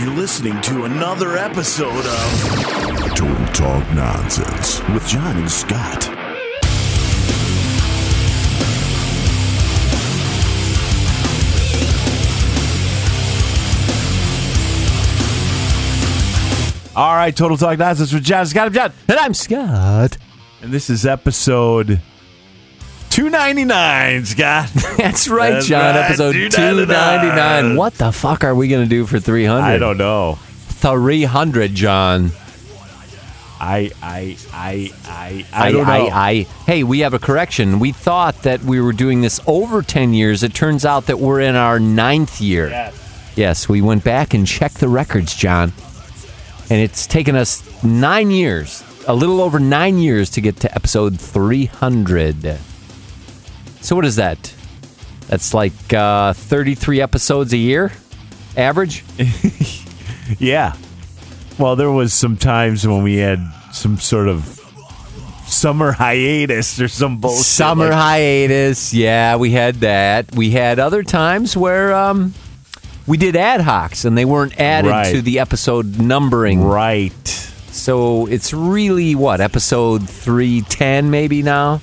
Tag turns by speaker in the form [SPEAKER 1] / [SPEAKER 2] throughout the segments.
[SPEAKER 1] You're listening to another episode of Total Talk Nonsense with John and Scott. All right, Total Talk Nonsense with John and Scott. I'm John.
[SPEAKER 2] And I'm Scott.
[SPEAKER 1] And this is episode 299, Scott.
[SPEAKER 2] That's right,
[SPEAKER 1] That's
[SPEAKER 2] John.
[SPEAKER 1] right,
[SPEAKER 2] Episode
[SPEAKER 1] 299.
[SPEAKER 2] 299. What the fuck are we going to do for 300?
[SPEAKER 1] I don't know.
[SPEAKER 2] 300, John.
[SPEAKER 1] I I I I I don't know.
[SPEAKER 2] I, hey, we have a correction. We thought that we were doing this over 10 years. It turns out that we're in our ninth year. Yes, we went back and checked the records, John. And it's taken us nine years, a little over nine years to get to episode 300. So, what is that? That's like uh, 33 episodes a year, average?
[SPEAKER 1] Yeah. Well, there was some times when we had some sort of summer hiatus or some bullshit.
[SPEAKER 2] Summer
[SPEAKER 1] like-
[SPEAKER 2] hiatus. Yeah, we had that. We had other times where um, we did ad hocs and they weren't added
[SPEAKER 1] Right.
[SPEAKER 2] to the episode numbering.
[SPEAKER 1] Right.
[SPEAKER 2] So it's really what episode three ten maybe now,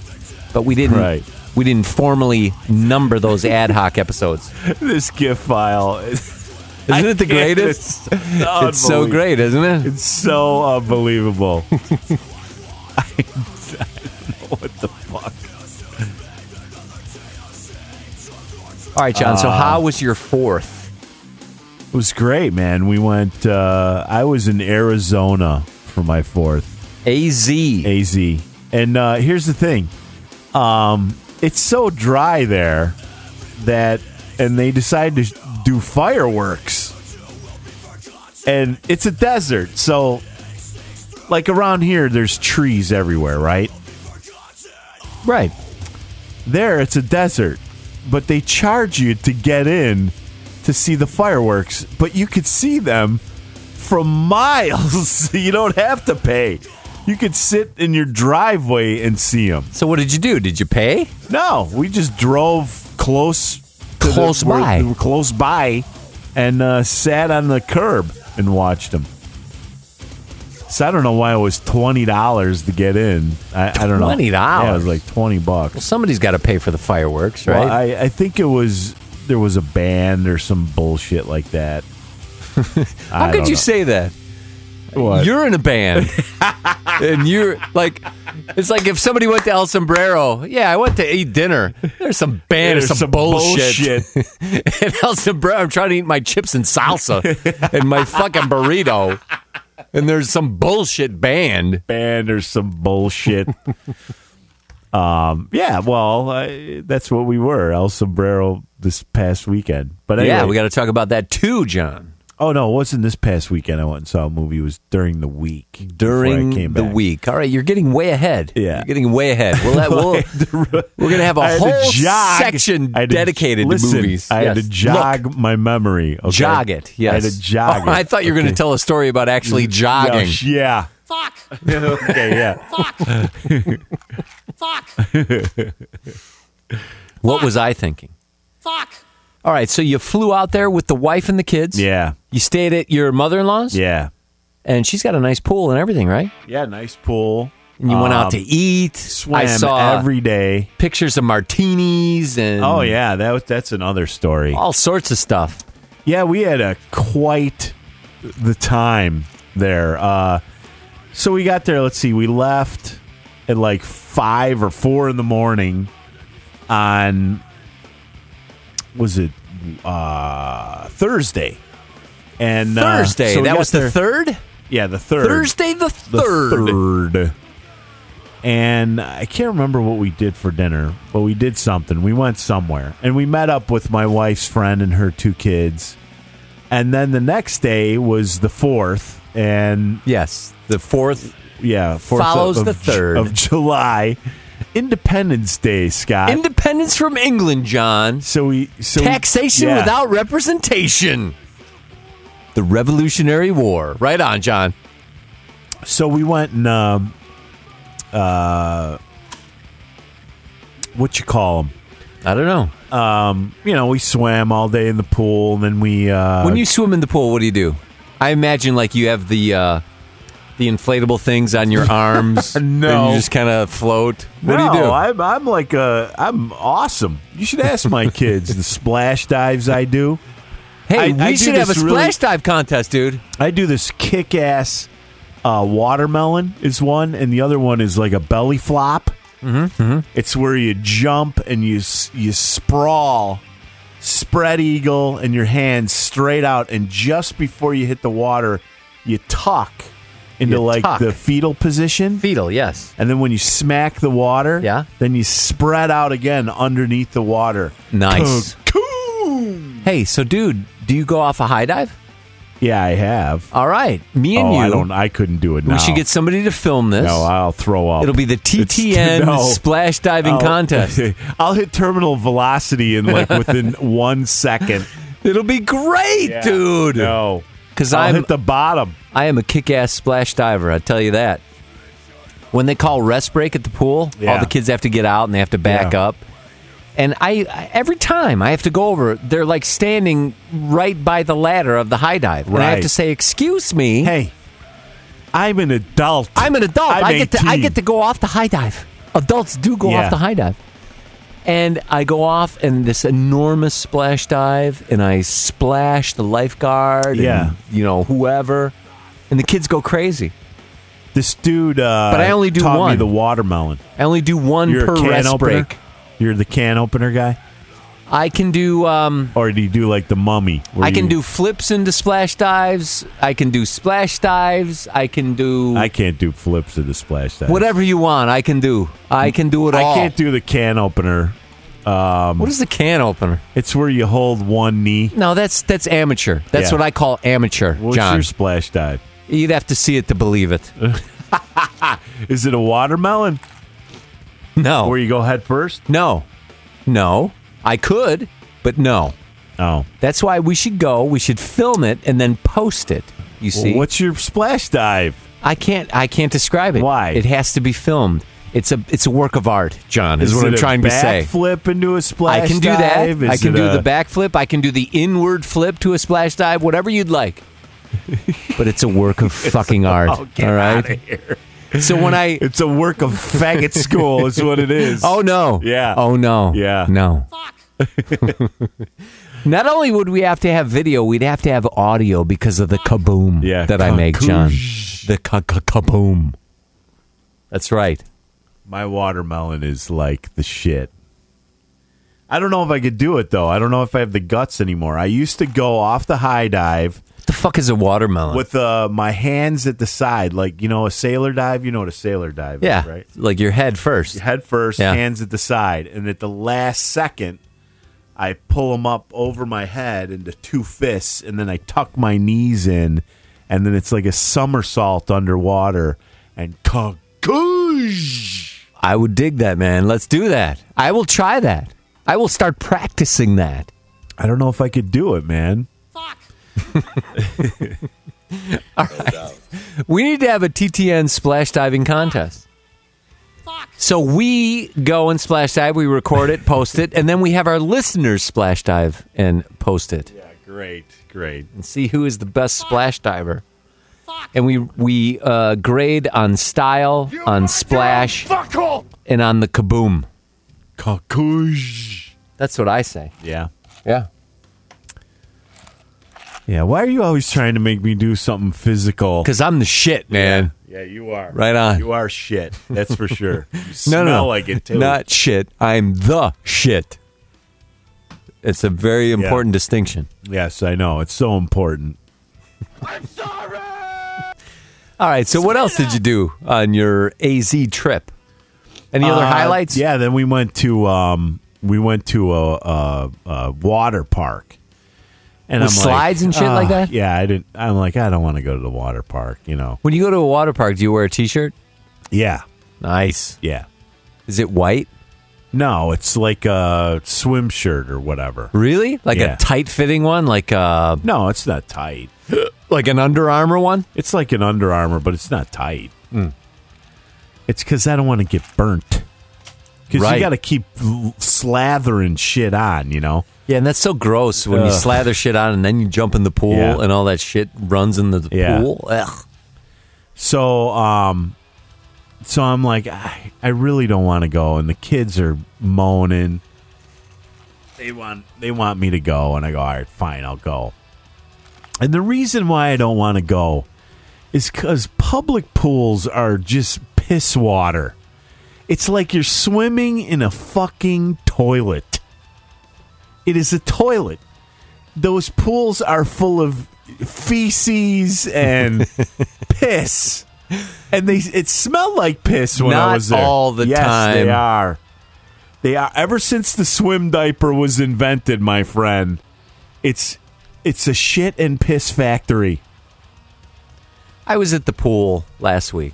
[SPEAKER 2] but we didn't.
[SPEAKER 1] Right.
[SPEAKER 2] We didn't formally number those ad hoc episodes.
[SPEAKER 1] This GIF file. Isn't
[SPEAKER 2] Isn't it the greatest?
[SPEAKER 1] It's,
[SPEAKER 2] It's so great, isn't it?
[SPEAKER 1] It's so unbelievable. I, I don't know what the fuck.
[SPEAKER 2] All right, John. so
[SPEAKER 1] uh,
[SPEAKER 2] how was your fourth?
[SPEAKER 1] It was great, man. We went. Uh, I was in Arizona for my fourth.
[SPEAKER 2] Az.
[SPEAKER 1] AZ. And uh, here's the thing um, it's so dry there that, and they decided to do fireworks. And it's a desert. So, like around here, there's trees everywhere, right?
[SPEAKER 2] Right.
[SPEAKER 1] There, it's a desert. But they charge you to get in to see the fireworks. But you could see them from miles. you don't have to pay. You could sit in your driveway and see them.
[SPEAKER 2] So what did you do? Did you pay?
[SPEAKER 1] No, we just drove close, to the-
[SPEAKER 2] Close
[SPEAKER 1] we're-
[SPEAKER 2] by.
[SPEAKER 1] we're close by, and uh, sat on the curb and watched them. So I don't know why it was twenty dollars to get in. I, I don't know.
[SPEAKER 2] $20?
[SPEAKER 1] Yeah, it was like twenty bucks.
[SPEAKER 2] Somebody's got to pay for the fireworks, right?
[SPEAKER 1] Well, I, I think it was there was a band or some bullshit like that.
[SPEAKER 2] How could you say that? You're in a band. and you're like, it's like if somebody went to El Sombrero, yeah, I went to eat dinner. There's some band or
[SPEAKER 1] There's
[SPEAKER 2] some,
[SPEAKER 1] some
[SPEAKER 2] bullshit. and El Sombrero, I'm trying to eat my chips and salsa and my fucking burrito. And there's some bullshit band.
[SPEAKER 1] band or some bullshit. um, yeah, well, I, that's what we were El Sombrero this past weekend. But anyway,
[SPEAKER 2] Yeah, we got to talk about that too, John.
[SPEAKER 1] Oh no, it wasn't this past weekend. I went and saw a movie. It was during the week. before I
[SPEAKER 2] During
[SPEAKER 1] came
[SPEAKER 2] the
[SPEAKER 1] back.
[SPEAKER 2] week. All right, you're getting way ahead.
[SPEAKER 1] Yeah.
[SPEAKER 2] You're getting way ahead. We'll, we'll, We're gonna have a
[SPEAKER 1] I had to
[SPEAKER 2] whole
[SPEAKER 1] jog.
[SPEAKER 2] section
[SPEAKER 1] I had
[SPEAKER 2] dedicated to
[SPEAKER 1] listen,
[SPEAKER 2] movies.
[SPEAKER 1] I had
[SPEAKER 2] Yes.
[SPEAKER 1] to jog my memory. okay?
[SPEAKER 2] Jog it. Yes.
[SPEAKER 1] I had to jog.
[SPEAKER 2] Oh, I
[SPEAKER 1] it,
[SPEAKER 2] thought you were going
[SPEAKER 1] okay?
[SPEAKER 2] to tell a story about actually
[SPEAKER 1] No,
[SPEAKER 2] jogging.
[SPEAKER 1] sh- yeah.
[SPEAKER 3] Fuck!
[SPEAKER 1] Okay. Yeah.
[SPEAKER 3] Fuck! Fuck!
[SPEAKER 2] what was I thinking?
[SPEAKER 3] Fuck!
[SPEAKER 2] All right, so you flew out there with the wife and the kids.
[SPEAKER 1] Yeah.
[SPEAKER 2] You stayed at your mother-in-law's,
[SPEAKER 1] Yeah.
[SPEAKER 2] and she's got a nice pool and everything, right?
[SPEAKER 1] Yeah. Nice pool.
[SPEAKER 2] And you went out to
[SPEAKER 1] Um,
[SPEAKER 2] eat.
[SPEAKER 1] Swam
[SPEAKER 2] I saw
[SPEAKER 1] every day.
[SPEAKER 2] pictures of martinis and
[SPEAKER 1] Oh yeah, that was that's another story.
[SPEAKER 2] all sorts of stuff.
[SPEAKER 1] Yeah, we had a quite the time there. Uh, so we got there. Let's see, we left at like five or four in the morning on was it uh, Thursday? And uh,
[SPEAKER 2] Thursday.
[SPEAKER 1] so we
[SPEAKER 2] that
[SPEAKER 1] got
[SPEAKER 2] was the
[SPEAKER 1] there-
[SPEAKER 2] third.
[SPEAKER 1] yeah the third
[SPEAKER 2] Thursday the
[SPEAKER 1] the
[SPEAKER 2] third.
[SPEAKER 1] third. And I can't remember what we did for dinner, but we did something. We went somewhere and we met up with my wife's friend and her two kids. And then the next day was the fourth, and
[SPEAKER 2] Yes, the fourth.
[SPEAKER 1] yeah, fourth
[SPEAKER 2] Follows
[SPEAKER 1] of,
[SPEAKER 2] the
[SPEAKER 1] Ju-
[SPEAKER 2] third.
[SPEAKER 1] of July, Independence Day, Scott.
[SPEAKER 2] Independence from England, John.
[SPEAKER 1] so we so we-
[SPEAKER 2] Taxation
[SPEAKER 1] yeah.
[SPEAKER 2] without representation. The Revolutionary War. Right on, John.
[SPEAKER 1] So we went and um, uh, what you call them?
[SPEAKER 2] I don't know.
[SPEAKER 1] you know, we swam all day in the pool, and then we uh,
[SPEAKER 2] when you swim in the pool, what do you do? I imagine like you have the uh, the inflatable things on your arms.
[SPEAKER 1] No.
[SPEAKER 2] and you just kind of float. What
[SPEAKER 1] no,
[SPEAKER 2] do you do?
[SPEAKER 1] I'm, I'm like uh, I'm awesome. You should ask my kids the splash dives I do. I-
[SPEAKER 2] hey, we
[SPEAKER 1] I do
[SPEAKER 2] should have a
[SPEAKER 1] this
[SPEAKER 2] splash
[SPEAKER 1] really-
[SPEAKER 2] dive contest, dude.
[SPEAKER 1] I do this kick ass uh, watermelon is one, and the other one is like a belly flop. Mm-hmm, It's where you jump and you s- you sprawl, spread eagle, and your hands straight out, and just before you hit the water, you tuck into
[SPEAKER 2] You
[SPEAKER 1] like
[SPEAKER 2] tuck.
[SPEAKER 1] the fetal position.
[SPEAKER 2] Fetal, yes.
[SPEAKER 1] And then when you smack the water,
[SPEAKER 2] Yeah.
[SPEAKER 1] then you spread out again underneath the water.
[SPEAKER 2] Nice.
[SPEAKER 1] Coom!
[SPEAKER 2] Hey, so dude, do you go off a high dive?
[SPEAKER 1] Yeah, I have.
[SPEAKER 2] All right, me and
[SPEAKER 1] oh,
[SPEAKER 2] you.
[SPEAKER 1] I don't. I couldn't do it now.
[SPEAKER 2] We should get somebody to film this.
[SPEAKER 1] No, I'll throw up.
[SPEAKER 2] It'll be the
[SPEAKER 1] It's-
[SPEAKER 2] TTN
[SPEAKER 1] no. Oh.
[SPEAKER 2] splash diving
[SPEAKER 1] I'll-
[SPEAKER 2] contest.
[SPEAKER 1] I'll hit terminal velocity in like within one second,
[SPEAKER 2] It'll be great, dude.
[SPEAKER 1] No, Oh,
[SPEAKER 2] 'Cause
[SPEAKER 1] I'll
[SPEAKER 2] I'm-
[SPEAKER 1] hit the bottom.
[SPEAKER 2] I am a kick-ass splash diver. I tell you that. When they call rest break at the pool, all
[SPEAKER 1] Yeah.
[SPEAKER 2] the kids have to get out and they have to back
[SPEAKER 1] Yeah.
[SPEAKER 2] up. And I- I every time I have to go over, they're like standing right by the ladder of the high dive, and I have
[SPEAKER 1] Right.
[SPEAKER 2] to say, "Excuse me,
[SPEAKER 1] Hey, I'm an adult.
[SPEAKER 2] I'm an adult.
[SPEAKER 1] I'm
[SPEAKER 2] I get to I
[SPEAKER 1] 18.
[SPEAKER 2] get to go off the high dive. Adults do go
[SPEAKER 1] Yeah.
[SPEAKER 2] off the high dive. And I go off and this enormous splash dive and I splash the lifeguard
[SPEAKER 1] Yeah.
[SPEAKER 2] and you know whoever and the kids go crazy.
[SPEAKER 1] This dude, uh,
[SPEAKER 2] But I only do
[SPEAKER 1] taught me
[SPEAKER 2] one.
[SPEAKER 1] the watermelon.
[SPEAKER 2] I only do one
[SPEAKER 1] You're
[SPEAKER 2] per
[SPEAKER 1] a can
[SPEAKER 2] rest
[SPEAKER 1] opener.
[SPEAKER 2] break.
[SPEAKER 1] You're the can opener guy,
[SPEAKER 2] I can do um
[SPEAKER 1] or do you do like the mummy? where
[SPEAKER 2] I can
[SPEAKER 1] you-
[SPEAKER 2] do flips into splash dives. I can do splash dives. I can do
[SPEAKER 1] I can't do flips at the splash dive.
[SPEAKER 2] whatever you want. I can do. I can do it
[SPEAKER 1] I
[SPEAKER 2] all.
[SPEAKER 1] can't do the can opener.
[SPEAKER 2] what is the can opener?
[SPEAKER 1] It's where you hold one knee.
[SPEAKER 2] No, that's that's amateur. That's
[SPEAKER 1] Yeah.
[SPEAKER 2] what I call amateur,
[SPEAKER 1] What's
[SPEAKER 2] John.
[SPEAKER 1] your splash dive?
[SPEAKER 2] You'd have to see it to believe it.
[SPEAKER 1] Uh, Is it a watermelon where
[SPEAKER 2] No,
[SPEAKER 1] you go head first?
[SPEAKER 2] no, no. I could, but no.
[SPEAKER 1] Oh,
[SPEAKER 2] That's why we should go. We should film it and then post it. You see,
[SPEAKER 1] Well, what's your splash dive?
[SPEAKER 2] I can't. I can't describe it.
[SPEAKER 1] Why?
[SPEAKER 2] It has to be filmed. It's a. It's a work of art, John. Is,
[SPEAKER 1] Is
[SPEAKER 2] what
[SPEAKER 1] it
[SPEAKER 2] I'm
[SPEAKER 1] a
[SPEAKER 2] trying to
[SPEAKER 1] back
[SPEAKER 2] say.
[SPEAKER 1] Flip into a splash.
[SPEAKER 2] I can do
[SPEAKER 1] dive?
[SPEAKER 2] that. I
[SPEAKER 1] Is
[SPEAKER 2] can
[SPEAKER 1] it
[SPEAKER 2] do
[SPEAKER 1] a-
[SPEAKER 2] the back flip. I can do the inward flip to a splash dive. Whatever you'd like. but it's a work of fucking art.
[SPEAKER 1] Oh, get
[SPEAKER 2] all right.
[SPEAKER 1] outta here.
[SPEAKER 2] So when I
[SPEAKER 1] It's a work of faggot school. is what it is.
[SPEAKER 2] Oh no.
[SPEAKER 1] Yeah.
[SPEAKER 2] Oh no.
[SPEAKER 1] Yeah.
[SPEAKER 2] No.
[SPEAKER 3] Fuck.
[SPEAKER 2] Not only would we have to have video, we'd have to have audio because of the kaboom
[SPEAKER 1] Yeah,
[SPEAKER 2] that I make,
[SPEAKER 1] kakoosh.
[SPEAKER 2] John. The ka- ka- kaboom. That's right.
[SPEAKER 1] my watermelon is like the shit. I don't know if I could do it though. I don't know if I have the guts anymore. I used to go off the high dive
[SPEAKER 2] What the fuck is a watermelon?
[SPEAKER 1] with uh, my hands at the side, like you know a sailor dive. You know what a sailor dive
[SPEAKER 2] yeah.
[SPEAKER 1] is, right?
[SPEAKER 2] Like your head first.
[SPEAKER 1] head first,
[SPEAKER 2] Yeah.
[SPEAKER 1] hands at the side, and at the last second, I pull them up over my head into two fists, and then I tuck my knees in, and then it's like a somersault underwater, and kakoosh.
[SPEAKER 2] I would dig that, man. Let's do that. I will try that. I will start practicing that.
[SPEAKER 1] I don't know if I could do it, man.
[SPEAKER 3] Fuck.
[SPEAKER 2] We need to have a TTN splash diving contest.
[SPEAKER 3] Fuck.
[SPEAKER 2] So we go and splash dive, we record it, post it, and then we have our listeners splash dive and post it.
[SPEAKER 1] Yeah, great, great.
[SPEAKER 2] and see who is the best splash diver.
[SPEAKER 3] Fuck.
[SPEAKER 2] And we we uh, grade on style, on splash, and on the kaboom.
[SPEAKER 1] Kakoosh.
[SPEAKER 2] That's what I say.
[SPEAKER 1] Yeah.
[SPEAKER 2] Yeah.
[SPEAKER 1] Yeah, why are you always trying to make me do something physical?
[SPEAKER 2] Because I'm the shit, man.
[SPEAKER 1] Yeah, you are.
[SPEAKER 2] Right on.
[SPEAKER 1] You are shit. That's for sure. You
[SPEAKER 2] No,
[SPEAKER 1] smell
[SPEAKER 2] no, no.
[SPEAKER 1] like it too.
[SPEAKER 2] Not shit. I'm the shit. It's a very important distinction.
[SPEAKER 1] yes, I know. It's so important.
[SPEAKER 2] All right. So what else did you do on your AZ trip? Any other
[SPEAKER 1] Uh,
[SPEAKER 2] highlights?
[SPEAKER 1] Yeah, then we went to um, we went to a, a, a water park. And
[SPEAKER 2] With
[SPEAKER 1] I'm
[SPEAKER 2] slides
[SPEAKER 1] like,
[SPEAKER 2] and shit like
[SPEAKER 1] "Ah,
[SPEAKER 2] that?"
[SPEAKER 1] Yeah, I didn't. I'm like, I don't want to go to the water park. You know.
[SPEAKER 2] When you go to a water park, do you wear a T-shirt?
[SPEAKER 1] Yeah,
[SPEAKER 2] Nice.
[SPEAKER 1] yeah.
[SPEAKER 2] Is it white?
[SPEAKER 1] No, it's like a swim shirt or whatever.
[SPEAKER 2] Really? Like
[SPEAKER 1] Yeah.
[SPEAKER 2] a tight-fitting one, like uh,
[SPEAKER 1] No, it's not tight.
[SPEAKER 2] like an Under Armour one.
[SPEAKER 1] It's like an Under Armour, but it's not tight. It's because I don't want to get burnt. because
[SPEAKER 2] Right.
[SPEAKER 1] you got to keep l- slathering shit on. You know,
[SPEAKER 2] Yeah, and that's so gross when you
[SPEAKER 1] Ugh.
[SPEAKER 2] slather shit on and then you jump in the pool
[SPEAKER 1] Yeah.
[SPEAKER 2] and all that shit runs in the
[SPEAKER 1] Yeah.
[SPEAKER 2] pool. Ugh.
[SPEAKER 1] so um, so I'm like, I, I really don't want to go, and the kids are moaning. They want they want me to go, and I go, all right, fine, I'll go. And the reason why I don't want to go is because public pools are just piss water. It's like you're swimming in a fucking toilet. It is a toilet. Those pools are full of feces and piss. And they it smelled like piss when I
[SPEAKER 2] Not
[SPEAKER 1] was there.
[SPEAKER 2] all the
[SPEAKER 1] yes,
[SPEAKER 2] time.
[SPEAKER 1] They are. They are ever since the swim diaper was invented, my friend. It's it's a shit and piss factory.
[SPEAKER 2] I was at the pool last week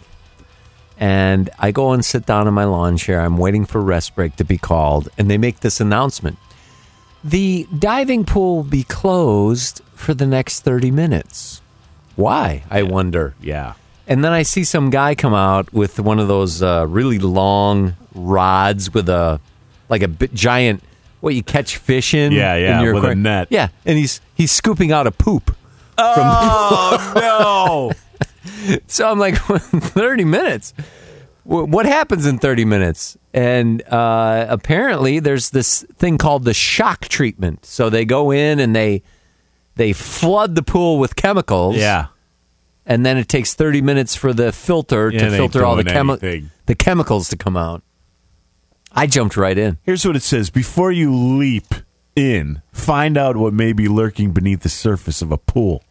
[SPEAKER 2] and I go and sit down in my lawn chair. I'm waiting for rest break to be called, and they make this announcement The diving pool will be closed for the next 30 minutes. Why, I wonder.
[SPEAKER 1] Yeah.
[SPEAKER 2] And then I see some guy come out with one of those uh, really long rods with a like a bit giant what you catch fish in.
[SPEAKER 1] Yeah, yeah,
[SPEAKER 2] in your
[SPEAKER 1] with a
[SPEAKER 2] aquarium.
[SPEAKER 1] net.
[SPEAKER 2] Yeah, and he's he's scooping out a poop.
[SPEAKER 1] Oh no.
[SPEAKER 2] So I'm like, 30 minutes. Wh- What happens in 30 minutes? And uh, apparently, there's this thing called the shock treatment. So they go in and they they flood the pool with chemicals.
[SPEAKER 1] yeah.
[SPEAKER 2] and then it takes 30 minutes for the filter
[SPEAKER 1] Yeah, it
[SPEAKER 2] to
[SPEAKER 1] ain't
[SPEAKER 2] filter all the
[SPEAKER 1] doing
[SPEAKER 2] chemi-
[SPEAKER 1] anything.
[SPEAKER 2] the chemicals to come out. I jumped right in.
[SPEAKER 1] Here's what it says Before you leap in, find out what may be lurking beneath the surface of a pool.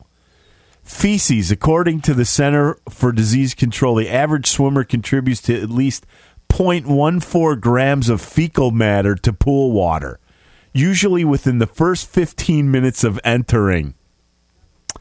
[SPEAKER 1] Feces, according to the Center for Disease Control, the average swimmer contributes to at least 0.14 grams of fecal matter to pool water, usually within the first 15 minutes of entering.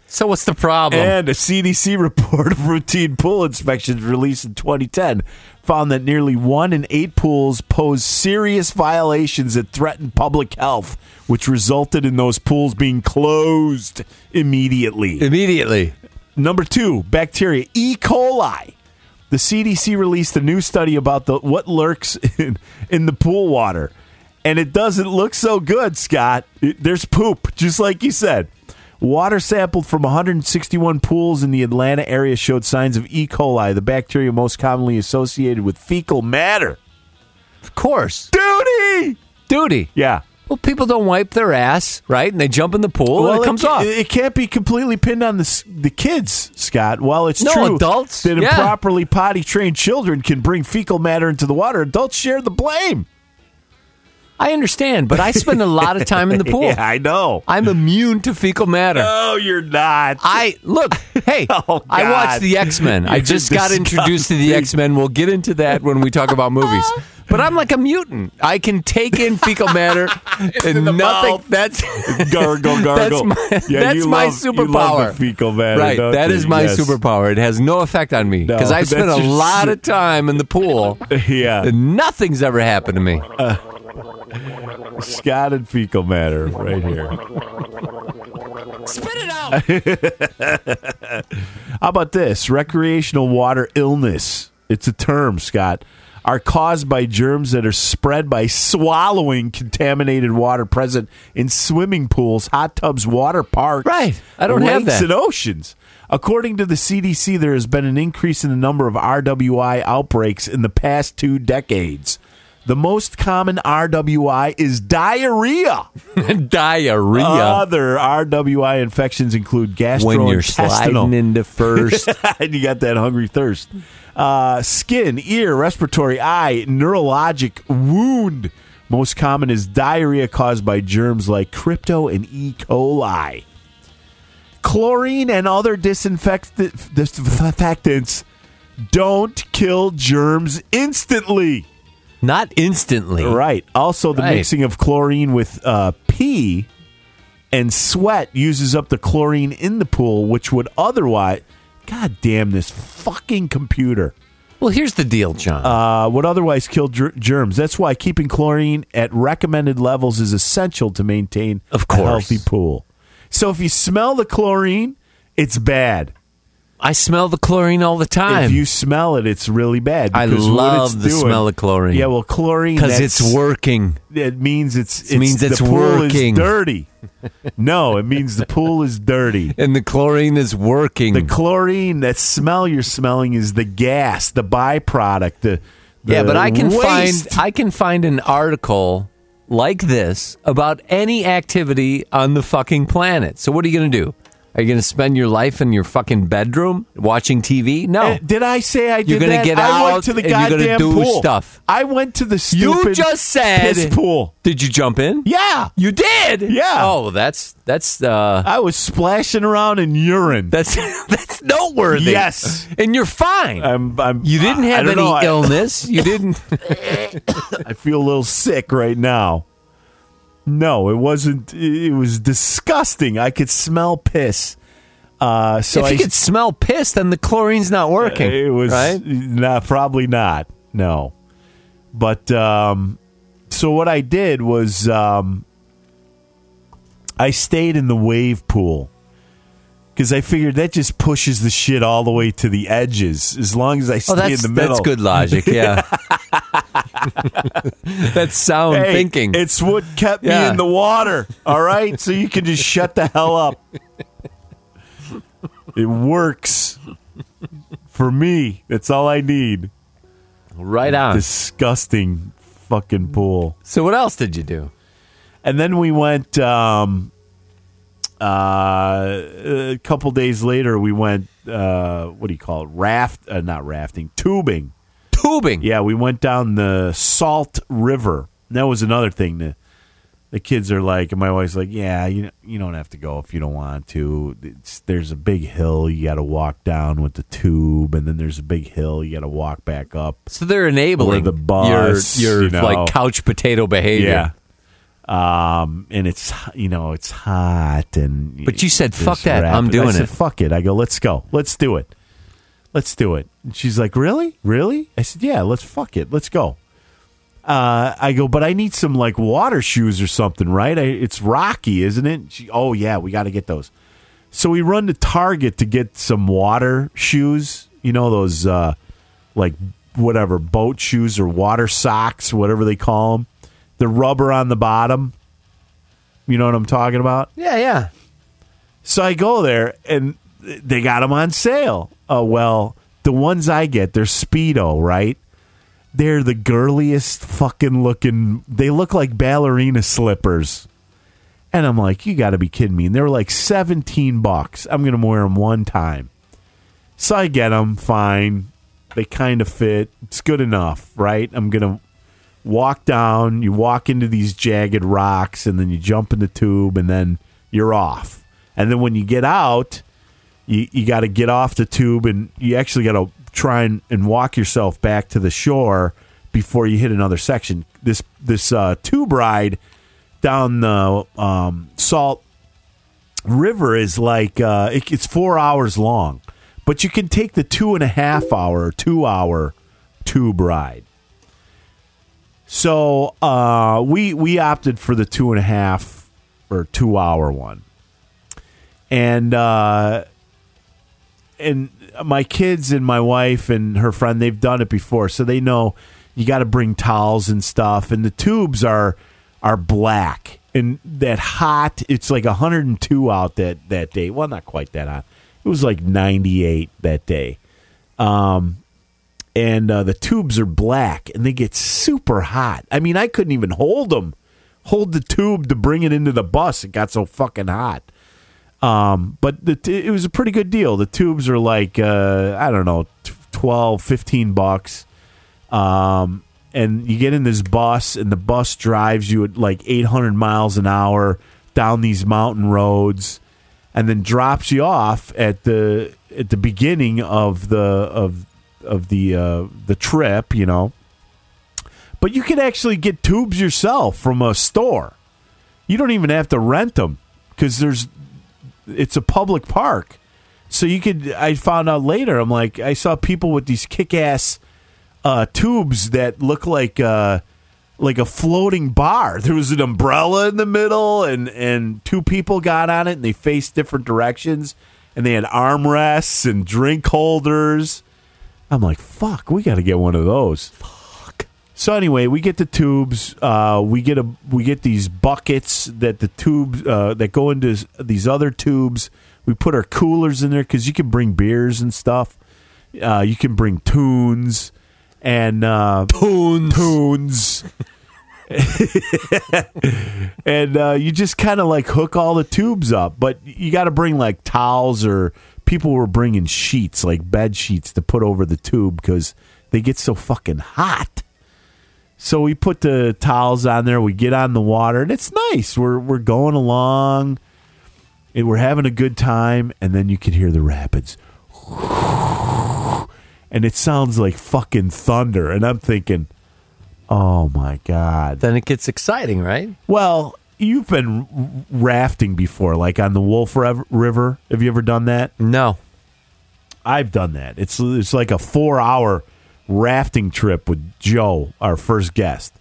[SPEAKER 2] So what's the problem?
[SPEAKER 1] And a CDC report of routine pool inspections released in 2010 found that nearly one in eight pools pose serious violations that threaten public health, which resulted in those pools being closed immediately.
[SPEAKER 2] Immediately.
[SPEAKER 1] Number two, bacteria E. coli. The CDC released a new study about the what lurks in, in the pool water, and it doesn't look so good, Scott. It- there's poop, just like you said. Water sampled from 161 pools in the Atlanta area showed signs of E. coli, the bacteria most commonly associated with fecal matter.
[SPEAKER 2] Of course.
[SPEAKER 1] Duty.
[SPEAKER 2] Duty.
[SPEAKER 1] Yeah.
[SPEAKER 2] Well, people don't wipe their ass, right? And they jump in the pool and it comes
[SPEAKER 1] ca-
[SPEAKER 2] off.
[SPEAKER 1] It can't be completely pinned on the s- the kids, Scott. While it's
[SPEAKER 2] No,
[SPEAKER 1] true
[SPEAKER 2] adults,
[SPEAKER 1] that
[SPEAKER 2] yeah.
[SPEAKER 1] improperly potty trained children can bring fecal matter into the water, adults share the blame.
[SPEAKER 2] I understand, but I spend a lot of time in the pool.
[SPEAKER 1] Yeah, I know.
[SPEAKER 2] I'm immune to fecal matter.
[SPEAKER 1] No, you're not.
[SPEAKER 2] I look, hey,
[SPEAKER 1] Oh,
[SPEAKER 2] I watched
[SPEAKER 1] God.
[SPEAKER 2] the X Men. I
[SPEAKER 1] You're
[SPEAKER 2] just got introduced to the X Men. We'll get into that when we talk about movies. But I'm like a mutant. I can take in fecal matter and
[SPEAKER 1] in the
[SPEAKER 2] nothing.
[SPEAKER 1] mouth.
[SPEAKER 2] That's
[SPEAKER 1] gargle, gargle.
[SPEAKER 2] my-
[SPEAKER 1] yeah,
[SPEAKER 2] that's
[SPEAKER 1] you
[SPEAKER 2] my
[SPEAKER 1] love, You love
[SPEAKER 2] superpower.
[SPEAKER 1] the fecal matter,
[SPEAKER 2] right.
[SPEAKER 1] don't
[SPEAKER 2] That
[SPEAKER 1] you?
[SPEAKER 2] is my
[SPEAKER 1] Yes.
[SPEAKER 2] superpower. It has no effect on me
[SPEAKER 1] No,
[SPEAKER 2] because I
[SPEAKER 1] that's
[SPEAKER 2] spent a
[SPEAKER 1] your
[SPEAKER 2] lot
[SPEAKER 1] su-
[SPEAKER 2] of time in the pool.
[SPEAKER 1] Yeah,
[SPEAKER 2] and nothing's ever happened to me.
[SPEAKER 1] Scott and fecal matter right here.
[SPEAKER 3] Spit it out.
[SPEAKER 1] How about this? Recreational water illness. It's a term, Scott. Are caused by germs that are spread by swallowing contaminated water present in swimming pools, hot tubs, water parks.
[SPEAKER 2] Right. I don't have
[SPEAKER 1] lakes,
[SPEAKER 2] that.
[SPEAKER 1] and oceans. According to the CDC, there has been an increase in the number of RWI outbreaks in the past two decades. The most common RWI is diarrhea.
[SPEAKER 2] Diarrhea.
[SPEAKER 1] Other RWI infections include gastrointestinal
[SPEAKER 2] when you're sliding into first,
[SPEAKER 1] and you got that hungry thirst. Uh, skin, ear, respiratory, eye, neurologic wound. Most common is diarrhea caused by germs like crypto and E. coli. Chlorine and other disinfectant- disinfectants don't kill germs instantly.
[SPEAKER 2] not instantly.
[SPEAKER 1] Right. Also, the
[SPEAKER 2] Right.
[SPEAKER 1] mixing of chlorine with uh, pee and sweat uses up the chlorine in the pool, which would otherwise. God damn this fucking computer.
[SPEAKER 2] Well, here's the deal, John.
[SPEAKER 1] Uh, would otherwise kill ger- germs. That's why keeping chlorine at recommended levels is essential to maintain
[SPEAKER 2] Of
[SPEAKER 1] a
[SPEAKER 2] course.
[SPEAKER 1] healthy pool. So if you smell the chlorine, it's bad.
[SPEAKER 4] I smell the chlorine all the time.
[SPEAKER 1] If you smell it, it's really bad.
[SPEAKER 4] I
[SPEAKER 1] because what
[SPEAKER 4] love
[SPEAKER 1] it's
[SPEAKER 4] the
[SPEAKER 1] doing-
[SPEAKER 4] smell of chlorine.
[SPEAKER 1] Yeah, well, chlorine
[SPEAKER 4] because it's
[SPEAKER 1] that's-
[SPEAKER 4] working.
[SPEAKER 1] It means it's, it's
[SPEAKER 4] means it's
[SPEAKER 1] the pool
[SPEAKER 4] working.
[SPEAKER 1] Is dirty. no, it means the pool is dirty.
[SPEAKER 4] And the chlorine is working.
[SPEAKER 1] The chlorine, that smell you're smelling is the gas, the byproduct. The, the
[SPEAKER 4] yeah, but I can
[SPEAKER 1] waste.
[SPEAKER 4] find I can find an article like this about any activity on the fucking planet. So what are you going to do? Are you going to spend your life in your fucking bedroom watching TV? No.
[SPEAKER 1] Uh, Did I say I did
[SPEAKER 4] You're gonna
[SPEAKER 1] that?
[SPEAKER 4] get
[SPEAKER 1] I
[SPEAKER 4] out
[SPEAKER 1] went to the
[SPEAKER 4] and you're gonna
[SPEAKER 1] goddamn
[SPEAKER 4] do
[SPEAKER 1] pool.
[SPEAKER 4] stuff.
[SPEAKER 1] I went to the
[SPEAKER 4] You
[SPEAKER 1] stupid
[SPEAKER 4] just said-
[SPEAKER 1] piss pool.
[SPEAKER 4] Did you jump in?
[SPEAKER 1] Yeah,
[SPEAKER 4] You did.
[SPEAKER 1] Yeah.
[SPEAKER 4] Oh, that's that's uh
[SPEAKER 1] I was splashing around in urine.
[SPEAKER 4] that's that's noteworthy.
[SPEAKER 1] Yes.
[SPEAKER 4] And you're fine.
[SPEAKER 1] I'm, I'm,
[SPEAKER 4] you didn't
[SPEAKER 1] I- I
[SPEAKER 4] have
[SPEAKER 1] don't
[SPEAKER 4] any
[SPEAKER 1] know. I-
[SPEAKER 4] illness. You didn't.
[SPEAKER 1] I feel a little sick right now. No, it wasn't. It was disgusting. I could smell piss. Uh, so
[SPEAKER 4] if
[SPEAKER 1] I,
[SPEAKER 4] you could smell piss, then the chlorine's not working.
[SPEAKER 1] it was
[SPEAKER 4] right.
[SPEAKER 1] not probably not. No, but um, so what I did was um, I stayed in the wave pool because I figured that just pushes the shit all the way to the edges. As long as I stay
[SPEAKER 4] Oh, that's
[SPEAKER 1] in the middle,
[SPEAKER 4] that's good logic. Yeah. that's sound
[SPEAKER 1] Hey,
[SPEAKER 4] thinking.
[SPEAKER 1] It's what kept me
[SPEAKER 4] Yeah.
[SPEAKER 1] in the water. All right, so you can just shut the hell up. It works for me. That's all I need.
[SPEAKER 4] right on.
[SPEAKER 1] Disgusting fucking pool.
[SPEAKER 4] So what else did you do?
[SPEAKER 1] And then we went. Um, uh, a couple days later, we went. Uh, what do you call it? Raft? Uh, not rafting. Tubing.
[SPEAKER 4] Tubing.
[SPEAKER 1] Yeah, we went down the Salt River. That was another thing. The the kids are like, and my wife's like, yeah, you you don't have to go if you don't want to. It's, there's a big hill you got to walk down with the tube, and then there's a big hill you got to walk back up.
[SPEAKER 4] So they're enabling
[SPEAKER 1] Or the bus,
[SPEAKER 4] your your
[SPEAKER 1] you know.
[SPEAKER 4] like couch potato behavior.
[SPEAKER 1] Um, and it's you know it's hot and
[SPEAKER 4] But you said,
[SPEAKER 1] there's
[SPEAKER 4] "Fuck that, I'm
[SPEAKER 1] rapids."
[SPEAKER 4] doing
[SPEAKER 1] I said,
[SPEAKER 4] it.
[SPEAKER 1] Fuck it. I go, let's go, let's do it, let's do it. And she's like, really, really? I said, yeah, let's fuck it, let's go. Uh, I go, but I need some like water shoes or something, right? I, it's rocky, isn't it? She, oh yeah, we got to get those. So we run to Target to get some water shoes. You know those uh, like whatever boat shoes or water socks, whatever they call them. The rubber on the bottom. You know what I'm talking about?
[SPEAKER 4] Yeah, yeah.
[SPEAKER 1] So I go there and they got them on sale. Oh well, the ones I get, they're Speedo, right? They're the girliest fucking looking. They look like ballerina slippers. And I'm like, you got to be kidding me. And they were like 17 bucks. I'm going to wear them one time. So I get them, fine. They kind of fit. It's good enough, right? I'm going to walk down, you walk into these jagged rocks, and then you jump in the tube, and then you're off. And then when you get out, you, you got to get off the tube, and you actually got to try and, and walk yourself back to the shore before you hit another section. This this uh, tube ride down the um, Salt River is like uh, it, it's four hours long, but you can take the two and a half hour, two hour tube ride. So uh, we we opted for the two and a half or two hour one, and uh, and my kids and my wife and her friend they've done it before, so they know you got to bring towels and stuff, and the tubes are are black and that hot. It's like 102 out that that day. Well, not quite that hot. It was like 98 that day and uh, the tubes are black and they get super hot. I mean, I couldn't even hold them, hold the tube to bring it into the bus. It got so fucking hot. Um, but the t- it was a pretty good deal. The tubes are like, uh, I don't know, t- 12, 15 bucks. Um, and you get in this bus, and the bus drives you at like 800 miles an hour down these mountain roads, and then drops you off at the at the beginning of the of of the uh, the trip, you know. But you can actually get tubes yourself from a store. You don't even have to rent them because there's it's a public park. So you could. I found out later. I'm like, I saw people with these kick-ass uh, tubes that look like uh, like a floating bar. There was an umbrella in the middle, and and two people got on it, and they faced different directions, and they had armrests and drink holders. I'm like, fuck, we got to get one of those. Fuck. So anyway, we get the tubes. Uh, we get a we get these buckets that the tubes uh, that go into s- these other tubes. We put our coolers in there because you can bring beers and stuff. Uh, you can bring tunes and uh, tunes tunes. and uh, you just kind of like hook all the tubes up. But you got to bring like towels or people were bringing sheets, like bed sheets, to put over the tube because they get so fucking hot. So we put the towels on there. We get on the water, and it's nice. We're we're going along, and we're having a good time. And then you can hear the rapids, and it sounds like fucking thunder. And I'm thinking, oh my god,
[SPEAKER 4] Then it gets exciting, right?
[SPEAKER 1] well, you've been r- rafting before, like on the Wolf Rev- River. Have you ever done that?
[SPEAKER 4] No.
[SPEAKER 1] I've done that. It's it's like a four hour rafting trip with Joe, our first guest.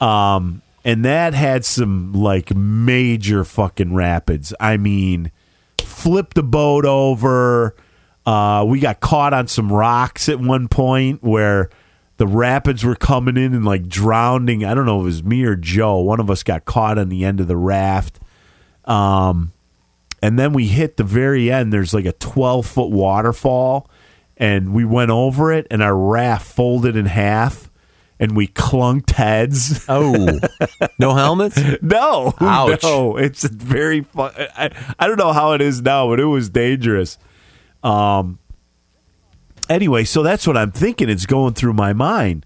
[SPEAKER 1] Um, and that had some like major fucking rapids. I mean, flipped the boat over. Uh, we got caught on some rocks at one point where the rapids were coming in and like drowning. I don't know if it was me or Joe. One of us got caught on the end of the raft and then we hit the very end. There's like a 12 foot waterfall, and we went over it, and our raft folded in half, and we clunked heads.
[SPEAKER 4] Oh. no helmets?
[SPEAKER 1] no,
[SPEAKER 4] Ouch.
[SPEAKER 1] no, it's very fun. I, I don't know how it is now, but it was dangerous. Um. Anyway, so that's what I'm thinking. It's going through my mind,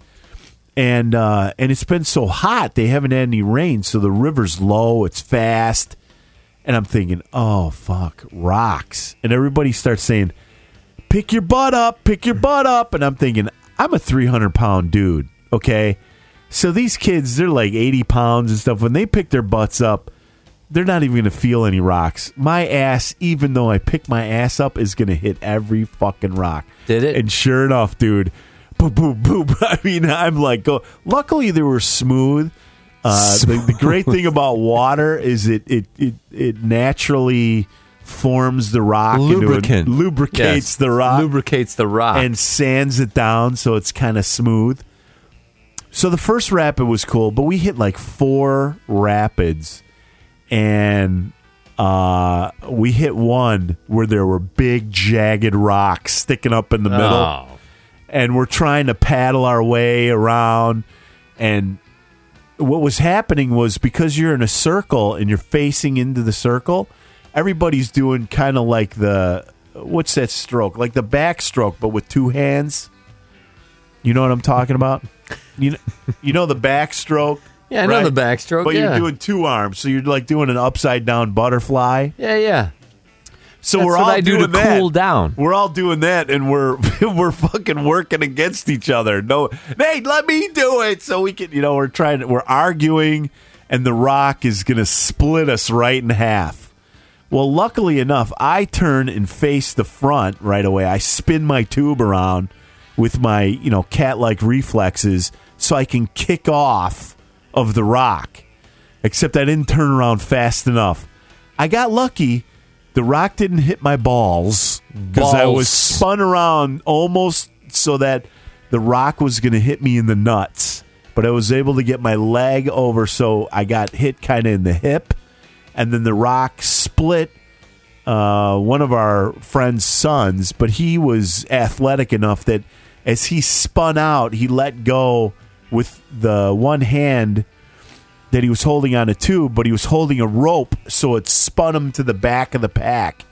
[SPEAKER 1] and uh, and it's been so hot. They haven't had any rain, so the river's low. It's fast. And I'm thinking, oh, fuck, rocks. And everybody starts saying, pick your butt up, pick your butt up. And I'm thinking, I'm a 300 pound dude, okay? So these kids, they're like 80 pounds and stuff. When they pick their butts up, they're not even going to feel any rocks. My ass, even though I pick my ass up, is going to hit every fucking rock.
[SPEAKER 4] Did it?
[SPEAKER 1] And sure enough, dude, boop, boop, boop. I mean, I'm like, go. luckily they were smooth. Uh, the, the great thing about water is it it it, it naturally forms the rock into a-
[SPEAKER 4] Lubricant.
[SPEAKER 1] lubricates
[SPEAKER 4] Yes.
[SPEAKER 1] the rock
[SPEAKER 4] Lubricates the rock.
[SPEAKER 1] and sands it down so it's kind of smooth. So the first rapid was cool, but we hit like four rapids and uh, we hit one where there were big jagged rocks sticking up in the middle
[SPEAKER 4] Oh.
[SPEAKER 1] and we're trying to paddle our way around and what was happening was because you're in a circle and you're facing into the circle everybody's doing kind of like the what's that stroke like the back stroke but with two hands you know what i'm talking about you know, you know the back stroke
[SPEAKER 4] Yeah, I know
[SPEAKER 1] right?
[SPEAKER 4] the backstroke.
[SPEAKER 1] but
[SPEAKER 4] yeah.
[SPEAKER 1] you're doing two arms so you're like doing an upside down butterfly
[SPEAKER 4] yeah, yeah.
[SPEAKER 1] so
[SPEAKER 4] That's
[SPEAKER 1] we're
[SPEAKER 4] what
[SPEAKER 1] all
[SPEAKER 4] I do
[SPEAKER 1] doing
[SPEAKER 4] to
[SPEAKER 1] that.
[SPEAKER 4] cool down.
[SPEAKER 1] We're all doing that, and we're we're fucking working against each other. No, Nate, let me do it, so we can. You know, we're trying. to- We're arguing, and the rock is going to split us right in half. Well, luckily enough, I turn and face the front right away. I spin my tube around with my you know cat like reflexes, so I can kick off of the rock except I didn't turn around fast enough. I got lucky. The rock didn't hit my balls because I
[SPEAKER 4] Balls.
[SPEAKER 1] was spun around almost so that the rock was going to hit me in the nuts. But I was able to get my leg over, so I got hit kind of in the hip. And then the rock split uh, one of our friend's sons, but he was athletic enough that as he spun out, he let go with the one hand that he was holding on a tube, but he was holding a rope, so it spun him to the back of the pack,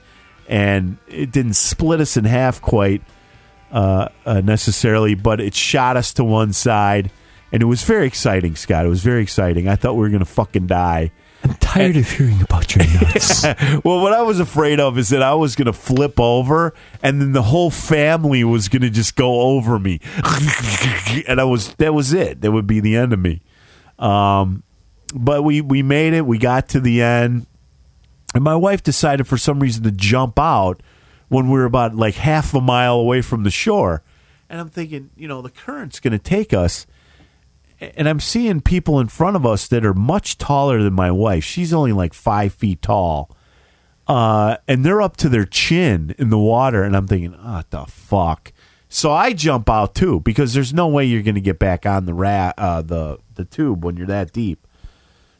[SPEAKER 1] and it didn't split us in half quite uh, uh, necessarily, but it shot us to one side, and it was very exciting, Scott. It was very exciting. I thought we were gonna fucking die.
[SPEAKER 4] I'm tired of hearing about your nuts.
[SPEAKER 1] Well, what I was afraid of is that I was going to flip over and then the whole family was going to just go over me. and I was that was it. That would be the end of me. Um but we we made it. We got to the end. And my wife decided for some reason to jump out when we were about like half a mile away from the shore. And I'm thinking, you know, the current's going to take us and I'm seeing people in front of us that are much taller than my wife. She's only like five feet tall. uh, and they're up to their chin in the water, and I'm thinking, ah, the fuck. So I jump out too because there's no way you're going to get back on the rat uh, the the tube when you're that deep.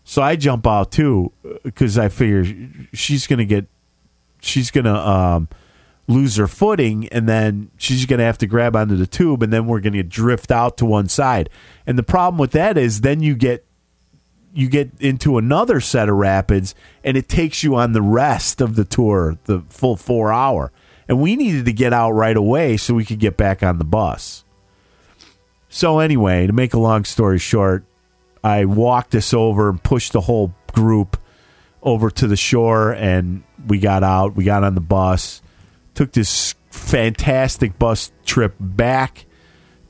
[SPEAKER 1] So I jump out too because I figure she's going to get she's going to um, lose her footing and then she's going to have to grab onto the tube and then we're going to drift out to one side. And the problem with that is then you get you get into another set of rapids and it takes you on the rest of the tour, the full 4 hour. And we needed to get out right away so we could get back on the bus. So anyway, to make a long story short, I walked us over and pushed the whole group over to the shore and we got out, we got on the bus took this fantastic bus trip back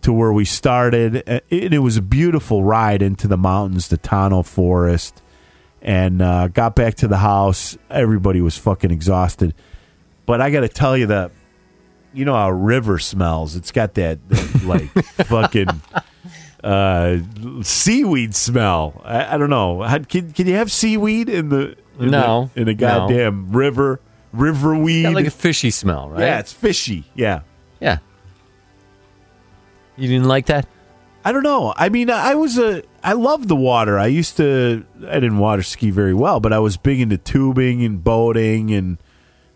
[SPEAKER 1] to where we started. Uh, It, it was a beautiful ride into the mountains, the Tano Forest, and uh, got back to the house. Everybody was fucking exhausted. But I got to tell you that, you know how a river smells. It's got that, that, like, fucking. Uh, seaweed smell. I, I don't know. How- Can, can you have seaweed in the in
[SPEAKER 2] No,
[SPEAKER 1] the, in a
[SPEAKER 2] no.
[SPEAKER 1] goddamn river river weed?
[SPEAKER 2] Got like a fishy smell, right?
[SPEAKER 1] Yeah, it's fishy. Yeah.
[SPEAKER 2] Yeah. You didn't like that?
[SPEAKER 1] I don't know. I mean, I was a I love the water. I used to I didn't water ski very well, but I was big into tubing and boating and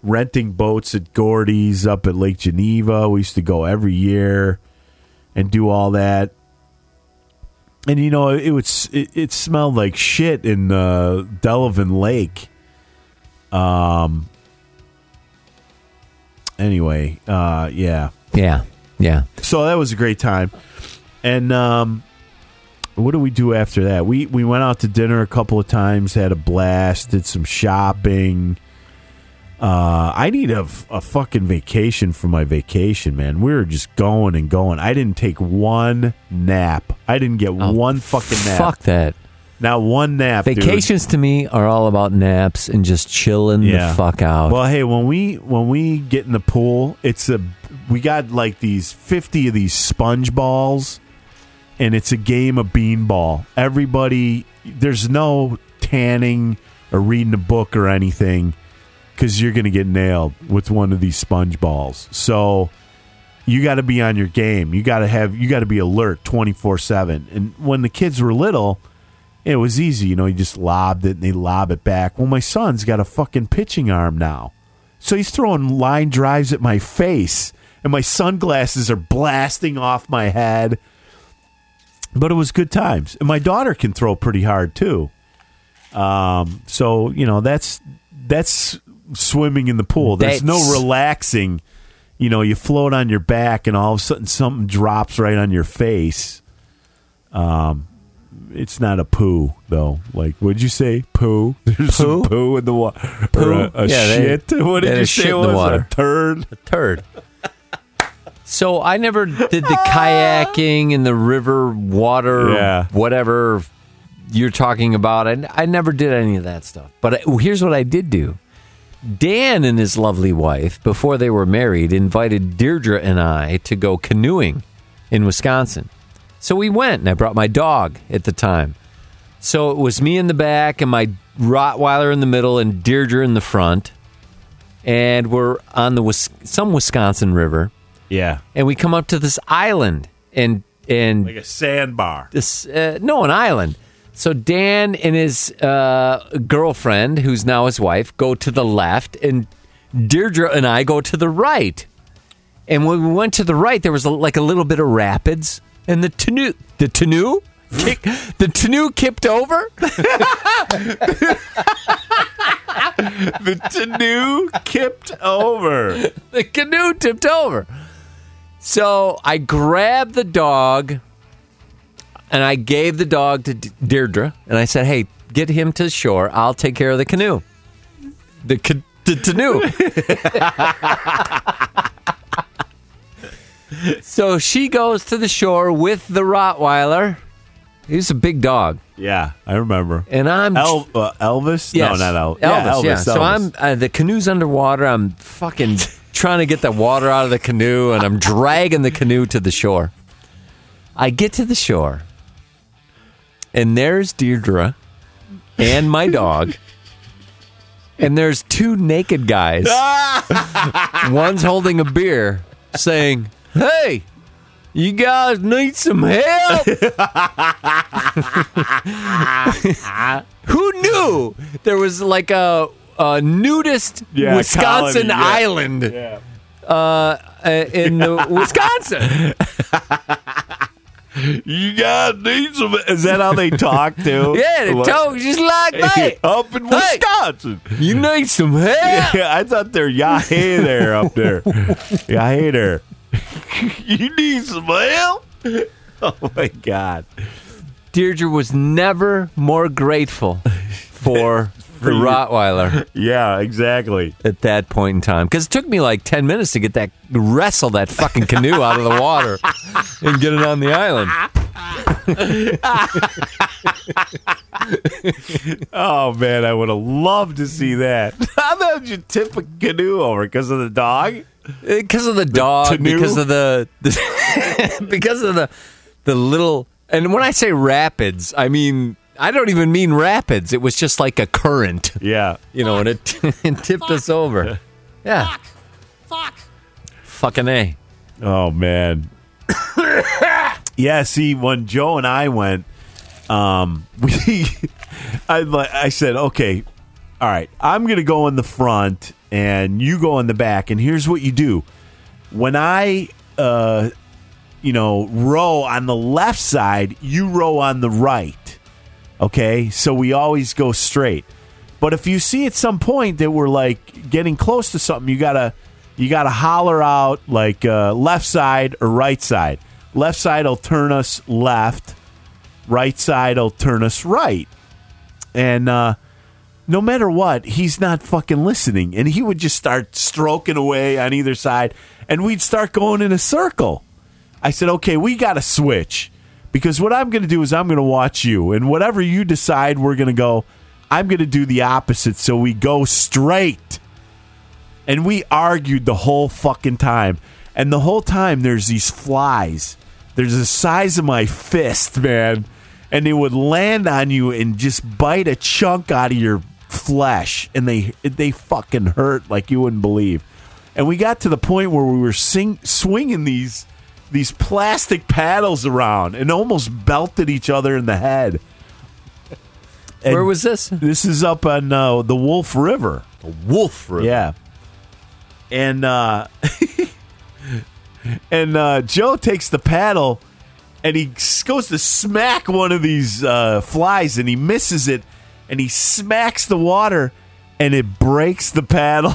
[SPEAKER 1] renting boats at Gordy's up at Lake Geneva. We used to go every year and do all that. And you know, it was it, it smelled like shit in uh, Delavan Lake. Um. Anyway, uh, yeah.
[SPEAKER 2] Yeah. Yeah.
[SPEAKER 1] So that was a great time. And um, what do we do after that? We we went out to dinner a couple of times, had a blast, did some shopping. Uh, I need a, f- a fucking vacation for my vacation, man. We were just going and going. I didn't take one nap. I didn't get one
[SPEAKER 2] Oh,
[SPEAKER 1] fucking nap.
[SPEAKER 2] Fuck that.
[SPEAKER 1] Not one nap. dude.
[SPEAKER 2] Vacations to me are all about naps and just chilling
[SPEAKER 1] Yeah.
[SPEAKER 2] the fuck out.
[SPEAKER 1] Well, hey, when we when we get in the pool, it's a we got like these fifty of these sponge balls, and it's a game of bean ball. Everybody, there's no tanning or reading a book or anything, because you're gonna get nailed with one of these sponge balls. So you got to be on your game. You got to have you got to be alert twenty four seven. And when the kids were little. It was easy, you know. He just lobbed it, and they lob it back. Well, my son's got a fucking pitching arm now, so he's throwing line drives at my face, and my sunglasses are blasting off my head. But it was good times, and my daughter can throw pretty hard too. Um, so you know that's that's swimming in the pool. There's no
[SPEAKER 2] That's-
[SPEAKER 1] relaxing. You know, you float on your back, and all of a sudden something drops right on your face it's not a poo though. Like, what'd you say? Poo? There's some
[SPEAKER 2] Poo?
[SPEAKER 1] poo in the water. Or
[SPEAKER 2] Poo?
[SPEAKER 1] a, a
[SPEAKER 2] Yeah, they-
[SPEAKER 1] shit. what
[SPEAKER 2] they
[SPEAKER 1] did
[SPEAKER 2] had
[SPEAKER 1] you
[SPEAKER 2] a
[SPEAKER 1] say?
[SPEAKER 2] shit in
[SPEAKER 1] it
[SPEAKER 2] the
[SPEAKER 1] was
[SPEAKER 2] water.
[SPEAKER 1] a turd.
[SPEAKER 2] Turd. So I never did the kayaking and the river water,
[SPEAKER 1] Yeah.
[SPEAKER 2] whatever you're talking about. I, I never did any of that stuff. But I, here's what I did do. Dan and his lovely wife, before they were married, invited Deirdre and I to go canoeing in Wisconsin. So we went, and I brought my dog at the time. So it was me in the back and my Rottweiler in the middle and Deirdre in the front. And we're on the Wis- some Wisconsin river,
[SPEAKER 1] Yeah,
[SPEAKER 2] and we come up to this island, and and
[SPEAKER 1] like a sandbar.
[SPEAKER 2] this uh, no an island so dan and his uh, girlfriend who's now his wife go to the left and deirdre and i go to the right and when we went to the right there was a, like a little bit of rapids and the canoe the canoe kick, the canoe kipped over
[SPEAKER 1] the canoe kipped over.
[SPEAKER 2] the canoe tipped over. So I grabbed the dog and I gave the dog to D- Deirdre and I said, hey, get him to shore. I'll take care of the canoe. The, ca- the canoe. so she goes to the shore with the Rottweiler. He's a big dog.
[SPEAKER 1] Yeah, I remember.
[SPEAKER 2] And I'm
[SPEAKER 1] El- uh, Elvis?
[SPEAKER 2] Yes.
[SPEAKER 1] No, not El-
[SPEAKER 2] Elvis.
[SPEAKER 1] yeah, Elvis.
[SPEAKER 2] yeah. So
[SPEAKER 1] Elvis.
[SPEAKER 2] I'm uh, the canoe's underwater. I'm fucking trying to get the water out of the canoe, and I'm dragging the canoe to the shore. I get to the shore, and there's Deirdre and my dog and there's two naked guys. One's holding a beer, saying, "Hey, you guys need some help." Who knew there was like a, a nudist
[SPEAKER 1] Yeah,
[SPEAKER 2] Wisconsin
[SPEAKER 1] colony, yeah.
[SPEAKER 2] island
[SPEAKER 1] Yeah.
[SPEAKER 2] uh, in the Wisconsin?
[SPEAKER 1] You guys need some. Is that how they talk too?
[SPEAKER 2] Yeah, they
[SPEAKER 1] Like-
[SPEAKER 2] talk just like that.
[SPEAKER 1] up in
[SPEAKER 2] Hey.
[SPEAKER 1] Wisconsin.
[SPEAKER 2] You need some help.
[SPEAKER 1] Yeah, I thought they're yeah hey there up there. Yeah hey there. you need some help? Oh my god.
[SPEAKER 2] Deirdre was never more grateful for, the
[SPEAKER 1] you.
[SPEAKER 2] Rottweiler
[SPEAKER 1] Yeah, exactly.
[SPEAKER 2] at that point in time because it took me like 10 minutes to get that wrestle that fucking canoe out of the water and get it on the island.
[SPEAKER 1] Oh man, I would have loved to see that. How about you tip a canoe over because of the dog?
[SPEAKER 2] Because Eh, of the dog,
[SPEAKER 1] canoe?
[SPEAKER 2] because of the, the- because of the the little and when I say rapids, I mean I don't even mean rapids. It was just like a current,
[SPEAKER 1] Yeah.
[SPEAKER 2] you know, and it, it tipped us over. Yeah,
[SPEAKER 3] fuck, fuck.
[SPEAKER 2] fucking a.
[SPEAKER 1] Oh man. yeah, see, when Joe and I went, um, we, I like, I said, okay, all right, I'm gonna go in the front and you go in the back, and here's what you do. When I, uh, you know, row on the left side, you row on the right. Okay, so we always go straight. But if you see at some point that we're like getting close to something, you gotta you gotta holler out like uh, left side or right side. Left side will turn us left. Right side will turn us right. And uh, no matter what, he's not fucking listening, and he would just start stroking away on either side, and we'd start going in a circle. I said, okay, we got to switch because what I'm going to do is I'm going to watch you, and whatever you decide, we're going to go. I'm going to do the opposite, so we go straight. And we argued the whole fucking time. And the whole time, there's these flies. There's the size of my fist, man. And they would land on you and just bite a chunk out of your flesh. And they they fucking hurt like you wouldn't believe. And we got to the point where we were sing, swinging these these plastic paddles around and almost belted each other in the head. And
[SPEAKER 2] Where was this?
[SPEAKER 1] this? Is up on uh, the Wolf River.
[SPEAKER 2] Wolf Room.
[SPEAKER 1] Yeah. And uh and uh Joe takes the paddle and he s- goes to smack one of these uh flies and he misses it and he smacks the water and it breaks the paddle.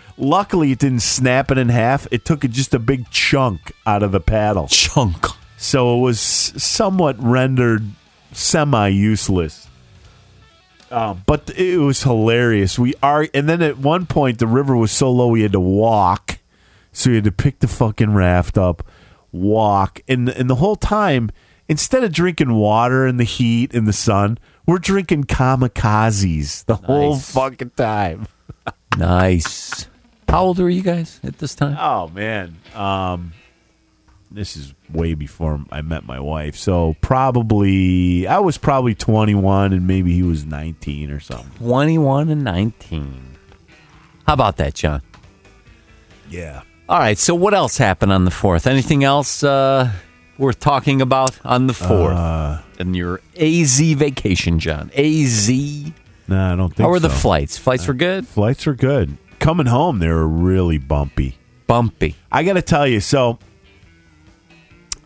[SPEAKER 1] Luckily it didn't snap it in half. It took just a big chunk out of the paddle.
[SPEAKER 2] chunk.
[SPEAKER 1] So it was somewhat rendered semi useless. Um, but it was hilarious. We are, and then at one point the river was so low we had to walk, so we had to pick the fucking raft up, walk, and and the whole time instead of drinking water in the heat in the sun, we're drinking kamikazes the whole
[SPEAKER 2] Nice.
[SPEAKER 1] fucking time.
[SPEAKER 2] Nice. How old were you guys at this time?
[SPEAKER 1] Oh man, um, this is way before I met my wife. So probably I was probably 21, and maybe he was 19 or something.
[SPEAKER 2] 21 and 19. How about that, John?
[SPEAKER 1] Yeah.
[SPEAKER 2] All right, so what else happened on the 4th? Anything else uh, worth talking about on the
[SPEAKER 1] Uh,
[SPEAKER 2] 4th? and your AZ vacation, John. AZ.
[SPEAKER 1] No, I don't think.
[SPEAKER 2] How were the
[SPEAKER 1] so.
[SPEAKER 2] flights? Flights were good?
[SPEAKER 1] flights? Are good. Coming home, they were really bumpy.
[SPEAKER 2] Bumpy.
[SPEAKER 1] I got to tell you, so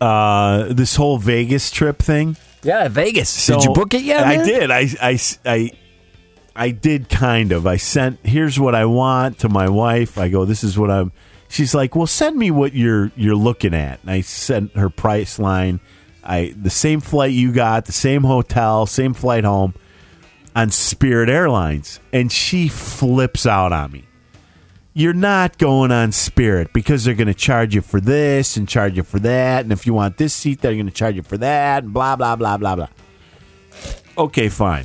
[SPEAKER 1] uh, this whole Vegas trip thing.
[SPEAKER 2] Yeah, Vegas.
[SPEAKER 1] So-
[SPEAKER 2] did you book it yet?
[SPEAKER 1] I
[SPEAKER 2] man?
[SPEAKER 1] did. I, I, I, I did kind of. I sent, here's what I want to my wife. I go, this is what I'm. She's like, well, send me what you're you're looking at. And I sent her price line. I the same flight you got, the same hotel, same flight home on Spirit Airlines, and she flips out on me. You're not going on Spirit because they're going to charge you for this and charge you for that, and if you want this seat, they're going to charge you for that, and blah blah blah blah blah. Okay, fine.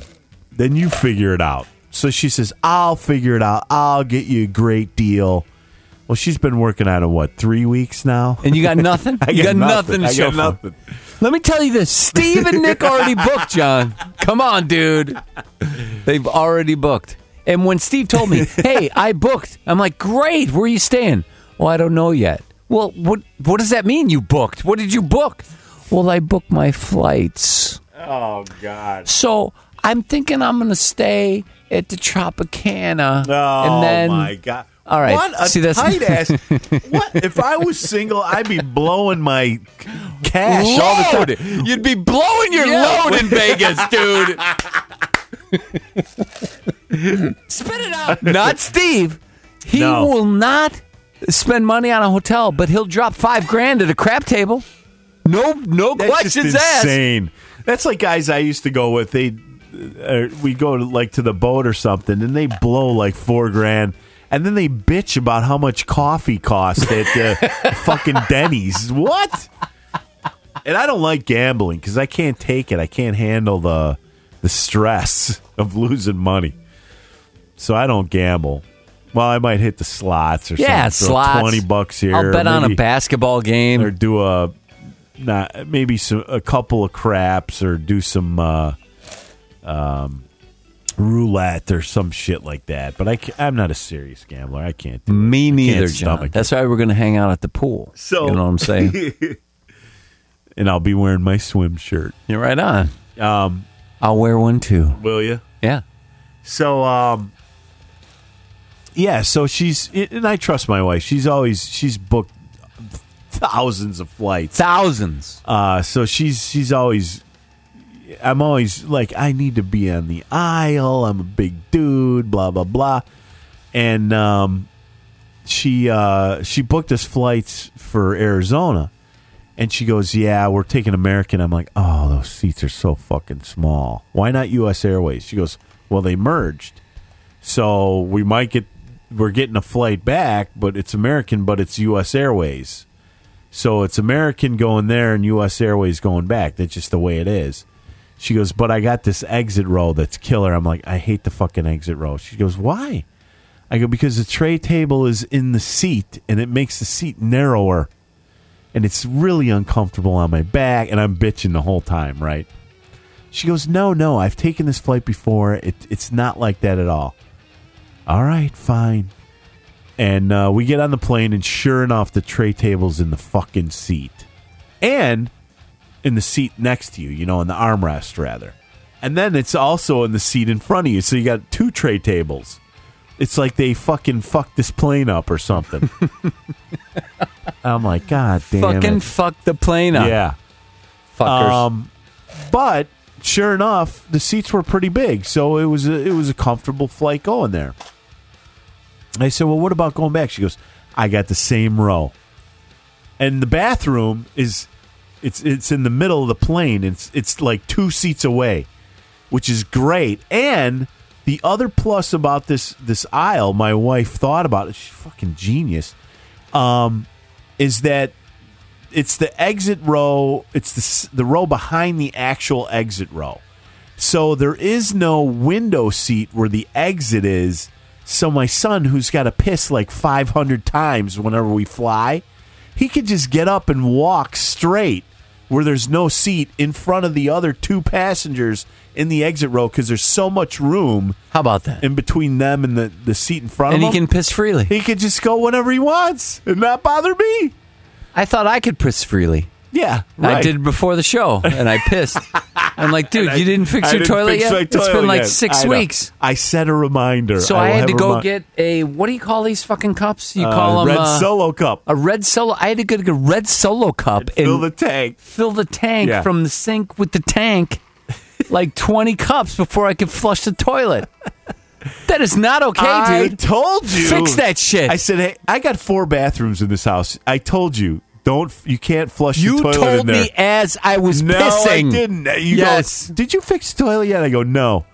[SPEAKER 1] Then you figure it out. So she says, "I'll figure it out. I'll get you a great deal." Well, she's been working on it what three weeks now.
[SPEAKER 2] And you got nothing?
[SPEAKER 1] I
[SPEAKER 2] you got nothing, to
[SPEAKER 1] I
[SPEAKER 2] show
[SPEAKER 1] got
[SPEAKER 2] for.
[SPEAKER 1] nothing.
[SPEAKER 2] Let me tell you this. Steve and Nick already booked, John. Come on, dude. They've already booked. And when Steve told me, hey, I booked, I'm like, great, where are you staying? Well, I don't know yet. Well, what what does that mean you booked? What did you book? Well, I booked my flights.
[SPEAKER 1] Oh God.
[SPEAKER 2] So I'm thinking I'm gonna stay at the Tropicana.
[SPEAKER 1] Oh
[SPEAKER 2] and then
[SPEAKER 1] my God.
[SPEAKER 2] All right.
[SPEAKER 1] What a
[SPEAKER 2] See, that's-
[SPEAKER 1] tight ass. What if I was single? I'd be blowing my cash all the time.
[SPEAKER 2] Load! You'd be blowing your
[SPEAKER 1] Yeah.
[SPEAKER 2] load in Vegas, dude. Spit it out. Not Steve. He
[SPEAKER 1] No.
[SPEAKER 2] will not spend money on a hotel, but he'll drop five grand at a crap table. No, no
[SPEAKER 1] That's just
[SPEAKER 2] questions asked.
[SPEAKER 1] insane. That's like guys I used to go with. They uh, we go to, like to the boat or something, and they blow like four grand, and then they bitch about how much coffee costs at uh, fucking Denny's. What? And I don't like gambling because I can't take it. I can't handle the the stress of losing money, so I don't gamble. Well, I might hit the slots or
[SPEAKER 2] Yeah,
[SPEAKER 1] something. Throw
[SPEAKER 2] slots.
[SPEAKER 1] twenty bucks here.
[SPEAKER 2] I'll
[SPEAKER 1] or
[SPEAKER 2] bet on a
[SPEAKER 1] maybe-
[SPEAKER 2] basketball game.
[SPEAKER 1] or do a not maybe some a couple of craps or do some uh, um, roulette or some shit like that. But I ca- I'm not a serious gambler. I can't. Do it.
[SPEAKER 2] Me neither, John.
[SPEAKER 1] stomach
[SPEAKER 2] That's why we're going to hang out at the pool.
[SPEAKER 1] So-
[SPEAKER 2] you know what I'm saying?
[SPEAKER 1] And I'll be wearing my swim shirt.
[SPEAKER 2] You're right on.
[SPEAKER 1] Um,
[SPEAKER 2] I'll wear one too.
[SPEAKER 1] will you?
[SPEAKER 2] Yeah.
[SPEAKER 1] So um, yeah. So she's and I trust my wife. She's always she's booked thousands of flights.
[SPEAKER 2] Thousands.
[SPEAKER 1] Uh, so she's she's always. I'm always like I need to be on the aisle. I'm a big dude. Blah blah blah, and um, she uh, she booked us flights for Arizona, and she goes, "Yeah, we're taking American." I'm like, "Oh, those seats are so fucking small. Why not U.S. Airways?" She goes, "Well, they merged, so we might get we're getting a flight back, but it's American, but it's U.S. Airways." So it's American going there and U.S. Airways going back. That's just the way it is. She goes, but I got this exit row that's killer. I'm like, I hate the fucking exit row. She goes, why? I go because the tray table is in the seat and it makes the seat narrower, and it's really uncomfortable on my back, and I'm bitching the whole time, right? She goes, no, no, I've taken this flight before. It, it's not like that at all. All right, fine. And uh, we get on the plane, and sure enough, the tray table's in the fucking seat. And in the seat next to you, you know, in the armrest, rather. And then it's also in the seat in front of you. So you got two tray tables. It's like they fucking fucked this plane up or something. I'm like, God damn.
[SPEAKER 2] Fucking
[SPEAKER 1] it.
[SPEAKER 2] fuck the plane up.
[SPEAKER 1] Yeah.
[SPEAKER 2] Fuckers.
[SPEAKER 1] Um, but sure enough, the seats were pretty big, so it was a, it was a comfortable flight going there. I said, "Well, what about going back?" She goes, "I got the same row, and the bathroom is it's it's in the middle of the plane. It's it's like two seats away, which is great. And the other plus about this this aisle, my wife thought about it. She's fucking genius. Um, is that it's the exit row. It's the s- the row behind the actual exit row. So there is no window seat where the exit is. So my son, who's got to piss like 500 times whenever we fly, he could just get up and walk straight where there's no seat in front of the other two passengers in the exit row because there's so much room
[SPEAKER 2] How about that?
[SPEAKER 1] in between them and the, the seat in front
[SPEAKER 2] And he
[SPEAKER 1] of him.
[SPEAKER 2] can piss freely.
[SPEAKER 1] he could just go whenever he wants and not bother me.
[SPEAKER 2] I thought I could piss freely.
[SPEAKER 1] Yeah,
[SPEAKER 2] I
[SPEAKER 1] right.
[SPEAKER 2] did before the show, and I pissed. I'm like, dude, you didn't fix
[SPEAKER 1] I
[SPEAKER 2] your
[SPEAKER 1] didn't
[SPEAKER 2] toilet
[SPEAKER 1] fix
[SPEAKER 2] yet.
[SPEAKER 1] my
[SPEAKER 2] it's
[SPEAKER 1] toilet
[SPEAKER 2] been like
[SPEAKER 1] yet.
[SPEAKER 2] six
[SPEAKER 1] I know.
[SPEAKER 2] weeks.
[SPEAKER 1] I set a reminder.
[SPEAKER 2] So
[SPEAKER 1] will
[SPEAKER 2] I, had
[SPEAKER 1] have
[SPEAKER 2] to
[SPEAKER 1] a
[SPEAKER 2] go
[SPEAKER 1] remi-
[SPEAKER 2] get a what do you call these fucking cups? You
[SPEAKER 1] uh,
[SPEAKER 2] call them
[SPEAKER 1] red
[SPEAKER 2] uh,
[SPEAKER 1] solo cup.
[SPEAKER 2] a red solo. I had to go get a red solo cup and
[SPEAKER 1] Fill the tank.
[SPEAKER 2] fill the tank
[SPEAKER 1] Yeah.
[SPEAKER 2] from the sink with the tank, like 20 cups before I could flush the toilet. that is not okay,
[SPEAKER 1] I
[SPEAKER 2] dude.
[SPEAKER 1] told you.
[SPEAKER 2] Fix that shit.
[SPEAKER 1] I said, hey, I got four bathrooms in this house. I told you, don't. You can't flush
[SPEAKER 2] you
[SPEAKER 1] the toilet in
[SPEAKER 2] told
[SPEAKER 1] there.
[SPEAKER 2] me as I was
[SPEAKER 1] no,
[SPEAKER 2] pissing.
[SPEAKER 1] I didn't. You
[SPEAKER 2] Yes.
[SPEAKER 1] go, did you fix the toilet yet? I go, no.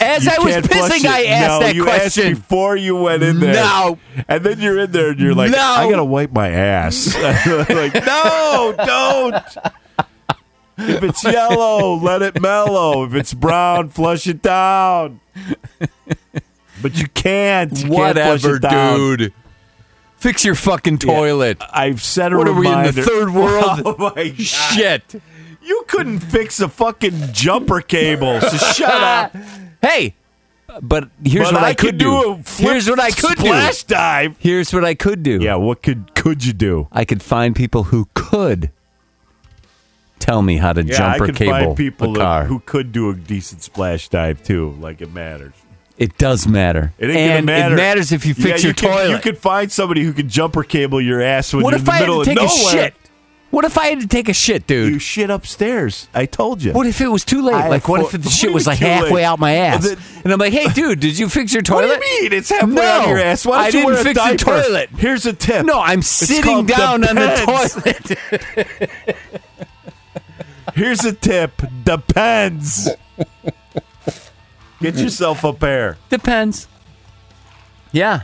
[SPEAKER 2] As
[SPEAKER 1] You
[SPEAKER 2] I was
[SPEAKER 1] can't flush
[SPEAKER 2] pissing,
[SPEAKER 1] it.
[SPEAKER 2] I asked
[SPEAKER 1] no,
[SPEAKER 2] that
[SPEAKER 1] you
[SPEAKER 2] question.
[SPEAKER 1] Asked before you went in there.
[SPEAKER 2] No.
[SPEAKER 1] And then you're in there and you're like,
[SPEAKER 2] No.
[SPEAKER 1] I gotta wipe my ass. like, no, don't. If it's yellow, let it mellow. If it's brown, flush it down. But you can't. You can't flush it down.
[SPEAKER 4] Fix your fucking toilet.
[SPEAKER 1] I've set a
[SPEAKER 4] What are we, in the
[SPEAKER 1] reminder.
[SPEAKER 4] third world?
[SPEAKER 1] Oh my God.
[SPEAKER 4] Shit.
[SPEAKER 1] You couldn't fix a fucking jumper cable, so shut up.
[SPEAKER 4] Hey, but here's
[SPEAKER 1] But
[SPEAKER 4] what I, could do.
[SPEAKER 1] a flip
[SPEAKER 4] here's what I could
[SPEAKER 1] splash
[SPEAKER 4] do.
[SPEAKER 1] dive.
[SPEAKER 4] Here's what I could do.
[SPEAKER 1] Yeah, what could could you do?
[SPEAKER 4] I could find people who could tell me how to
[SPEAKER 1] Yeah,
[SPEAKER 4] jumper
[SPEAKER 1] I could
[SPEAKER 4] cable
[SPEAKER 1] find people
[SPEAKER 4] a
[SPEAKER 1] that-
[SPEAKER 4] car.
[SPEAKER 1] who could do a decent splash dive too. Like it matters.
[SPEAKER 4] it does matter.
[SPEAKER 1] It ain't
[SPEAKER 4] and
[SPEAKER 1] gonna matter.
[SPEAKER 4] it matters if you
[SPEAKER 1] Yeah,
[SPEAKER 4] fix your
[SPEAKER 1] can-
[SPEAKER 4] toilet.
[SPEAKER 1] you could find somebody who could jumper cable your ass when
[SPEAKER 4] what
[SPEAKER 1] you're in
[SPEAKER 4] if
[SPEAKER 1] the
[SPEAKER 4] I had
[SPEAKER 1] middle
[SPEAKER 4] to take
[SPEAKER 1] of
[SPEAKER 4] a
[SPEAKER 1] nowhere.
[SPEAKER 4] shit? What if I had to take a shit, dude?
[SPEAKER 1] You shit upstairs. I told you.
[SPEAKER 4] what if it was too late?
[SPEAKER 1] I
[SPEAKER 4] like, what
[SPEAKER 1] thought-
[SPEAKER 4] if the
[SPEAKER 1] What
[SPEAKER 4] shit
[SPEAKER 1] do
[SPEAKER 4] was
[SPEAKER 1] you
[SPEAKER 4] like
[SPEAKER 1] mean too
[SPEAKER 4] halfway
[SPEAKER 1] late?
[SPEAKER 4] out my ass?
[SPEAKER 1] Well, then-
[SPEAKER 4] and I'm like, hey, dude, did you fix your
[SPEAKER 1] What
[SPEAKER 4] toilet?
[SPEAKER 1] do you mean? It's halfway
[SPEAKER 4] No,
[SPEAKER 1] out of your ass. Why don't
[SPEAKER 4] I
[SPEAKER 1] you
[SPEAKER 4] didn't
[SPEAKER 1] wear a
[SPEAKER 4] fix your
[SPEAKER 1] diaper?
[SPEAKER 4] toilet.
[SPEAKER 1] Here's a tip.
[SPEAKER 4] No, I'm
[SPEAKER 1] It's
[SPEAKER 4] sitting
[SPEAKER 1] called
[SPEAKER 4] down on the
[SPEAKER 1] depends.
[SPEAKER 4] toilet.
[SPEAKER 1] Here's a tip. Depends. Get yourself a pair.
[SPEAKER 4] Depends. Yeah.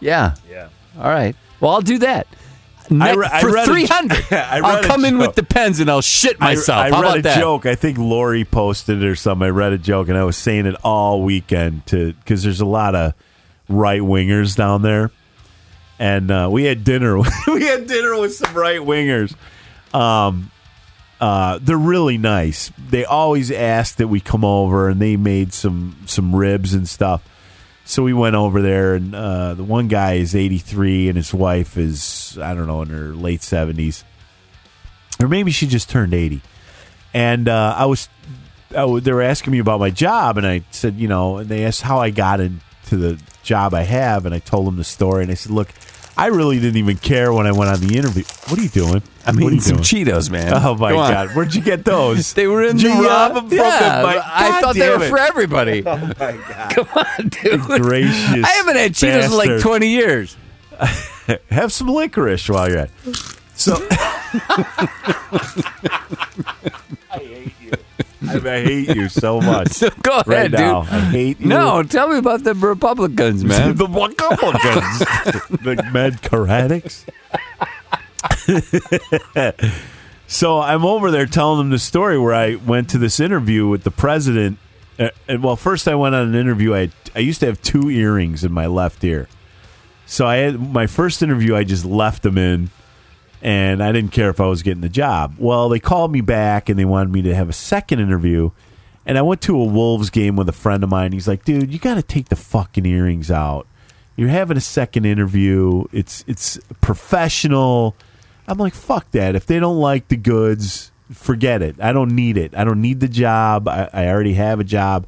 [SPEAKER 4] Yeah.
[SPEAKER 1] Yeah.
[SPEAKER 4] All right. Well, I'll do that. Ne-
[SPEAKER 1] re- I
[SPEAKER 4] for
[SPEAKER 1] read a-
[SPEAKER 4] 300,
[SPEAKER 1] I
[SPEAKER 4] I'll
[SPEAKER 1] read a
[SPEAKER 4] come in
[SPEAKER 1] joke.
[SPEAKER 4] with the pens and I'll shit
[SPEAKER 1] I-
[SPEAKER 4] myself.
[SPEAKER 1] I,
[SPEAKER 4] How
[SPEAKER 1] read
[SPEAKER 4] about
[SPEAKER 1] a
[SPEAKER 4] that?
[SPEAKER 1] joke. I think Lori posted it or something. I read a joke, and I was saying it all weekend to because there's a lot of right wingers down there, and uh, we had dinner. we had dinner with some right wingers. Um, uh, they're really nice. They always ask that we come over, and they made some some ribs and stuff. So we went over there, and uh, the one guy is 83, and his wife is I don't know in her late 70s or maybe she just turned 80 and uh, i was I w they were asking me about my job and i said you know and they asked how i got into the job i have and i told them the story and i said look i really didn't even care when i went on the interview what are you doing what
[SPEAKER 4] I
[SPEAKER 1] are
[SPEAKER 4] mean,
[SPEAKER 1] you
[SPEAKER 4] some
[SPEAKER 1] doing
[SPEAKER 4] Cheetos, man.
[SPEAKER 1] Oh my
[SPEAKER 4] Come on.
[SPEAKER 1] God! Where'd you get those?
[SPEAKER 4] They were in
[SPEAKER 1] Did
[SPEAKER 4] the.
[SPEAKER 1] you
[SPEAKER 4] uh,
[SPEAKER 1] rob them from
[SPEAKER 4] yeah,
[SPEAKER 1] the bike?
[SPEAKER 4] I
[SPEAKER 1] God
[SPEAKER 4] thought they
[SPEAKER 1] damn
[SPEAKER 4] were
[SPEAKER 1] it.
[SPEAKER 4] for everybody. Oh my God. Come on, dude.
[SPEAKER 1] Gracious
[SPEAKER 4] I haven't had Cheetos in like
[SPEAKER 1] bastard.
[SPEAKER 4] 20 years.
[SPEAKER 1] Have some licorice while you're at. It. So. I hate you. I, hate you so much.
[SPEAKER 4] So go ahead,
[SPEAKER 1] right
[SPEAKER 4] dude.
[SPEAKER 1] now. I hate you.
[SPEAKER 4] No, tell me about the Republicans, man.
[SPEAKER 1] the Republicans, the Med Karatics. so I'm over there telling them the story where I went to this interview with the president. Uh, and well, first I went on an interview. I I used to have two earrings in my left ear, so I had my first interview. I just left them in, and I didn't care if I was getting the job. Well, they called me back and they wanted me to have a second interview. And I went to a Wolves game with a friend of mine. He's like, dude, you got to take the fucking earrings out. You're having a second interview. It's it's professional. I'm like, fuck that. If they don't like the goods, forget it. I don't need it. I don't need the job. I, I already have a job.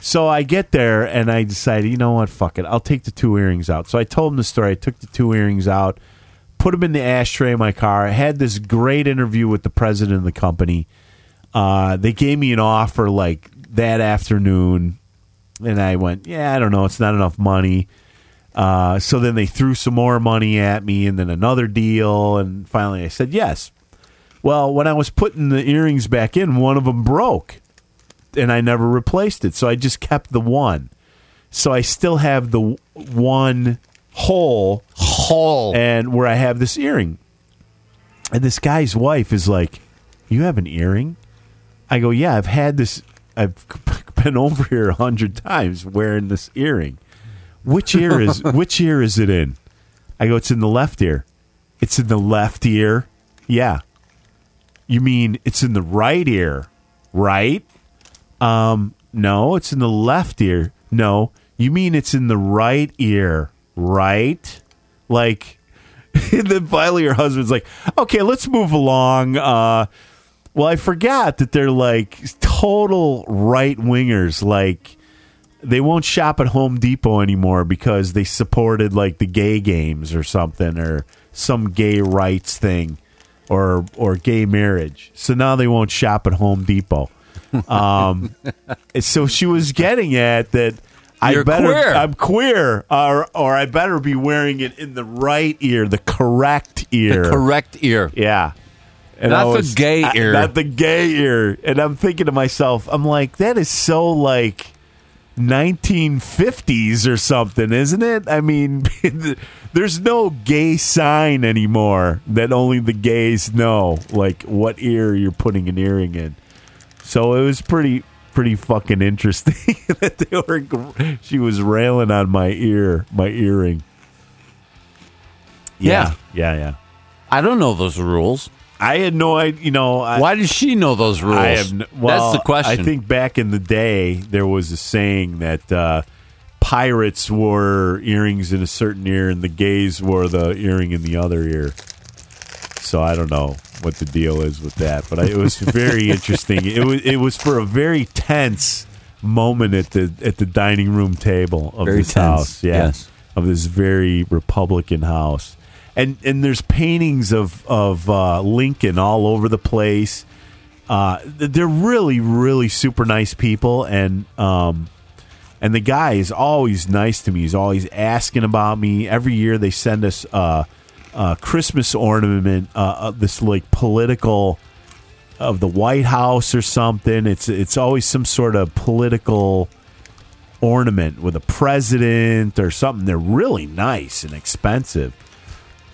[SPEAKER 1] So I get there and I decided, you know what, fuck it. I'll take the two earrings out. So I told him the story. I took the two earrings out, put them in the ashtray in my car. I had this great interview with the president of the company. Uh, they gave me an offer like that afternoon, and I went, yeah, I don't know. It's not enough money. Uh, so then they threw some more money at me, and then another deal, and finally I said yes. Well, when I was putting the earrings back in, one of them broke and I never replaced it. So I just kept the one. So I still have the w- one hole
[SPEAKER 4] Hall.
[SPEAKER 1] and where I have this earring. And this guy's wife is like, "You have an earring?" I go, "Yeah, I've had this. I've been over here a hundred times wearing this earring. Which ear is which ear is it in?" I go, "It's in the left ear. It's in the left ear. Yeah. You mean it's in the right ear, right? Um, no, it's in the left ear. No, you mean it's in the right ear, right?" like and then finally her husband's like okay let's move along uh well i forgot that they're like total right wingers like they won't shop at home depot anymore because they supported like the gay games or something or some gay rights thing or or gay marriage so now they won't shop at home depot um so she was getting at that I
[SPEAKER 4] You're
[SPEAKER 1] better
[SPEAKER 4] queer.
[SPEAKER 1] I'm queer, or or I better be wearing it in the right ear, the correct ear.
[SPEAKER 4] Correct ear.
[SPEAKER 1] yeah. And
[SPEAKER 4] Not the gay
[SPEAKER 1] I-
[SPEAKER 4] ear.
[SPEAKER 1] not the gay ear. And I'm thinking to myself, I'm like, that is so like 1950s or something, isn't it? I mean, there's no gay sign anymore that only the gays know, like what ear you're putting an earring in. So it was pretty pretty fucking interesting that they were she was railing on my ear, my earring. Yeah. Yeah. Yeah.
[SPEAKER 2] I don't know those rules.
[SPEAKER 1] I had no idea. You know, I,
[SPEAKER 2] Why does she know those rules?
[SPEAKER 1] I have, n- well,
[SPEAKER 2] That's the question.
[SPEAKER 1] I think back in the day, there was a saying that uh, pirates wore earrings in a certain ear and the gays wore the earring in the other ear. So I don't know what the deal is with that, but I, it was very interesting. It was it was for a very tense moment at the at the dining room table of
[SPEAKER 2] Very
[SPEAKER 1] this
[SPEAKER 2] tense,
[SPEAKER 1] house. Yeah,
[SPEAKER 2] yes.
[SPEAKER 1] of this very Republican house, and and there's paintings of of uh, Lincoln all over the place. Uh, th- they're really really super nice people, and um, and the guy is always nice to me. He's always asking about me. Every year they send us uh, a Christmas ornament, uh, uh, this like political of the White House or something. It's it's always some sort of political ornament with a president or something. They're really nice and expensive.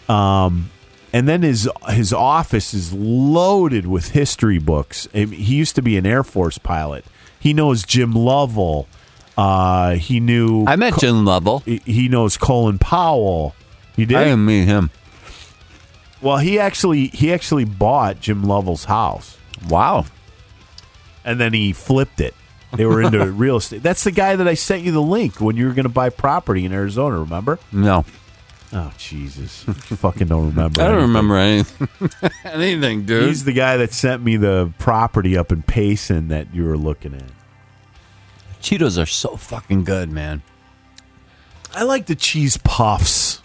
[SPEAKER 1] Um, and then his his office is loaded with history books. I mean, He used to be an Air Force pilot. He knows Jim Lovell. Uh, he knew
[SPEAKER 2] I met Jim Lovell.
[SPEAKER 1] he- he knows Colin Powell. You did
[SPEAKER 2] I didn't meet him.
[SPEAKER 1] well. He actually he actually bought Jim Lovell's house.
[SPEAKER 2] Wow.
[SPEAKER 1] and then he flipped it. They were into real estate. That's the guy that I sent you the link when you were going to buy property in Arizona. Remember?
[SPEAKER 2] No.
[SPEAKER 1] Oh Jesus, I fucking don't remember.
[SPEAKER 2] I don't
[SPEAKER 1] anything.
[SPEAKER 2] remember anything. anything, dude.
[SPEAKER 1] He's the guy that sent me the property up in Payson that you were looking at.
[SPEAKER 2] Cheetos are so fucking good, man.
[SPEAKER 1] I like the cheese puffs.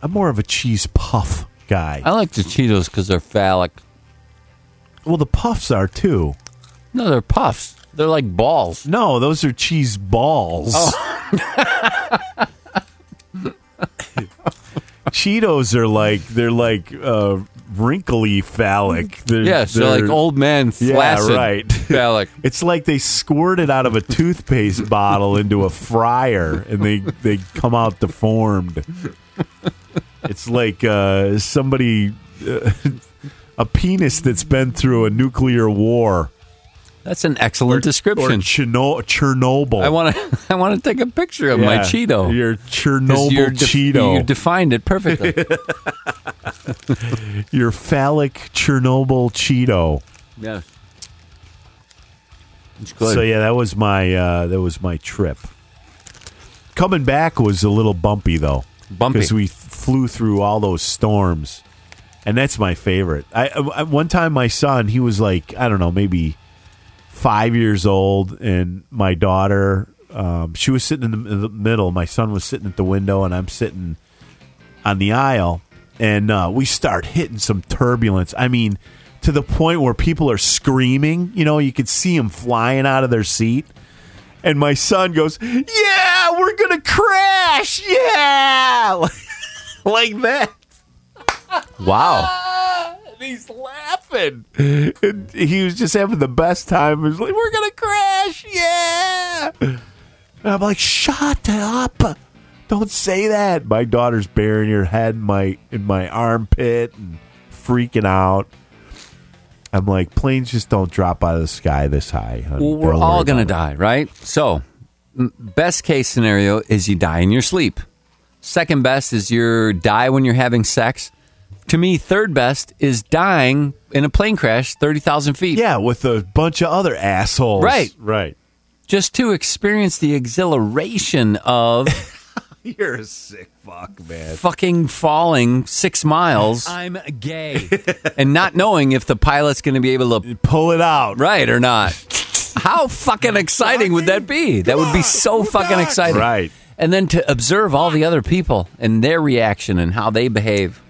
[SPEAKER 1] I'm more of a cheese puff guy.
[SPEAKER 2] I like the Cheetos because they're phallic.
[SPEAKER 1] Well, the puffs are too.
[SPEAKER 2] No, they're puffs. They're like balls.
[SPEAKER 1] No, those are cheese balls.
[SPEAKER 2] Oh.
[SPEAKER 1] Cheetos are like they're like uh, wrinkly phallic. They're,
[SPEAKER 2] Yes, they're, like old man
[SPEAKER 1] Yeah,
[SPEAKER 2] flaccid
[SPEAKER 1] right.
[SPEAKER 2] phallic.
[SPEAKER 1] It's like they squirted out of a toothpaste bottle into a fryer, and they they come out deformed. It's like uh, somebody uh, a penis that's been through a nuclear war
[SPEAKER 2] That's an excellent
[SPEAKER 1] or
[SPEAKER 2] description.
[SPEAKER 1] Cherno- Chernobyl.
[SPEAKER 2] I want to. I want to take a picture of my
[SPEAKER 1] Yeah,
[SPEAKER 2] Cheeto.
[SPEAKER 1] Your
[SPEAKER 2] 'Cause
[SPEAKER 1] Chernobyl
[SPEAKER 2] you're def-
[SPEAKER 1] Cheeto.
[SPEAKER 2] You defined it perfectly.
[SPEAKER 1] your phallic Chernobyl Cheeto.
[SPEAKER 2] yeah. It's good.
[SPEAKER 1] So yeah, that was my uh, that was my trip. Coming back was a little bumpy though,
[SPEAKER 2] Bumpy.
[SPEAKER 1] because we flew through all those storms, and that's my favorite. I, I one time my son he was like I don't know maybe five years old, and my daughter um, she was sitting in the, in the middle. My son was sitting at the window, and I'm sitting on the aisle, and uh, we start hitting some turbulence. I mean, to the point where people are screaming. You know, you could see them flying out of their seat. And my son goes, "Yeah, we're gonna crash! Yeah, like that."
[SPEAKER 2] wow.
[SPEAKER 1] He's laughing. And he was just having the best time. He was like, "We're gonna crash! Yeah!" And I'm like, "Shut up! Don't say that." My daughter's burying her head in my in my armpit and freaking out. I'm like, planes just don't drop out of the sky this high. honey.
[SPEAKER 2] Well, we're
[SPEAKER 1] Don't worry
[SPEAKER 2] all gonna
[SPEAKER 1] about it."
[SPEAKER 2] die, right? So, m- best case scenario is you die in your sleep. Second best is you die when you're having sex. To me, third best is dying in a plane crash, thirty thousand feet.
[SPEAKER 1] Yeah, with a bunch of other assholes.
[SPEAKER 2] Right.
[SPEAKER 1] right.
[SPEAKER 2] just to experience the exhilaration of
[SPEAKER 1] You're a sick fuck, man.
[SPEAKER 2] fucking falling six miles
[SPEAKER 4] I'm gay.
[SPEAKER 2] and not knowing if the pilot's going to be able to
[SPEAKER 1] Pull it out.
[SPEAKER 2] right or not. How fucking exciting would that be? That would be so fucking exciting.
[SPEAKER 1] Right.
[SPEAKER 2] And then to observe all the other people and their reaction and how they behave.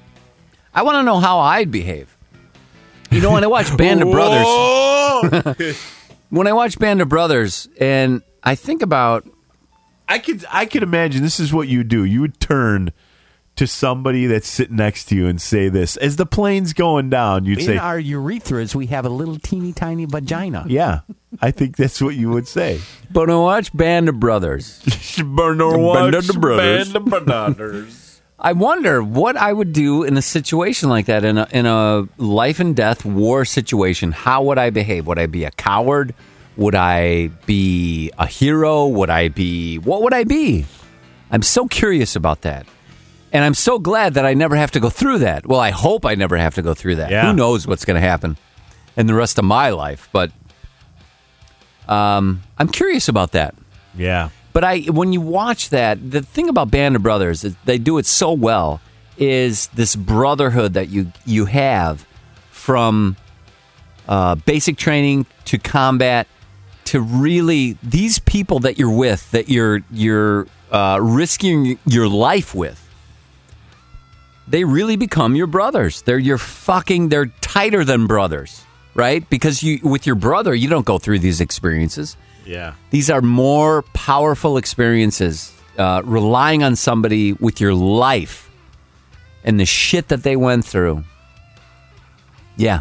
[SPEAKER 2] I want to know how I'd behave. You know, when I watch Band of Brothers.
[SPEAKER 1] Brothers.
[SPEAKER 2] When I watch Band of Brothers and I think about
[SPEAKER 1] I could I could imagine this is what you do. You would turn to somebody that's sitting next to you and say this. As the plane's going down, you'd say,
[SPEAKER 4] In our urethras, we have a little teeny tiny vagina.
[SPEAKER 1] Yeah. I think that's what you would say.
[SPEAKER 2] but when I watch Band of Brothers
[SPEAKER 1] Burner
[SPEAKER 2] Band of the Brothers.
[SPEAKER 1] Band of Brothers.
[SPEAKER 2] I wonder what I would do in a situation like that, in a, in a life and death war situation. How would I behave? Would I be a coward? Would I be a hero? Would I be. What would I be? I'm so curious about that. And I'm so glad that I never have to go through that. Well, I hope I never have to go through that.
[SPEAKER 1] Yeah.
[SPEAKER 2] Who knows what's going to happen in the rest of my life? But um, I'm curious about that.
[SPEAKER 1] Yeah.
[SPEAKER 2] But I, when you watch that, the thing about Band of Brothers is they do it so well is this brotherhood that you you have from uh, basic training to combat to really these people that you're with that you're you're uh, risking your life with. They really become your brothers. They're your fucking. They're tighter than brothers, right? Because you with your brother, you don't go through these experiences
[SPEAKER 1] Yeah.
[SPEAKER 2] these are more powerful experiences uh, relying on somebody with your life and the shit that they went through yeah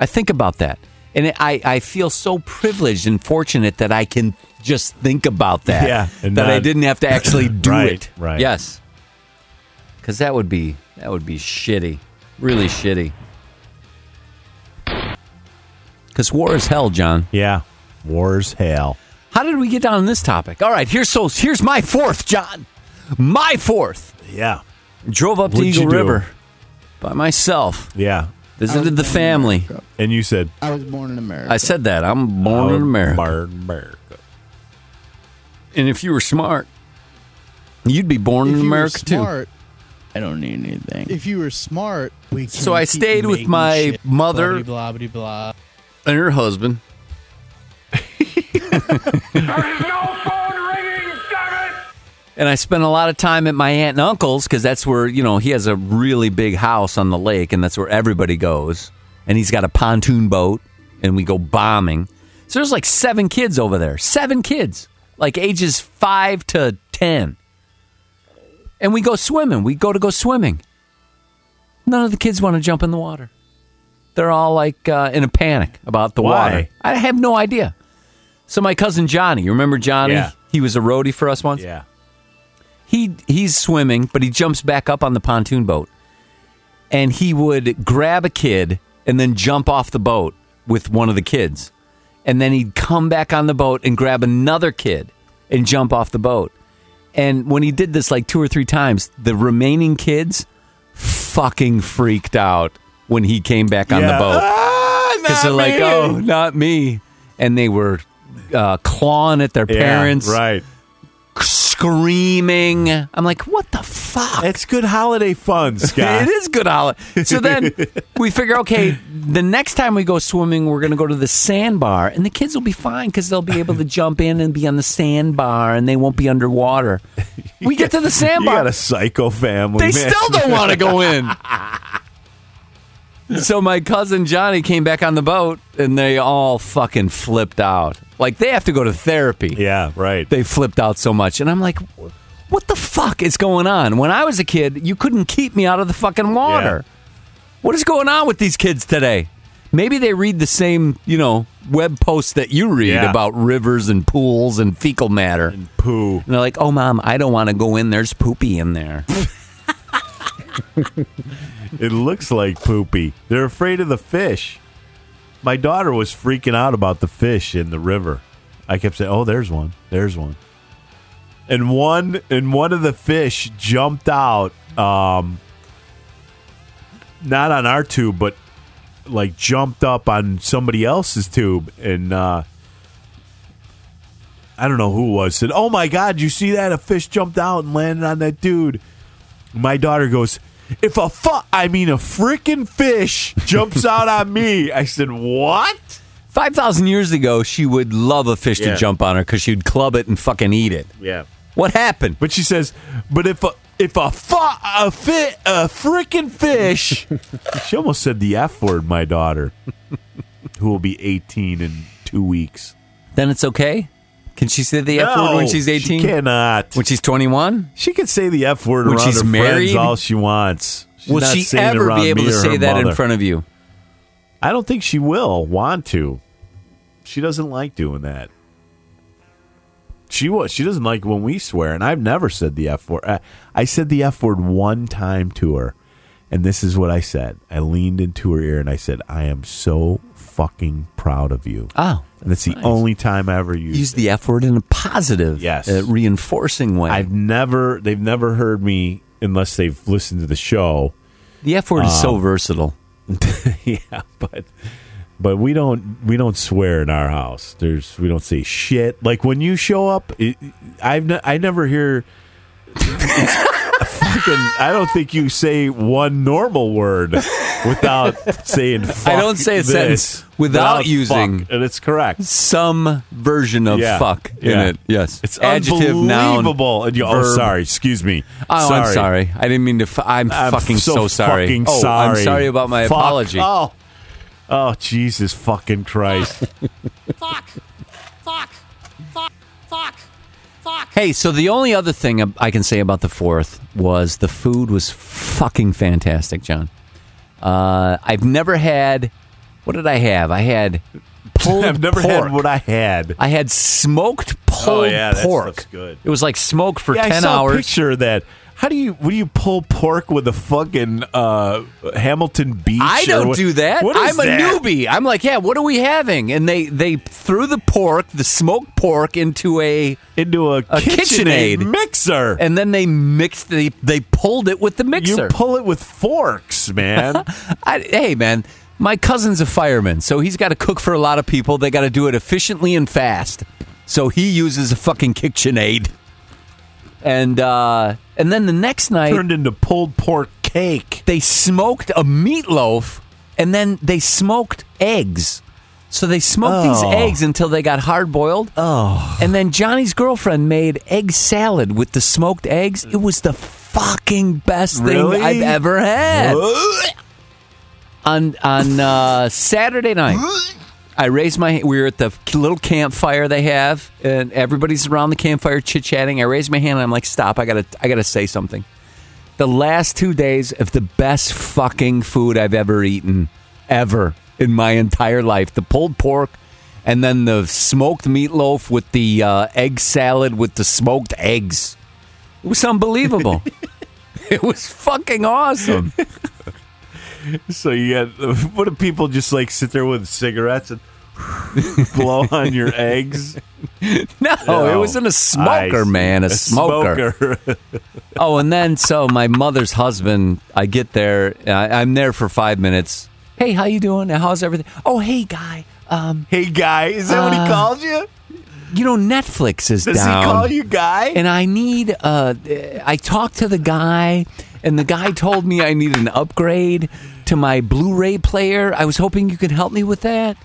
[SPEAKER 2] i think about that and it, I, I feel so privileged and fortunate that i can just think about that
[SPEAKER 1] Yeah,
[SPEAKER 2] that
[SPEAKER 1] and
[SPEAKER 2] i
[SPEAKER 1] not-
[SPEAKER 2] didn't have to actually do
[SPEAKER 1] Right,
[SPEAKER 2] it
[SPEAKER 1] right.
[SPEAKER 2] yes because that would be that would be shitty really shitty because war is hell john
[SPEAKER 1] Yeah. Wars hell.
[SPEAKER 2] how did we get down on this topic? All right, here's so here's my fourth, John. My fourth.
[SPEAKER 1] Yeah.
[SPEAKER 2] Drove up
[SPEAKER 1] What'd
[SPEAKER 2] to Eagle
[SPEAKER 1] you do?
[SPEAKER 2] River by myself.
[SPEAKER 1] Yeah.
[SPEAKER 2] Visited the family.
[SPEAKER 1] And you said
[SPEAKER 5] I was born in America.
[SPEAKER 2] I said that. I'm born
[SPEAKER 5] Oh,
[SPEAKER 2] in America.
[SPEAKER 1] Burn America.
[SPEAKER 2] And if you were smart, you'd be born
[SPEAKER 5] if
[SPEAKER 2] in
[SPEAKER 5] you were
[SPEAKER 2] America too.
[SPEAKER 5] smart,
[SPEAKER 6] I don't need anything.
[SPEAKER 5] If you were smart, we can
[SPEAKER 2] So I
[SPEAKER 5] keep
[SPEAKER 2] stayed with
[SPEAKER 5] making
[SPEAKER 2] my
[SPEAKER 5] shit,
[SPEAKER 2] mother.
[SPEAKER 5] Blah blah blah.
[SPEAKER 2] And her husband. And I spent a lot of time at my aunt and uncle's because that's where, you know, he has a really big house on the lake and that's where everybody goes. And he's got a pontoon boat and we go bombing. So there's like seven kids over there. Seven kids, like ages five to 10. And we go swimming. We go to go swimming. None of the kids want to jump in the water. They're all like uh, in a panic about the
[SPEAKER 1] Why?
[SPEAKER 2] water. I have no idea. So my cousin Johnny, you remember Johnny?
[SPEAKER 1] Yeah.
[SPEAKER 2] He was a roadie for us once
[SPEAKER 1] Yeah.
[SPEAKER 2] he he's swimming, but he jumps back up on the pontoon boat, and he would grab a kid and then jump off the boat with one of the kids, and then he'd come back on the boat and grab another kid and jump off the boat. And when he did this like two or three times, the remaining kids fucking freaked out when he came back on the
[SPEAKER 1] Yeah.
[SPEAKER 2] boat
[SPEAKER 1] Ah,
[SPEAKER 2] because they're
[SPEAKER 1] not
[SPEAKER 2] like,
[SPEAKER 1] me.
[SPEAKER 2] "Oh, not me," and they were uh, clawing at their
[SPEAKER 1] Yeah,
[SPEAKER 2] parents
[SPEAKER 1] right.
[SPEAKER 2] screaming. I'm like, what the fuck?
[SPEAKER 1] It's good holiday fun, Scott.
[SPEAKER 2] It is good holiday. So then we figure, okay, the next time we go swimming, we're going to go to the sandbar, and the kids will be fine because they'll be able to jump in and be on the sandbar, and they won't be underwater. We get to the
[SPEAKER 1] You
[SPEAKER 2] sandbar.
[SPEAKER 1] got a psycho family.
[SPEAKER 2] They
[SPEAKER 1] man.
[SPEAKER 2] still don't want to go in. so my cousin Johnny came back on the boat, and they all fucking flipped out. Like they have to go to therapy
[SPEAKER 1] Yeah, right.
[SPEAKER 2] they flipped out so much. And I'm like, what the fuck is going on? When I was a kid, you couldn't keep me out of the fucking water. What is going on with these kids today? Maybe they read the same, you know, web posts that you read
[SPEAKER 1] Yeah.
[SPEAKER 2] about rivers and pools and fecal matter. And
[SPEAKER 1] Poo.
[SPEAKER 2] they're like, oh, mom, I don't want to go in. There's poopy in there.
[SPEAKER 1] It looks like poopy. They're afraid of the fish. My daughter was freaking out about the fish in the river. I kept saying, "Oh, there's one. There's one." And one and one of the fish jumped out um not on our tube, but like jumped up on somebody else's tube and uh I don't know who it was said, "Oh my god, you see that? A fish jumped out and landed on that dude." My daughter goes, "If a fu- I mean a freaking fish jumps out on me." I said, "What?"
[SPEAKER 2] 5,000 years ago, she would love a fish
[SPEAKER 1] Yeah.
[SPEAKER 2] to jump on her because she'd club it and fucking eat it.
[SPEAKER 1] Yeah.
[SPEAKER 2] What happened?
[SPEAKER 1] But she says, "But if a if a fu- a fit a freaking fish." she almost said the F word, my daughter, who will be 18 in 2 weeks.
[SPEAKER 2] Then it's okay? Can she say the F word when
[SPEAKER 1] No,
[SPEAKER 2] she's
[SPEAKER 1] she
[SPEAKER 2] 18?
[SPEAKER 1] cannot.
[SPEAKER 2] When she's 21?
[SPEAKER 1] She can say the F word
[SPEAKER 2] When
[SPEAKER 1] around
[SPEAKER 2] she's
[SPEAKER 1] her
[SPEAKER 2] married?
[SPEAKER 1] friends all she wants. She's
[SPEAKER 2] Will
[SPEAKER 1] not
[SPEAKER 2] she
[SPEAKER 1] saying it
[SPEAKER 2] ever
[SPEAKER 1] around
[SPEAKER 2] be able
[SPEAKER 1] me
[SPEAKER 2] to
[SPEAKER 1] or
[SPEAKER 2] say
[SPEAKER 1] her
[SPEAKER 2] that in
[SPEAKER 1] mother.
[SPEAKER 2] front of you?
[SPEAKER 1] I don't think she will want to. She doesn't like doing that. She was. She doesn't like when we swear, and I've never said the f word. I, I said the f word one time to her, and this is what I said. I leaned into her ear and I said, "I am so fucking proud of you."
[SPEAKER 2] Oh,
[SPEAKER 1] and that's the only time I ever used.
[SPEAKER 2] Use the F word in a positive,
[SPEAKER 1] Yes.
[SPEAKER 2] uh, reinforcing way.
[SPEAKER 1] I've never. They've never heard me unless they've listened to the show.
[SPEAKER 2] The F word is
[SPEAKER 1] um,
[SPEAKER 2] so versatile.
[SPEAKER 1] yeah, but but we don't we don't swear in our house. There's we don't say shit. Like when you show up, it, I've n- I never hear. fucking, I don't think you say one normal word without saying. Fuck
[SPEAKER 2] I don't say a
[SPEAKER 1] this,
[SPEAKER 2] sentence without using-
[SPEAKER 1] fuck, and it's correct.
[SPEAKER 2] Some version of
[SPEAKER 1] Yeah.
[SPEAKER 2] fuck in
[SPEAKER 1] Yeah.
[SPEAKER 2] it. Yes.
[SPEAKER 1] It's
[SPEAKER 2] adjective, noun.
[SPEAKER 1] unbelievable. and you, oh,
[SPEAKER 2] verb.
[SPEAKER 1] sorry. Excuse me.
[SPEAKER 2] Oh, I'm sorry. I didn't mean to. F- I'm,
[SPEAKER 1] I'm
[SPEAKER 2] fucking so, sorry.
[SPEAKER 1] fucking
[SPEAKER 2] oh,
[SPEAKER 1] sorry.
[SPEAKER 2] I'm sorry about my
[SPEAKER 1] Fuck.
[SPEAKER 2] apology.
[SPEAKER 1] Oh, oh, Jesus fucking Christ.
[SPEAKER 3] fuck, fuck, fuck, fuck, fuck.
[SPEAKER 2] Hey, so the only other thing ab- I can say about the fourth was the food was fucking fantastic, John. Uh, I've never had. What did I have? I had pulled
[SPEAKER 1] I've never
[SPEAKER 2] pork.
[SPEAKER 1] had what I had.
[SPEAKER 2] I had smoked pulled
[SPEAKER 1] Oh, yeah, that
[SPEAKER 2] pork.
[SPEAKER 1] stuff's good.
[SPEAKER 2] It was like smoked for
[SPEAKER 1] yeah, I
[SPEAKER 2] ten
[SPEAKER 1] saw a
[SPEAKER 2] hours.
[SPEAKER 1] picture of that. How do you? What do you pull pork with a fucking uh, Hamilton Beach?
[SPEAKER 2] I
[SPEAKER 1] or
[SPEAKER 2] don't
[SPEAKER 1] what-
[SPEAKER 2] do that.
[SPEAKER 1] What is
[SPEAKER 2] I'm a
[SPEAKER 1] that?
[SPEAKER 2] newbie. I'm like, yeah, what are we having? And they they threw the pork, the smoked pork, into a
[SPEAKER 1] into a, KitchenAid,
[SPEAKER 2] KitchenAid.
[SPEAKER 1] mixer.
[SPEAKER 2] and then they mixed the they pulled it with the mixer.
[SPEAKER 1] you pull it with forks, man.
[SPEAKER 2] I, hey, man, my cousin's a fireman, so he's got to cook for a lot of people. They got to do it efficiently and fast. So he uses a fucking KitchenAid. And uh, and then the next night
[SPEAKER 1] Turned into pulled pork cake.
[SPEAKER 2] they smoked a meatloaf, and then they smoked eggs. So they smoked
[SPEAKER 1] Oh.
[SPEAKER 2] these eggs until they got hard boiled. Oh. And then Johnny's girlfriend made egg salad with the smoked eggs. It was the fucking best
[SPEAKER 1] Really?
[SPEAKER 2] thing I've ever had
[SPEAKER 1] Ugh.
[SPEAKER 2] on on uh, Saturday night. I raised my. We were at the little campfire they have, and everybody's around the campfire chit chatting. I raised my hand and I'm like, "Stop! I gotta, I gotta say something." The last two days of the best fucking food I've ever eaten, ever in my entire life. The pulled pork, and then the smoked meatloaf with the uh, egg salad with the smoked eggs. It was unbelievable. it was fucking awesome.
[SPEAKER 1] So you got what do people just like sit there with cigarettes and blow on your eggs?
[SPEAKER 2] No, it
[SPEAKER 1] No.
[SPEAKER 2] was in a smoker,
[SPEAKER 1] I see.
[SPEAKER 2] man, a, smoker. Oh, and then so my mother's husband, I get there, I, I'm there for five minutes. Hey, how you doing? How's everything? Oh, hey, guy, um,
[SPEAKER 1] hey, guy, is that what he called you?
[SPEAKER 2] you know Netflix is
[SPEAKER 1] Does
[SPEAKER 2] Uh, down,
[SPEAKER 1] he call you guy?
[SPEAKER 2] and I need. Uh, I talked to the guy, and the guy told me I need an upgrade to my Blu-ray player. I was hoping you could help me with that.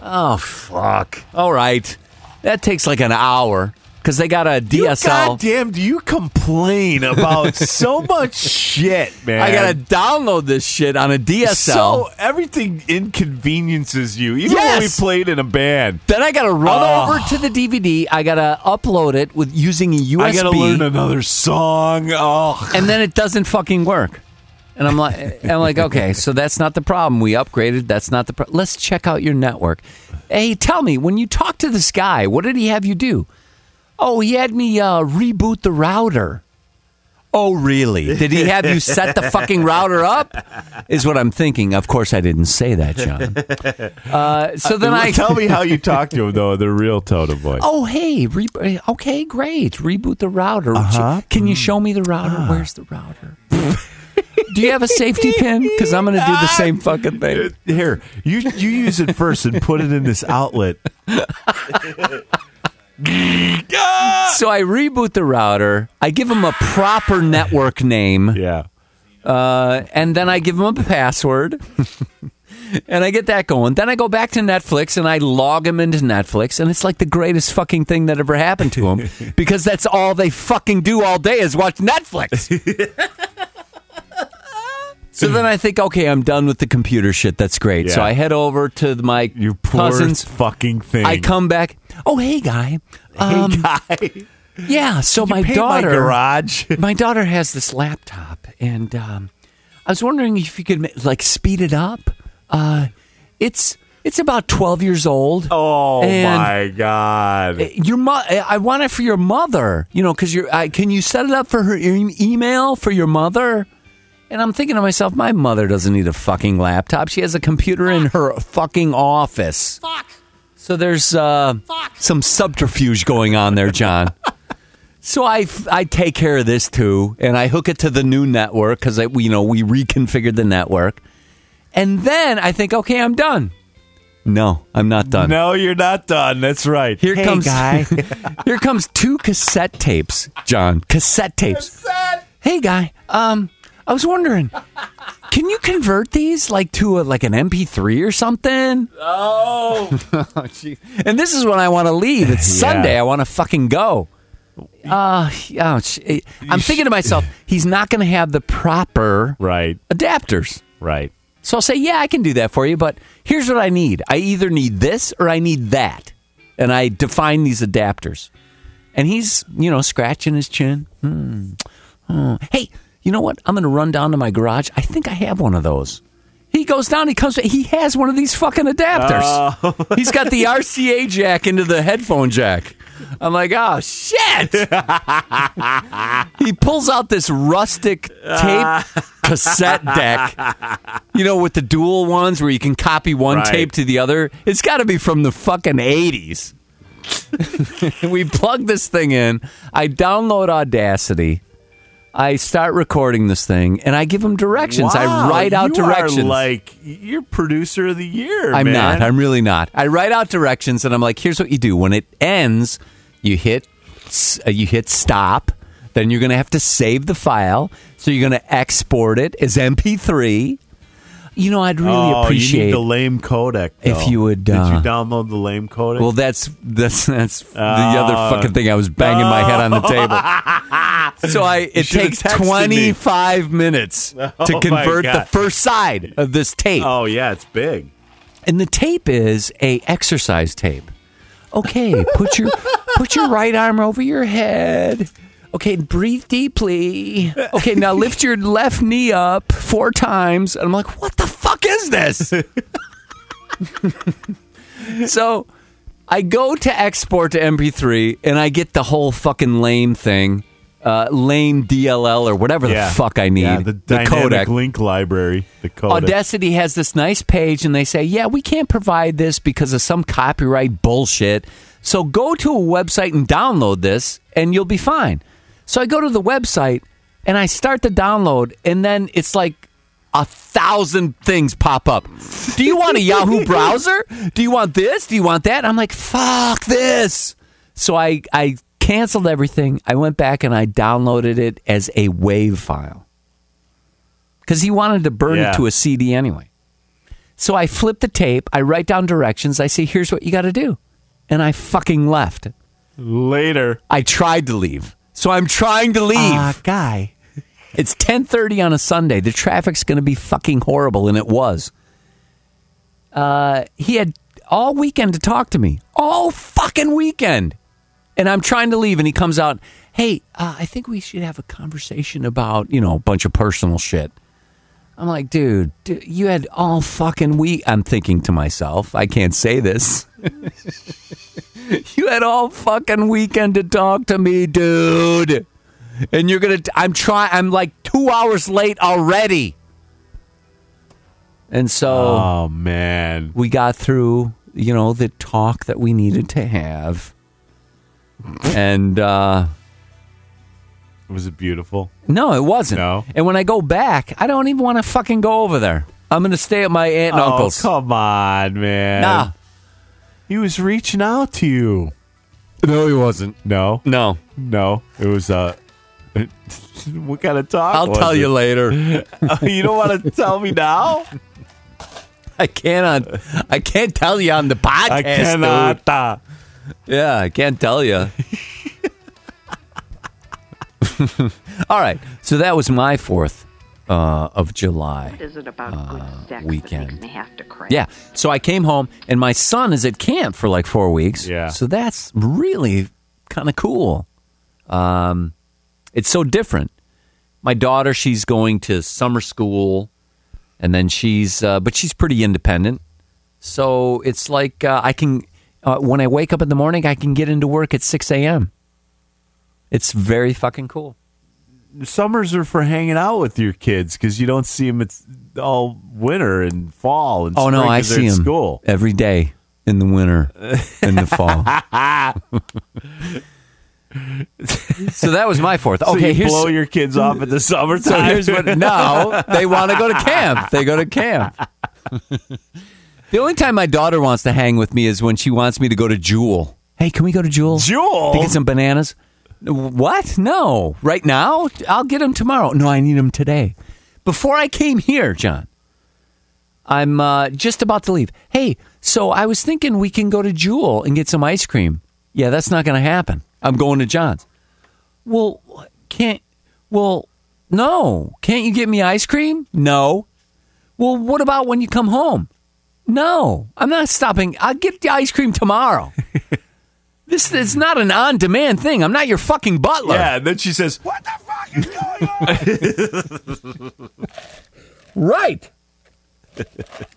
[SPEAKER 2] Oh fuck! All right, that takes like an hour because they got a
[SPEAKER 1] You
[SPEAKER 2] DSL.
[SPEAKER 1] Goddamn, do you complain about so much shit, man?
[SPEAKER 2] I gotta download this shit on a DSL.
[SPEAKER 1] So everything inconveniences you, even when we
[SPEAKER 2] Yes.
[SPEAKER 1] played in a band.
[SPEAKER 2] then I gotta run
[SPEAKER 1] Oh.
[SPEAKER 2] over to the DVD. I gotta upload it with using a USB,
[SPEAKER 1] I gotta learn another song. Oh,
[SPEAKER 2] and then it doesn't fucking work. And I'm like, I'm like, okay, so that's not the problem. We upgraded. That's not the problem. Let's check out your network. Hey, tell me when you talk to this guy, what did he have you do? Oh, he had me uh, reboot the router. Oh, really? Did he have you set the fucking router up? Is what I'm thinking. Of course, I didn't say that, John. Uh, so then I
[SPEAKER 1] tell me how you talk to him though. The real tone of voice.
[SPEAKER 2] Oh, hey, re- okay, great. Reboot the router. Can you show me the router? Where's the router? do you have a safety pin? Because I'm going to do the same fucking thing.
[SPEAKER 1] Here, you you use it first and put it in this outlet.
[SPEAKER 2] So I reboot the router. I give him a proper network name,
[SPEAKER 1] Yeah.
[SPEAKER 2] uh, and then I give him a password. And I get that going. Then I go back to Netflix and I log him into Netflix, and it's like the greatest fucking thing that ever happened to him because that's all they fucking do all day is watch Netflix. So then I think, okay, I'm done with the computer shit. That's great. So
[SPEAKER 1] Yeah.
[SPEAKER 2] I head over to my
[SPEAKER 1] You poor
[SPEAKER 2] cousins.
[SPEAKER 1] fucking thing.
[SPEAKER 2] I come back. Oh, hey, guy. Um,
[SPEAKER 1] Hey, guy.
[SPEAKER 2] Yeah. So my
[SPEAKER 1] Paint
[SPEAKER 2] daughter,
[SPEAKER 1] my garage.
[SPEAKER 2] my daughter has this laptop, and um, I was wondering if you could ma- like speed it up. Uh, it's it's about 12 years old.
[SPEAKER 1] Oh
[SPEAKER 2] and
[SPEAKER 1] my god.
[SPEAKER 2] Your mo- I want it for your mother, you know, because you're. I, can you set it up for her e- email for your mother? And I'm thinking to myself, my mother doesn't need a fucking laptop. She has a computer
[SPEAKER 1] Ah.
[SPEAKER 2] in her fucking office.
[SPEAKER 3] fuck,
[SPEAKER 2] So there's uh,
[SPEAKER 3] fuck,
[SPEAKER 2] some subterfuge going on there, John. So I, f- I take care of this too, and I hook it to the new network because you know we reconfigured the network, and then I think, okay, I'm done. No, I'm not done.
[SPEAKER 1] No, you're not done. That's right.
[SPEAKER 2] Here
[SPEAKER 1] Hey,
[SPEAKER 2] comes
[SPEAKER 1] guy.
[SPEAKER 2] here comes two cassette tapes, John. Cassette tapes. Hey guy, um, I was wondering, can you convert these like to a, like an MP3 or something? Oh, jeez. and this is when I want to leave. It's
[SPEAKER 1] Yeah.
[SPEAKER 2] Sunday. I want to fucking go. Uh, yeah, it's- it- I'm thinking to myself, he's not going to have the proper
[SPEAKER 1] right,
[SPEAKER 2] adapters.
[SPEAKER 1] right.
[SPEAKER 2] So I'll say, yeah, I can do that for you, but here's what I need. I either need this or I need that. And I define these adapters. And he's, you know, scratching his chin. Hmm. Oh. Hey, you know what? I'm going to run down to my garage. I think I have one of those. He goes down, he comes, he has one of these fucking adapters. he's got the RCA jack into the headphone jack. I'm like, oh, shit. he pulls out this rustic tape cassette deck you know, with the dual ones where you can copy one
[SPEAKER 1] Right.
[SPEAKER 2] tape to the other. It's got to be from the fucking 80s. we plug this thing in. I download Audacity. I start recording this thing and I give him directions. I
[SPEAKER 1] Wow,
[SPEAKER 2] write out
[SPEAKER 1] you are
[SPEAKER 2] directions.
[SPEAKER 1] like you're producer of the year.
[SPEAKER 2] I'm
[SPEAKER 1] man.
[SPEAKER 2] not. I'm really not. I write out directions and I'm like, here's what you do. When it ends, you hit s- uh, you hit stop. Then you're going to have to save the file. So you're going to export it as MP3. You know, I'd really
[SPEAKER 1] oh, you
[SPEAKER 2] appreciate
[SPEAKER 1] need the lame codec.
[SPEAKER 2] if
[SPEAKER 1] though.
[SPEAKER 2] you would,
[SPEAKER 1] Did
[SPEAKER 2] uh,
[SPEAKER 1] you download the lame codec?
[SPEAKER 2] Well, that's that's that's the
[SPEAKER 1] Oh.
[SPEAKER 2] other fucking thing I was banging my head on the table. So I it
[SPEAKER 1] should've
[SPEAKER 2] takes
[SPEAKER 1] texted me. Oh
[SPEAKER 2] 25 minutes to
[SPEAKER 1] my
[SPEAKER 2] convert the
[SPEAKER 1] God.
[SPEAKER 2] first side of this tape.
[SPEAKER 1] oh yeah, it's big.
[SPEAKER 2] And the tape is a exercise tape. Okay, put your put your right arm over your head. Okay, breathe deeply. Okay, now lift your left knee up four times. And I'm like, what the fuck is this? so I go to export to MP3 and I get the whole fucking lame thing. Uh, lame DLL or whatever
[SPEAKER 1] yeah,
[SPEAKER 2] the fuck I need.
[SPEAKER 1] Yeah, the, dynamic
[SPEAKER 2] codec.
[SPEAKER 1] link library. The codec.
[SPEAKER 2] Audacity has this nice page, and they say, "Yeah, we can't provide this because of some copyright bullshit. So go to a website and download this, and you'll be fine." So I go to the website and I start the download, and then it's like a thousand things pop up. Do you want a Yahoo browser? Do you want this? Do you want that? I'm like, "Fuck this!" So I I canceled everything. I went back and I downloaded it as a WAV file because he wanted to burn
[SPEAKER 1] Yeah.
[SPEAKER 2] it to a CD anyway. So I flip the tape. I write down directions. I say, "Here's what you got to do," and I fucking left.
[SPEAKER 1] Later.
[SPEAKER 2] I tried to leave. So I'm trying to leave.
[SPEAKER 1] guy.
[SPEAKER 2] It's 10:30 on a Sunday. The traffic's going to be fucking horrible and it was. Uh, he had all weekend to talk to me. All fucking weekend. And I'm trying to leave and he comes out, "Hey, uh, I think we should have a conversation about, you know, a bunch of personal shit." I'm like, dude, dude, you had all fucking week. I'm thinking to myself, I can't say this. you had all fucking weekend to talk to me, dude and you're gonna i'm trying i'm like two hours late already and so
[SPEAKER 1] Oh man.
[SPEAKER 2] we got through you know the talk that we needed to have and uh
[SPEAKER 1] Was it beautiful?
[SPEAKER 2] no it wasn't
[SPEAKER 1] No.
[SPEAKER 2] and when i go back i don't even want to fucking go over there i'm gonna stay at my aunt and uncle's
[SPEAKER 1] Oh, come on, man.
[SPEAKER 2] nah
[SPEAKER 1] He was reaching out to you.
[SPEAKER 2] no he wasn't
[SPEAKER 1] No.
[SPEAKER 2] no
[SPEAKER 1] No. It was uh what kind of talk?
[SPEAKER 2] i'll
[SPEAKER 1] was
[SPEAKER 2] tell
[SPEAKER 1] it?
[SPEAKER 2] you later
[SPEAKER 1] you don't want to tell me now?
[SPEAKER 2] i can't on i can't tell you on the podcast
[SPEAKER 1] I
[SPEAKER 2] dude.
[SPEAKER 1] cannot. uh,
[SPEAKER 2] Yeah, I can't tell you. All right, so that was my fourth uh, of July.
[SPEAKER 7] Is it about good sex
[SPEAKER 2] Uh, weekend.
[SPEAKER 7] that makes me have to cry?
[SPEAKER 2] Yeah, so I came home and my son is at camp for like four weeks.
[SPEAKER 1] Yeah.
[SPEAKER 2] so that's really kind of cool. Um, it's so different. My daughter, she's going to summer school, and then she's uh, but she's pretty independent. So it's like uh, I can uh, when I wake up in the morning, I can get into work at six a.m. It's very fucking cool.
[SPEAKER 1] Summers are for hanging out with your kids because you don't see them it's all winter and fall and
[SPEAKER 2] Oh no,
[SPEAKER 1] spring
[SPEAKER 2] I
[SPEAKER 1] 'cause they're
[SPEAKER 2] see
[SPEAKER 1] at
[SPEAKER 2] him
[SPEAKER 1] school.
[SPEAKER 2] every day in the winter, in the fall. So that was my fourth.
[SPEAKER 1] So
[SPEAKER 2] Okay,
[SPEAKER 1] you
[SPEAKER 2] here's
[SPEAKER 1] blow your kids off at the summertime.
[SPEAKER 2] so here's what. No, they want to go to camp. They go to camp. The only time my daughter wants to hang with me is when she wants me to go to Jewel. Hey, can we go to Jewel?
[SPEAKER 1] Jewel?
[SPEAKER 2] to get some bananas. What? No, right now. I'll get them tomorrow. No, I need them today. Before I came here, John, I'm uh, just about to leave. Hey, so I was thinking we can go to Jewel and get some ice cream. Yeah, that's not going to happen. I'm going to John's. Well, can't. Well, no. Can't you get me ice cream? No. Well, what about when you come home? No, I'm not stopping. I'll get the ice cream tomorrow. this is not an on demand thing. I'm not your fucking butler.
[SPEAKER 1] Yeah, and then she says, "What the fuck is going on?"
[SPEAKER 2] Right.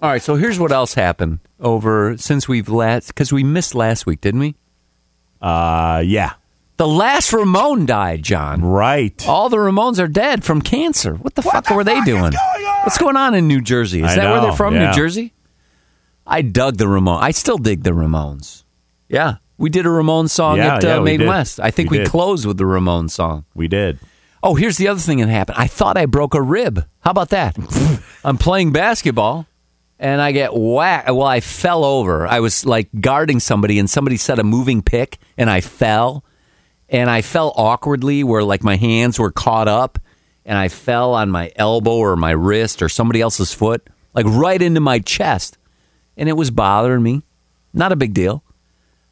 [SPEAKER 2] All right, so here's what else happened over since we've last, because we missed last week, didn't we?
[SPEAKER 1] Uh, yeah,
[SPEAKER 2] The last Ramon died, John.
[SPEAKER 1] right.
[SPEAKER 2] All the Ramones are dead from cancer. What the fuck were they doing? What's going on in New Jersey? Is
[SPEAKER 1] I
[SPEAKER 2] that where
[SPEAKER 1] know,
[SPEAKER 2] they're from,
[SPEAKER 1] yeah.
[SPEAKER 2] New Jersey? I dug the Ramones. I still dig the Ramones. Yeah. We did a Ramones song
[SPEAKER 1] Yeah,
[SPEAKER 2] at
[SPEAKER 1] yeah,
[SPEAKER 2] uh,
[SPEAKER 1] we
[SPEAKER 2] Maiden
[SPEAKER 1] did.
[SPEAKER 2] West. I think
[SPEAKER 1] We
[SPEAKER 2] we,
[SPEAKER 1] did.
[SPEAKER 2] closed with the Ramones song.
[SPEAKER 1] We did.
[SPEAKER 2] Oh, here's the other thing that happened. I thought I broke a rib. How about that? I'm playing basketball and I get whacked. Well, I fell over. I was like guarding somebody and somebody set a moving pick and I fell. And I fell awkwardly where like my hands were caught up and I fell on my elbow or my wrist or somebody else's foot, like right into my chest. And it was bothering me. Not a big deal.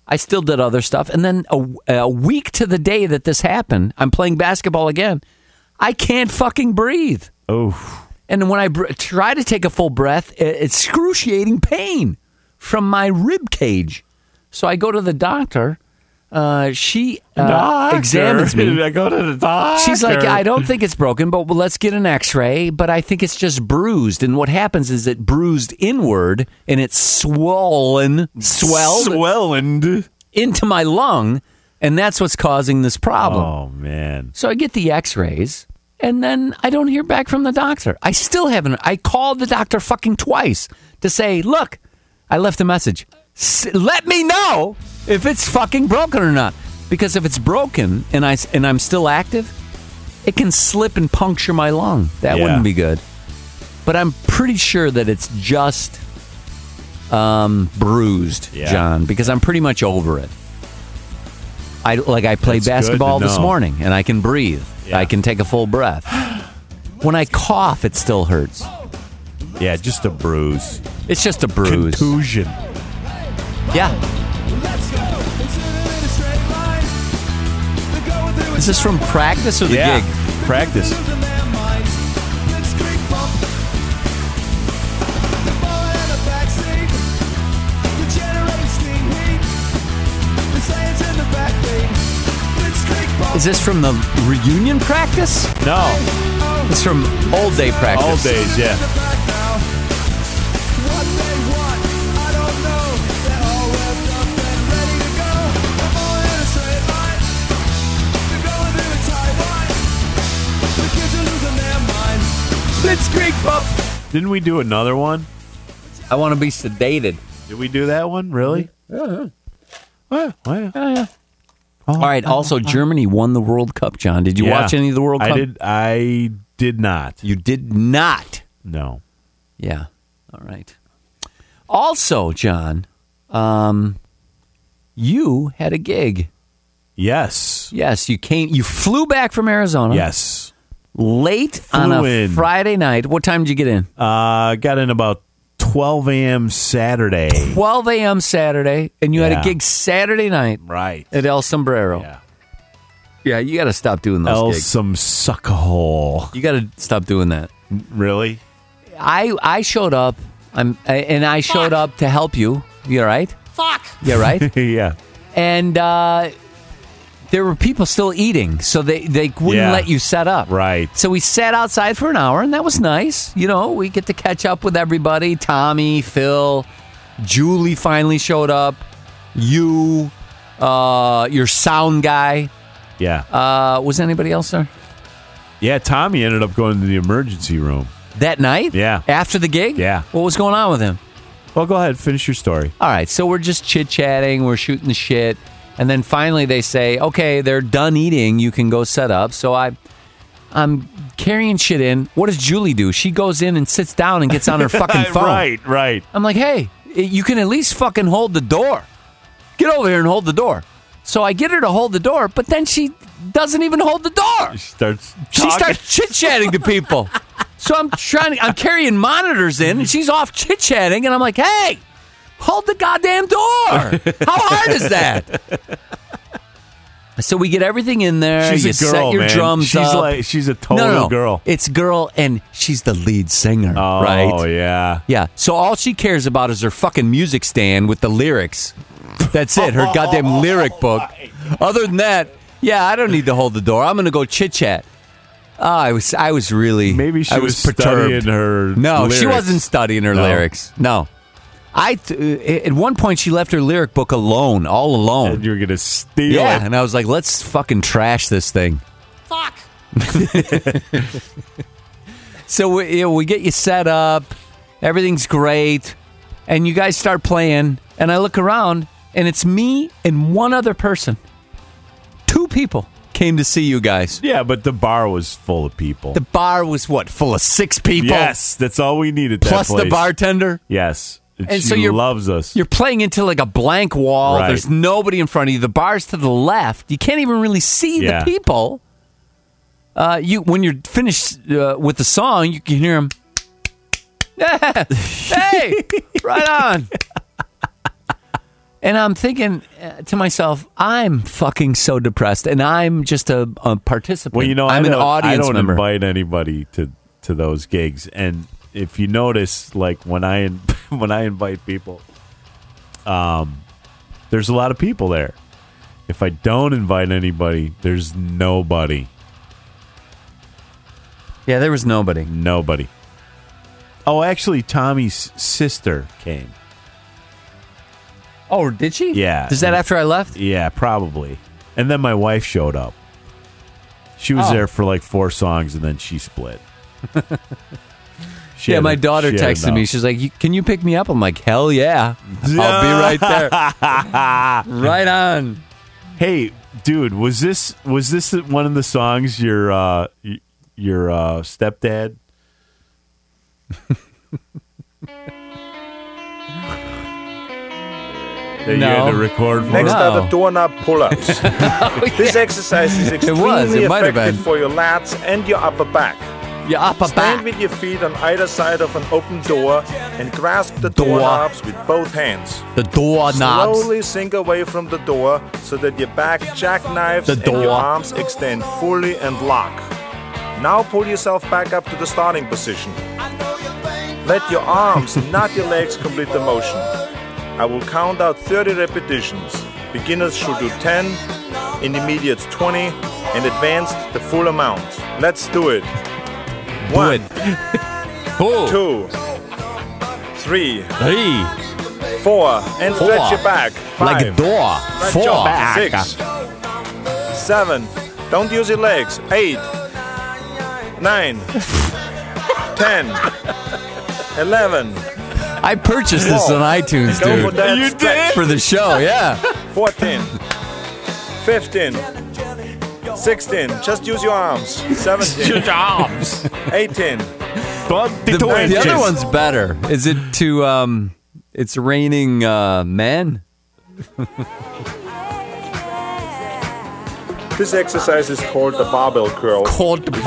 [SPEAKER 2] I still did other stuff. And then a, a week to the day that this happened, I'm playing basketball again. I can't fucking breathe.
[SPEAKER 1] Oh,
[SPEAKER 2] And when I br- try to take a full breath, i- excruciating pain from my rib cage. So I go to the doctor. Uh, she uh, examines me.
[SPEAKER 1] I go to the doctor.
[SPEAKER 2] She's like, I don't think it's broken, but let's get an x ray. But I think it's just bruised. And what happens is it bruised inward and it's swollen, swelled
[SPEAKER 1] swelling.
[SPEAKER 2] into my lung, and that's what's causing this problem.
[SPEAKER 1] Oh man,
[SPEAKER 2] So I get the x rays, and then I don't hear back from the doctor. I still haven't. I called the doctor fucking twice to say, look, I left a message. S- let me know if it's fucking broken or not. Because if it's broken and, I, s- and I'm still active, it can slip and puncture my lung. That
[SPEAKER 1] Yeah.
[SPEAKER 2] wouldn't be good. But I'm pretty sure that it's just um, bruised,
[SPEAKER 1] Yeah.
[SPEAKER 2] John, because I'm pretty much over it. I like I played
[SPEAKER 1] That's good
[SPEAKER 2] basketball
[SPEAKER 1] to
[SPEAKER 2] this
[SPEAKER 1] know.
[SPEAKER 2] morning and I can breathe. I can take a full breath. When I cough, it still hurts.
[SPEAKER 1] yeah, just a bruise,
[SPEAKER 2] It's just a bruise.
[SPEAKER 1] contusion.
[SPEAKER 2] Yeah. Is this from practice or the
[SPEAKER 1] yeah,
[SPEAKER 2] gig?
[SPEAKER 1] practice.
[SPEAKER 2] Is this from the reunion practice?
[SPEAKER 1] No,
[SPEAKER 2] It's from old day practice.
[SPEAKER 1] all days. Yeah, didn't we do another one?
[SPEAKER 2] I want to be sedated.
[SPEAKER 1] Did we do that one? Really? Yeah. Well, well,
[SPEAKER 2] All right. Also, Germany won the World Cup. John, did you
[SPEAKER 1] Oh. yeah.
[SPEAKER 2] watch any of the World Cup?
[SPEAKER 1] I did. I did not.
[SPEAKER 2] You did not.
[SPEAKER 1] No.
[SPEAKER 2] Yeah. All right. Also, John, um, you had a gig.
[SPEAKER 1] Yes.
[SPEAKER 2] Yes, you came. You flew back from Arizona.
[SPEAKER 1] Yes.
[SPEAKER 2] Late on a
[SPEAKER 1] in.
[SPEAKER 2] Friday night. What time did you get in?
[SPEAKER 1] Uh, got in about 12 a.m. Saturday.
[SPEAKER 2] 12 a.m. Saturday, and you had
[SPEAKER 1] Yeah.
[SPEAKER 2] a gig Saturday night
[SPEAKER 1] Right.
[SPEAKER 2] at El Sombrero.
[SPEAKER 1] Yeah.
[SPEAKER 2] Yeah, you got to stop doing those
[SPEAKER 1] El
[SPEAKER 2] gigs.
[SPEAKER 1] some suckhole.
[SPEAKER 2] You got to stop doing that.
[SPEAKER 1] Really?
[SPEAKER 2] I I showed up. I'm I- and I showed up to help you. You all right?
[SPEAKER 3] Fuck.
[SPEAKER 2] You all right?
[SPEAKER 1] yeah.
[SPEAKER 2] and uh, there were people still eating, so they they wouldn't
[SPEAKER 1] Yeah.
[SPEAKER 2] let you set up.
[SPEAKER 1] Right.
[SPEAKER 2] So we sat outside for an hour, and that was nice. You know, we get to catch up with everybody. Tommy, Phil, Julie finally showed up. You, uh, your sound guy.
[SPEAKER 1] Yeah.
[SPEAKER 2] Uh, was anybody else there
[SPEAKER 1] yeah. Tommy ended up going to the emergency room.
[SPEAKER 2] that night?
[SPEAKER 1] Yeah.
[SPEAKER 2] After the gig?
[SPEAKER 1] Yeah.
[SPEAKER 2] What was going on with him?
[SPEAKER 1] Well, go ahead. Finish your story.
[SPEAKER 2] All right, so we're just chit chatting, we're shooting the shit. And then finally they say, okay, they're done eating. You can go set up. So I, I'm carrying shit in. What does Julie do? She goes in and sits down and gets on her fucking phone.
[SPEAKER 1] right, right.
[SPEAKER 2] I'm like, hey, you can at least fucking hold the door. Get over here and hold the door. So I get her to hold the door, but then she doesn't even hold the door.
[SPEAKER 1] She starts.
[SPEAKER 2] She starts chit chatting to people. So I'm trying. I'm carrying monitors in, and she's off chit chatting, and I'm like, "Hey, hold the goddamn door! How hard is that?" So we get everything in there.
[SPEAKER 1] She's
[SPEAKER 2] you
[SPEAKER 1] a girl,
[SPEAKER 2] set your
[SPEAKER 1] man.
[SPEAKER 2] drums
[SPEAKER 1] she's
[SPEAKER 2] up.
[SPEAKER 1] like she's a total
[SPEAKER 2] no, no, no.
[SPEAKER 1] girl.
[SPEAKER 2] It's girl, and she's the lead singer,
[SPEAKER 1] oh
[SPEAKER 2] right?
[SPEAKER 1] yeah.
[SPEAKER 2] Yeah. So all she cares about is her fucking music stand with the lyrics. That's it. Her goddamn lyric book. Other than that, yeah, I don't need to hold the door. I'm gonna go chit chat. Oh, I was I was really
[SPEAKER 1] Maybe she
[SPEAKER 2] I
[SPEAKER 1] was,
[SPEAKER 2] was, perturbed.
[SPEAKER 1] studying her.
[SPEAKER 2] no, she
[SPEAKER 1] lyrics.
[SPEAKER 2] wasn't studying her
[SPEAKER 1] No.
[SPEAKER 2] lyrics. No. I th- uh, at one point she left her lyric book alone, all
[SPEAKER 1] And
[SPEAKER 2] alone.
[SPEAKER 1] you're gonna steal
[SPEAKER 2] Yeah,
[SPEAKER 1] it.
[SPEAKER 2] and I was like, let's fucking trash this thing.
[SPEAKER 3] Fuck.
[SPEAKER 2] So we, you know, we get you set up, everything's great, and you guys start playing. And I look around, and it's me and one other person. Two people came to see you guys.
[SPEAKER 1] Yeah, but the bar was full of people.
[SPEAKER 2] The bar was what full of six people.
[SPEAKER 1] yes, that's all we needed. that
[SPEAKER 2] plus the
[SPEAKER 1] place.
[SPEAKER 2] bartender.
[SPEAKER 1] Yes, and,
[SPEAKER 2] And
[SPEAKER 1] she
[SPEAKER 2] so you're-
[SPEAKER 1] loves us.
[SPEAKER 2] You're playing into like a blank wall.
[SPEAKER 1] Right.
[SPEAKER 2] There's nobody in front of you. The bar's to the left. You can't even really see
[SPEAKER 1] Yeah.
[SPEAKER 2] the people. Uh, you when you're finished uh, with the song, you can hear them. hey, right on. And I'm thinking uh, to myself, I'm fucking so depressed, and I'm just a, a participant.
[SPEAKER 1] Well, you know,
[SPEAKER 2] I'm
[SPEAKER 1] I
[SPEAKER 2] an
[SPEAKER 1] don't-
[SPEAKER 2] audience
[SPEAKER 1] I don't
[SPEAKER 2] member.
[SPEAKER 1] invite anybody to to those gigs, and if you notice, like when I in, when I invite people, um, there's a lot of people there. If I don't invite anybody, there's nobody,
[SPEAKER 2] yeah, there was nobody.
[SPEAKER 1] nobody. Oh, actually, Tommy's sister came.
[SPEAKER 2] Oh, did she?
[SPEAKER 1] Yeah.
[SPEAKER 2] Is that after I left?
[SPEAKER 1] Yeah, probably. And then my wife showed up. She was
[SPEAKER 2] Oh.
[SPEAKER 1] there for like four songs, and then she split. She
[SPEAKER 2] yeah,
[SPEAKER 1] had
[SPEAKER 2] my
[SPEAKER 1] a-
[SPEAKER 2] daughter
[SPEAKER 1] she had
[SPEAKER 2] texted me.
[SPEAKER 1] enough.
[SPEAKER 2] She's like, "You- "Can you pick me up?" I'm like, "Hell yeah, I'll be right there." right on.
[SPEAKER 1] Hey, dude, was this was this one of the songs your uh y- your uh stepdad? that you had
[SPEAKER 2] No.
[SPEAKER 1] to record for
[SPEAKER 8] Next
[SPEAKER 1] him?
[SPEAKER 8] are
[SPEAKER 2] No.
[SPEAKER 8] the doorknob pull-ups. This exercise is
[SPEAKER 2] Oh, It
[SPEAKER 8] extremely
[SPEAKER 2] was. It might have
[SPEAKER 8] effective
[SPEAKER 2] been.
[SPEAKER 8] for your lats and your upper back.
[SPEAKER 2] Yeah, up a
[SPEAKER 8] Stand
[SPEAKER 2] back.
[SPEAKER 8] with your feet on either side of an open door and grasp the
[SPEAKER 2] Door.
[SPEAKER 8] doorknobs with both hands.
[SPEAKER 2] The doorknobs.
[SPEAKER 8] Slowly sink away from the door so that your back jackknives
[SPEAKER 2] The
[SPEAKER 8] and your
[SPEAKER 2] door.
[SPEAKER 8] arms extend fully and lock. Now pull yourself back up to the starting position. Let your arms, not your legs, complete the motion. I will count out 30 repetitions. Beginners should do 10, intermediates 20, and advanced the full amount. Let's do it. One,
[SPEAKER 2] Cool.
[SPEAKER 8] two, three,
[SPEAKER 2] Three.
[SPEAKER 8] four, and
[SPEAKER 2] Four.
[SPEAKER 8] stretch your back. Five.
[SPEAKER 2] Like a door.
[SPEAKER 8] Stretch your
[SPEAKER 2] Four.
[SPEAKER 8] back. Six. Seven. Don't use your legs. Eight. Nine. Ten. Eleven.
[SPEAKER 2] I purchased this on iTunes,
[SPEAKER 8] Go for
[SPEAKER 2] dude,
[SPEAKER 8] that.
[SPEAKER 1] You
[SPEAKER 8] stretch.
[SPEAKER 2] for the show. Yeah.
[SPEAKER 8] Fourteen. Fifteen. Sixteen. Just use your arms. Seventeen.
[SPEAKER 2] Jobs.
[SPEAKER 8] Eighteen.
[SPEAKER 2] The, the
[SPEAKER 8] inches.
[SPEAKER 2] other one's better. Is it to um? It's raining uh, men.
[SPEAKER 8] This exercise is called the barbell curl.
[SPEAKER 2] Called the
[SPEAKER 8] This is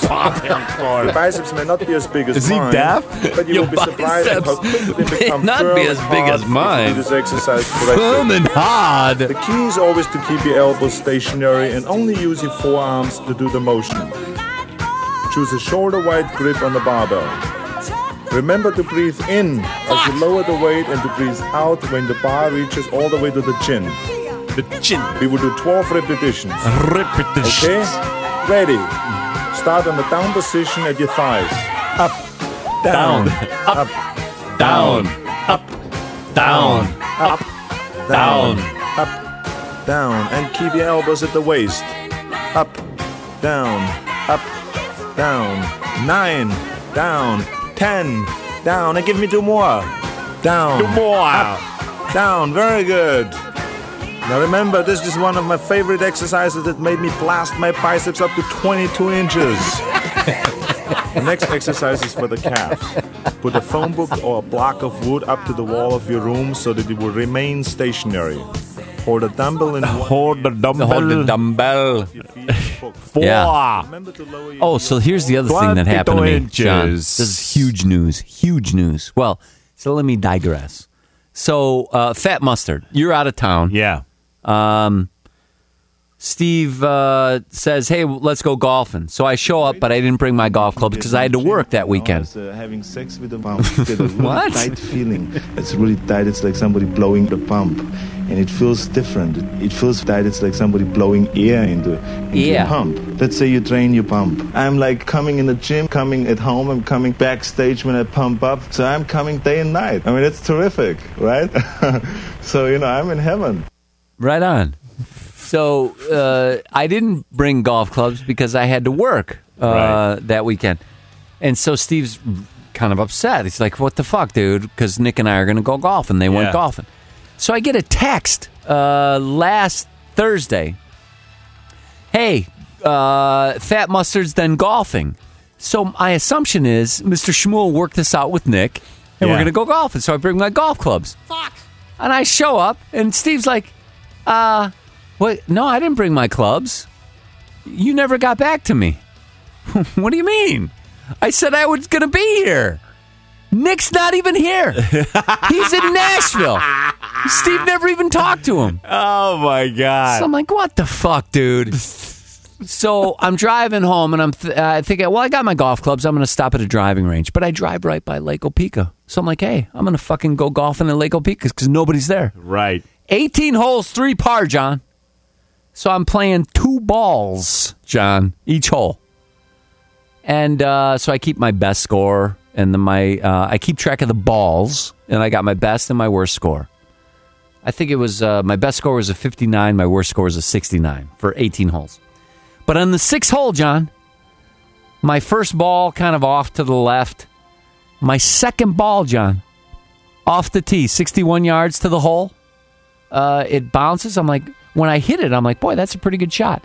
[SPEAKER 8] for
[SPEAKER 2] barbell.
[SPEAKER 8] biceps. Your biceps may not be as big as
[SPEAKER 1] Is he
[SPEAKER 8] mine,
[SPEAKER 1] deaf?
[SPEAKER 8] but you
[SPEAKER 2] Your
[SPEAKER 8] will be surprised at how
[SPEAKER 2] biceps
[SPEAKER 8] quickly they
[SPEAKER 2] may
[SPEAKER 8] become
[SPEAKER 2] not
[SPEAKER 8] firm
[SPEAKER 2] be as big
[SPEAKER 8] hard
[SPEAKER 2] as
[SPEAKER 8] if you
[SPEAKER 2] mine.
[SPEAKER 8] Do this exercise correctly.
[SPEAKER 2] Firm and hard.
[SPEAKER 8] The key is always to keep your elbows stationary and only use your forearms to do the motion. Choose a shoulder wide grip on the barbell. Remember to breathe in as you lower the weight and to breathe out when the bar reaches all the way to the chin.
[SPEAKER 1] The chin
[SPEAKER 8] We will do 12 repetitions.
[SPEAKER 1] repetition.
[SPEAKER 8] Okay? Ready. Start on the down position at your thighs. Up, down,
[SPEAKER 2] Down. Up. Down.
[SPEAKER 8] down, up, down, and keep your elbows at the waist. Up, down, up, down, nine, down, ten, down, and give me two more. Down,
[SPEAKER 1] Wow.
[SPEAKER 8] down, very good. Now remember, this is one of my favorite exercises that made me blast my biceps up to 22 inches. the next exercise is for the calves. Put a phone book or a block of wood up to the wall of your room so that it will remain stationary. Hold a dumbbell in one
[SPEAKER 1] Hold the dumbbell.
[SPEAKER 2] Hold the dumbbell.
[SPEAKER 8] dumbbell.
[SPEAKER 1] Four.
[SPEAKER 2] Yeah.
[SPEAKER 8] Remember to lower your
[SPEAKER 2] Oh, so here's the other thing that happened to me,
[SPEAKER 1] 22
[SPEAKER 2] John.
[SPEAKER 1] inches.
[SPEAKER 2] This is huge news. Huge news. Well, so let me digress. So, uh, Fat Mustard, you're out of town.
[SPEAKER 1] Yeah.
[SPEAKER 2] Steve uh, says, "Hey, let's go golfing." So I show up, but I didn't bring my golf club because I had to work that weekend.
[SPEAKER 9] uh, having sex with a pump. You get a really tight feeling. It's really tight. It's like somebody blowing the pump. And it feels different. It feels tight. It's like somebody blowing air into, into
[SPEAKER 2] Yeah.
[SPEAKER 9] your pump. Let's say you train your pump. I'm like coming in the gym, coming at home, I'm coming backstage when I pump up. So I'm coming day and night. I mean, it's terrific, right? so, you know, I'm in heaven.
[SPEAKER 2] Right on. So uh, I didn't bring golf clubs because I had to work uh,
[SPEAKER 1] Right.
[SPEAKER 2] that weekend, and so Steve's kind of upset. He's like, "What the fuck, dude?" Because Nick and I are going to go golfing. They
[SPEAKER 1] Yeah.
[SPEAKER 2] went golfing. So I get a text uh, last Thursday. Hey, uh, Fat Mustard's then golfing. So my assumption is Mr. Schmuel worked this out with Nick, and
[SPEAKER 1] Yeah.
[SPEAKER 2] we're going to go golfing. So I bring my golf clubs.
[SPEAKER 3] Fuck.
[SPEAKER 2] And I show up, and Steve's like, uh, what? No, I didn't bring my clubs. You never got back to me. what do you mean? I said I was going to be here. Nick's not even here. He's in Nashville. Steve never even talked to him.
[SPEAKER 1] Oh my
[SPEAKER 2] So
[SPEAKER 1] god.
[SPEAKER 2] I'm like, what the fuck, dude? so I'm driving home, and I'm th- uh, I think, well, I got my golf clubs. I'm going to stop at a driving range, but I drive right by Lake Opeka. So I'm like, hey, I'm going to fucking go golfing at Lake Opeka because nobody's there.
[SPEAKER 1] Right.
[SPEAKER 2] 18 holes, three par, John. So I'm playing two balls, John, each hole. And uh, so I keep my best score, and then my uh, I keep track of the balls, and I got my best and my worst score. I think it was uh, my best score was a 59, my worst score was a 69 for 18 holes. But on the sixth hole, John, my first ball kind of off to the left. My second ball, John, off the tee, 61 yards to the hole uh, it bounces. I'm like, when I hit it, I'm like, boy, that's a pretty good shot.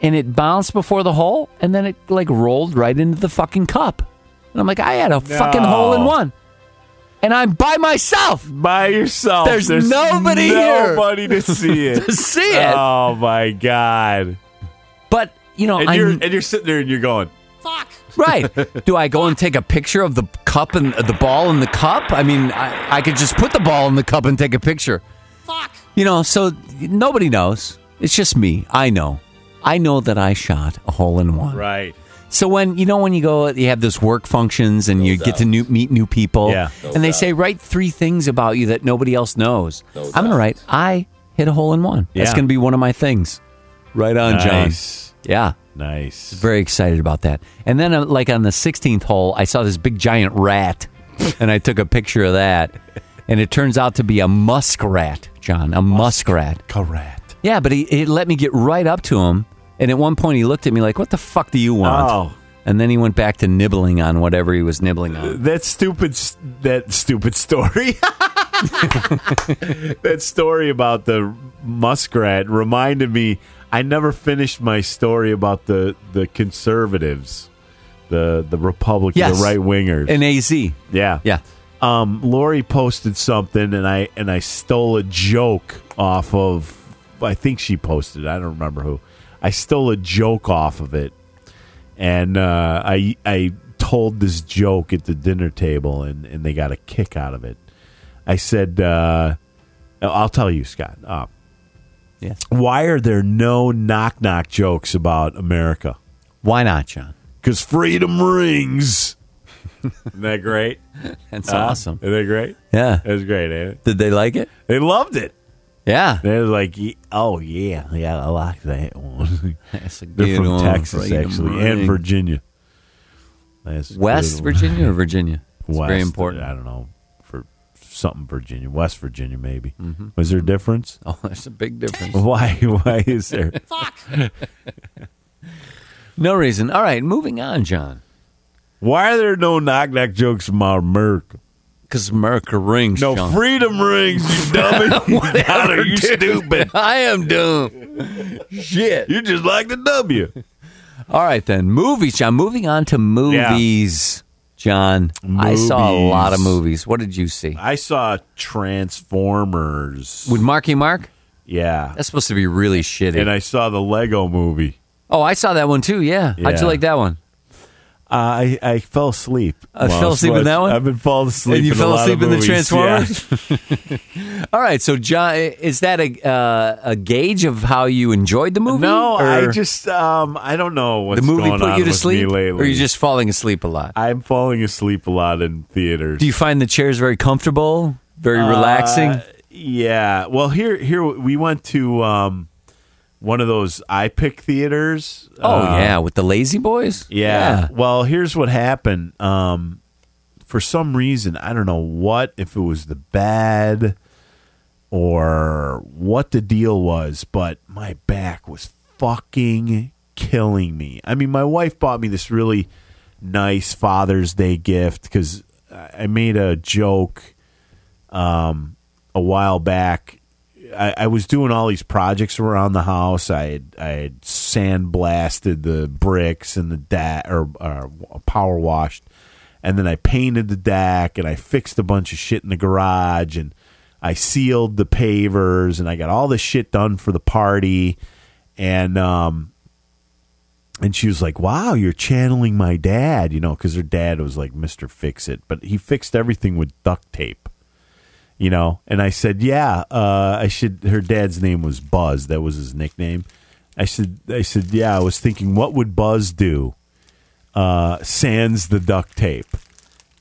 [SPEAKER 2] And it bounced before the hole, and then it like rolled right into the fucking cup. And I'm like, I had a fucking
[SPEAKER 1] No.
[SPEAKER 2] hole in one, and I'm by myself.
[SPEAKER 1] By yourself.
[SPEAKER 2] There's nobody here.
[SPEAKER 1] Nobody to see it.
[SPEAKER 2] To see it.
[SPEAKER 1] Oh my god.
[SPEAKER 2] But you know,
[SPEAKER 1] And
[SPEAKER 2] I'm
[SPEAKER 1] you're and you're sitting there and you're going,
[SPEAKER 3] Fuck.
[SPEAKER 2] right. Do I go and take a picture of the cup and the ball in the cup? I mean, I, I could just put the ball in the cup and take a picture.
[SPEAKER 3] Fuck.
[SPEAKER 2] You know, so nobody knows. It's just me. I know. I know that I shot a hole in one.
[SPEAKER 1] right.
[SPEAKER 2] So when you know when you go, you have this work functions and you get to new, meet new people,
[SPEAKER 1] Yeah.
[SPEAKER 2] and they say write three things about you that nobody else knows. I'm gonna write I hit a hole in one.
[SPEAKER 1] Yeah.
[SPEAKER 2] That's gonna be one of my things. Right on, John.
[SPEAKER 1] Nice.
[SPEAKER 2] Yeah,
[SPEAKER 1] Nice.
[SPEAKER 2] very excited about that. And then uh, like on the 16th hole, I saw this big giant rat, and I took a picture of that. And it turns out to be a muskrat, John, a muskrat.
[SPEAKER 1] Correct.
[SPEAKER 2] Yeah, but he, he let me get right up to him. And at one point, he looked at me like, What the fuck do you want?
[SPEAKER 1] Oh.
[SPEAKER 2] And then he went back to nibbling on whatever he was nibbling on.
[SPEAKER 1] That stupid s- that stupid story. that story about the muskrat reminded me I never finished my story about the the conservatives, the the Republicans,
[SPEAKER 2] Yes.
[SPEAKER 1] the right wingers.
[SPEAKER 2] An AZ.
[SPEAKER 1] yeah.
[SPEAKER 2] Yeah.
[SPEAKER 1] um, Lori posted something, and I and I stole a joke off of. I think she posted. it, I don't remember who. I stole a joke off of it, and uh, I I told this joke at the dinner table, and and they got a kick out of it. I said, uh, "I'll tell you, Scott. Uh,
[SPEAKER 2] Yes.
[SPEAKER 1] Why are there no knock knock jokes about America?
[SPEAKER 2] Why not, John?
[SPEAKER 1] Because freedom rings." Isn't that great?
[SPEAKER 2] That's
[SPEAKER 1] Huh?
[SPEAKER 2] awesome.
[SPEAKER 1] Isn't that great?
[SPEAKER 2] Yeah.
[SPEAKER 1] It was great, ain't it?
[SPEAKER 2] Did they like it?
[SPEAKER 1] They loved it.
[SPEAKER 2] Yeah.
[SPEAKER 1] They were like, "Ye- oh, yeah, yeah, I like that one.
[SPEAKER 2] That's a
[SPEAKER 1] They're
[SPEAKER 2] good
[SPEAKER 1] from
[SPEAKER 2] one.
[SPEAKER 1] Texas,
[SPEAKER 2] Freedom
[SPEAKER 1] actually, and
[SPEAKER 2] ring.
[SPEAKER 1] Virginia. That's a
[SPEAKER 2] West
[SPEAKER 1] good one.
[SPEAKER 2] Virginia or Virginia? It's
[SPEAKER 1] West,
[SPEAKER 2] very important.
[SPEAKER 1] I don't know. For something Virginia, West Virginia, maybe.
[SPEAKER 2] Mm-hmm.
[SPEAKER 1] Was there a difference?
[SPEAKER 2] Oh, there's a big difference.
[SPEAKER 1] Why? Why is there?
[SPEAKER 3] Fuck.
[SPEAKER 2] No reason. All right, moving on, John.
[SPEAKER 1] Why are there no knock knock jokes about America?
[SPEAKER 2] because America rings.
[SPEAKER 1] No
[SPEAKER 2] Sean.
[SPEAKER 1] freedom rings, you dummy. Whatever, you stupid.
[SPEAKER 2] I am dumb. Shit.
[SPEAKER 1] You just like the W.
[SPEAKER 2] All right then, movies, John. Moving on to movies, John. I saw a lot of movies. What did you see?
[SPEAKER 1] I saw Transformers.
[SPEAKER 2] With Marky Mark?
[SPEAKER 1] yeah.
[SPEAKER 2] That's supposed to be really shitty.
[SPEAKER 1] And I saw the Lego movie.
[SPEAKER 2] oh, I saw that one too. Yeah. How'd
[SPEAKER 1] Yeah.
[SPEAKER 2] you like that one?
[SPEAKER 1] Uh, I, I fell asleep.
[SPEAKER 2] I Uh, fell asleep in that one?
[SPEAKER 1] I've been falling asleep.
[SPEAKER 2] And you
[SPEAKER 1] in a
[SPEAKER 2] fell
[SPEAKER 1] lot of
[SPEAKER 2] asleep in the
[SPEAKER 1] movies,
[SPEAKER 2] Transformers? All right. So, John, is that a uh, a gauge of how you enjoyed the
[SPEAKER 1] yeah.
[SPEAKER 2] movie?
[SPEAKER 1] No, I
[SPEAKER 2] Or
[SPEAKER 1] just um I don't know what's
[SPEAKER 2] the movie
[SPEAKER 1] going
[SPEAKER 2] put
[SPEAKER 1] on
[SPEAKER 2] you to
[SPEAKER 1] with
[SPEAKER 2] sleep,
[SPEAKER 1] me
[SPEAKER 2] or
[SPEAKER 1] lately.
[SPEAKER 2] are you just falling asleep a lot?
[SPEAKER 1] I'm falling asleep a lot in theaters.
[SPEAKER 2] Do you find the chairs very comfortable, very relaxing?
[SPEAKER 1] Uh, yeah. Well, here here we went to um one of those I pick theaters.
[SPEAKER 2] Oh
[SPEAKER 1] Uh,
[SPEAKER 2] yeah, with the lazy boys.
[SPEAKER 1] Yeah. Well, here's what happened. Um, for some reason, I don't know what, if it was the bed or what the deal was, but my back was fucking killing me. I mean, my wife bought me this really nice Father's Day gift because I I made a joke a while back. I, I was doing all these projects around the house. I had, I had sandblasted the bricks and the deck, or, or power washed, and then I painted the deck and I fixed a bunch of shit in the garage and I sealed the pavers and I got all this shit done for the party. And um, and she was like, "Wow, you're channeling my dad," you know, because her dad was like Mister Fix It, but he fixed everything with duct tape, you know. And I said, "Yeah, uh, I should." Her dad's name was Buzz; that was his nickname. I said, "I said, yeah, I was thinking, what would Buzz do? Uh, sands the duct tape."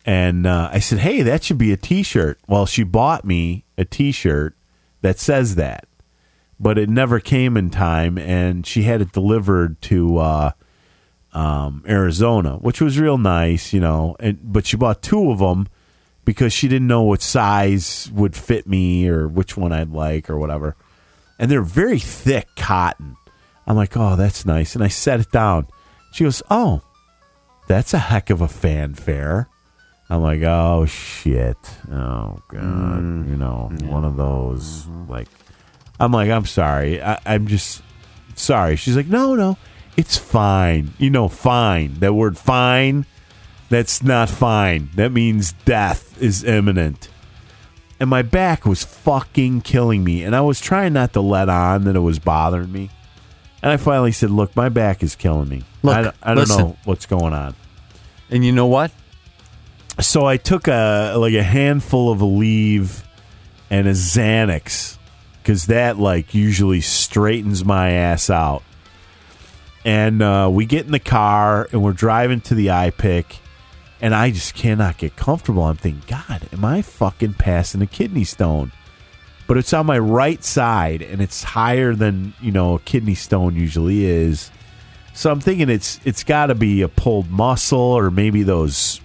[SPEAKER 1] And uh, I said, "Hey, that should be a T-shirt." Well, she bought me a T-shirt that says that but it never came in time, and she had it delivered to uh, um, Arizona, which was real nice, you know. And but she bought two of them because she didn't know what size would fit me or which one I'd like or whatever. And they're very thick cotton. I'm like, oh, that's nice, and I set it down. She goes, oh, that's a heck of a fanfare. I'm like, oh shit, oh god, you know, one of those like I'm like, I'm sorry. I, I'm just sorry. She's like, no, no, it's fine. You know, fine. That word fine, that's not fine. That means death is imminent. And my back was fucking killing me. And I was trying not to let on that it was bothering me. And I finally said, look, my back is killing me. I, don't- I don't
[SPEAKER 2] listen.
[SPEAKER 1] know what's going on.
[SPEAKER 2] And you know what?
[SPEAKER 1] So I took a like a handful of Aleve and a Xanax because that like usually straightens my ass out. And uh, we get in the car and we're driving to the iPick, and I just cannot get comfortable. I'm thinking, God, am I fucking passing a kidney stone? But it's on my right side, and it's higher than you know a kidney stone usually is. So I'm thinking it's it's got to be a pulled muscle or maybe those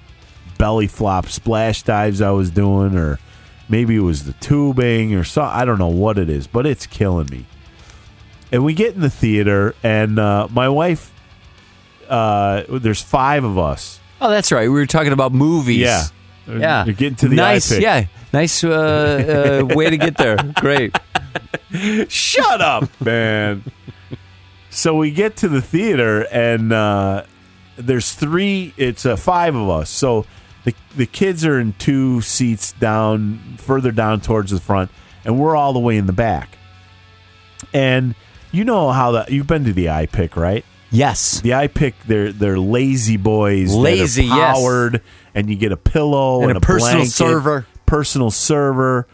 [SPEAKER 1] belly flop splash dives I was doing, or maybe it was the tubing or so. I don't know what it is, but it's killing me. And we get in the theater, and uh, my wife, uh, there's five of us.
[SPEAKER 2] Oh, that's right. We were talking about movies.
[SPEAKER 1] Yeah.
[SPEAKER 2] yeah.
[SPEAKER 1] You're getting to the
[SPEAKER 2] nice.
[SPEAKER 1] iPick.
[SPEAKER 2] Yeah, nice uh, uh, way to get there. Great.
[SPEAKER 1] Shut up, man. So we get to the theater, and uh, there's three. It's uh, five of us. So the the kids are in two seats down, further down towards the front, and we're all the way in the back. And you know how that you've been to the iPick, right?
[SPEAKER 2] Yes.
[SPEAKER 1] The iPick, they're they're lazy boys, that are
[SPEAKER 2] Lazy, yes.
[SPEAKER 1] powered, and you get a pillow
[SPEAKER 2] And
[SPEAKER 1] and,
[SPEAKER 2] a personal
[SPEAKER 1] blanket,
[SPEAKER 2] server.
[SPEAKER 1] personal server.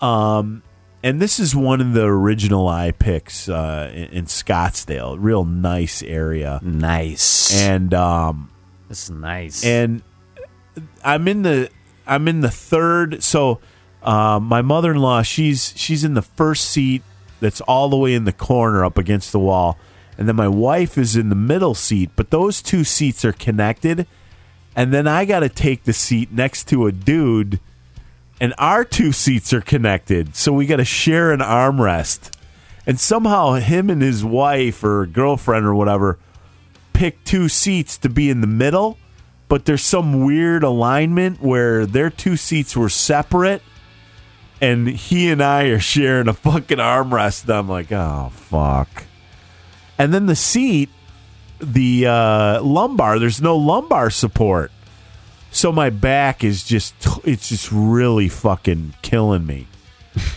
[SPEAKER 1] Um, and this is one of the original iPicks uh, in, in Scottsdale, real nice area,
[SPEAKER 2] Nice.
[SPEAKER 1] and um,
[SPEAKER 2] this is nice.
[SPEAKER 1] and I'm in the I'm in the third. So uh, my mother in law she's she's in the first seat that's all the way in the corner up against the wall, and then my wife is in the middle seat. But those two seats are connected, and then I got to take the seat next to a dude, and our two seats are connected, so we got to share an armrest. And somehow him and his wife or girlfriend or whatever picked two seats to be in the middle but there's some weird alignment where their two seats were separate, and he and I are sharing a fucking armrest. And I'm like, oh fuck. And then the seat, the uh, lumbar. There's no lumbar support, so my back is just it's just really fucking killing me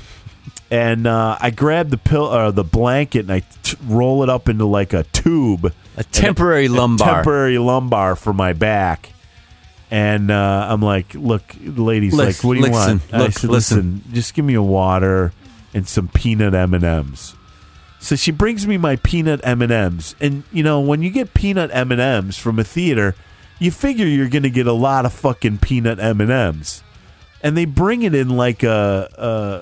[SPEAKER 1] and uh, I grab the pill or the blanket and I t- roll it up into like a tube,
[SPEAKER 4] A temporary
[SPEAKER 1] And a- a
[SPEAKER 4] lumbar.
[SPEAKER 1] temporary lumbar for my back. And uh, I'm like, look, the lady's
[SPEAKER 4] Lis-
[SPEAKER 1] like, what do you
[SPEAKER 4] listen,
[SPEAKER 1] want? And I
[SPEAKER 4] look,
[SPEAKER 1] said,
[SPEAKER 4] listen.
[SPEAKER 1] just give me a water and some peanut M and M's. So she brings me my peanut M and M's, and you know when you get peanut M and M's from a theater, you figure you're gonna get a lot of fucking peanut M and M's, and they bring it in like a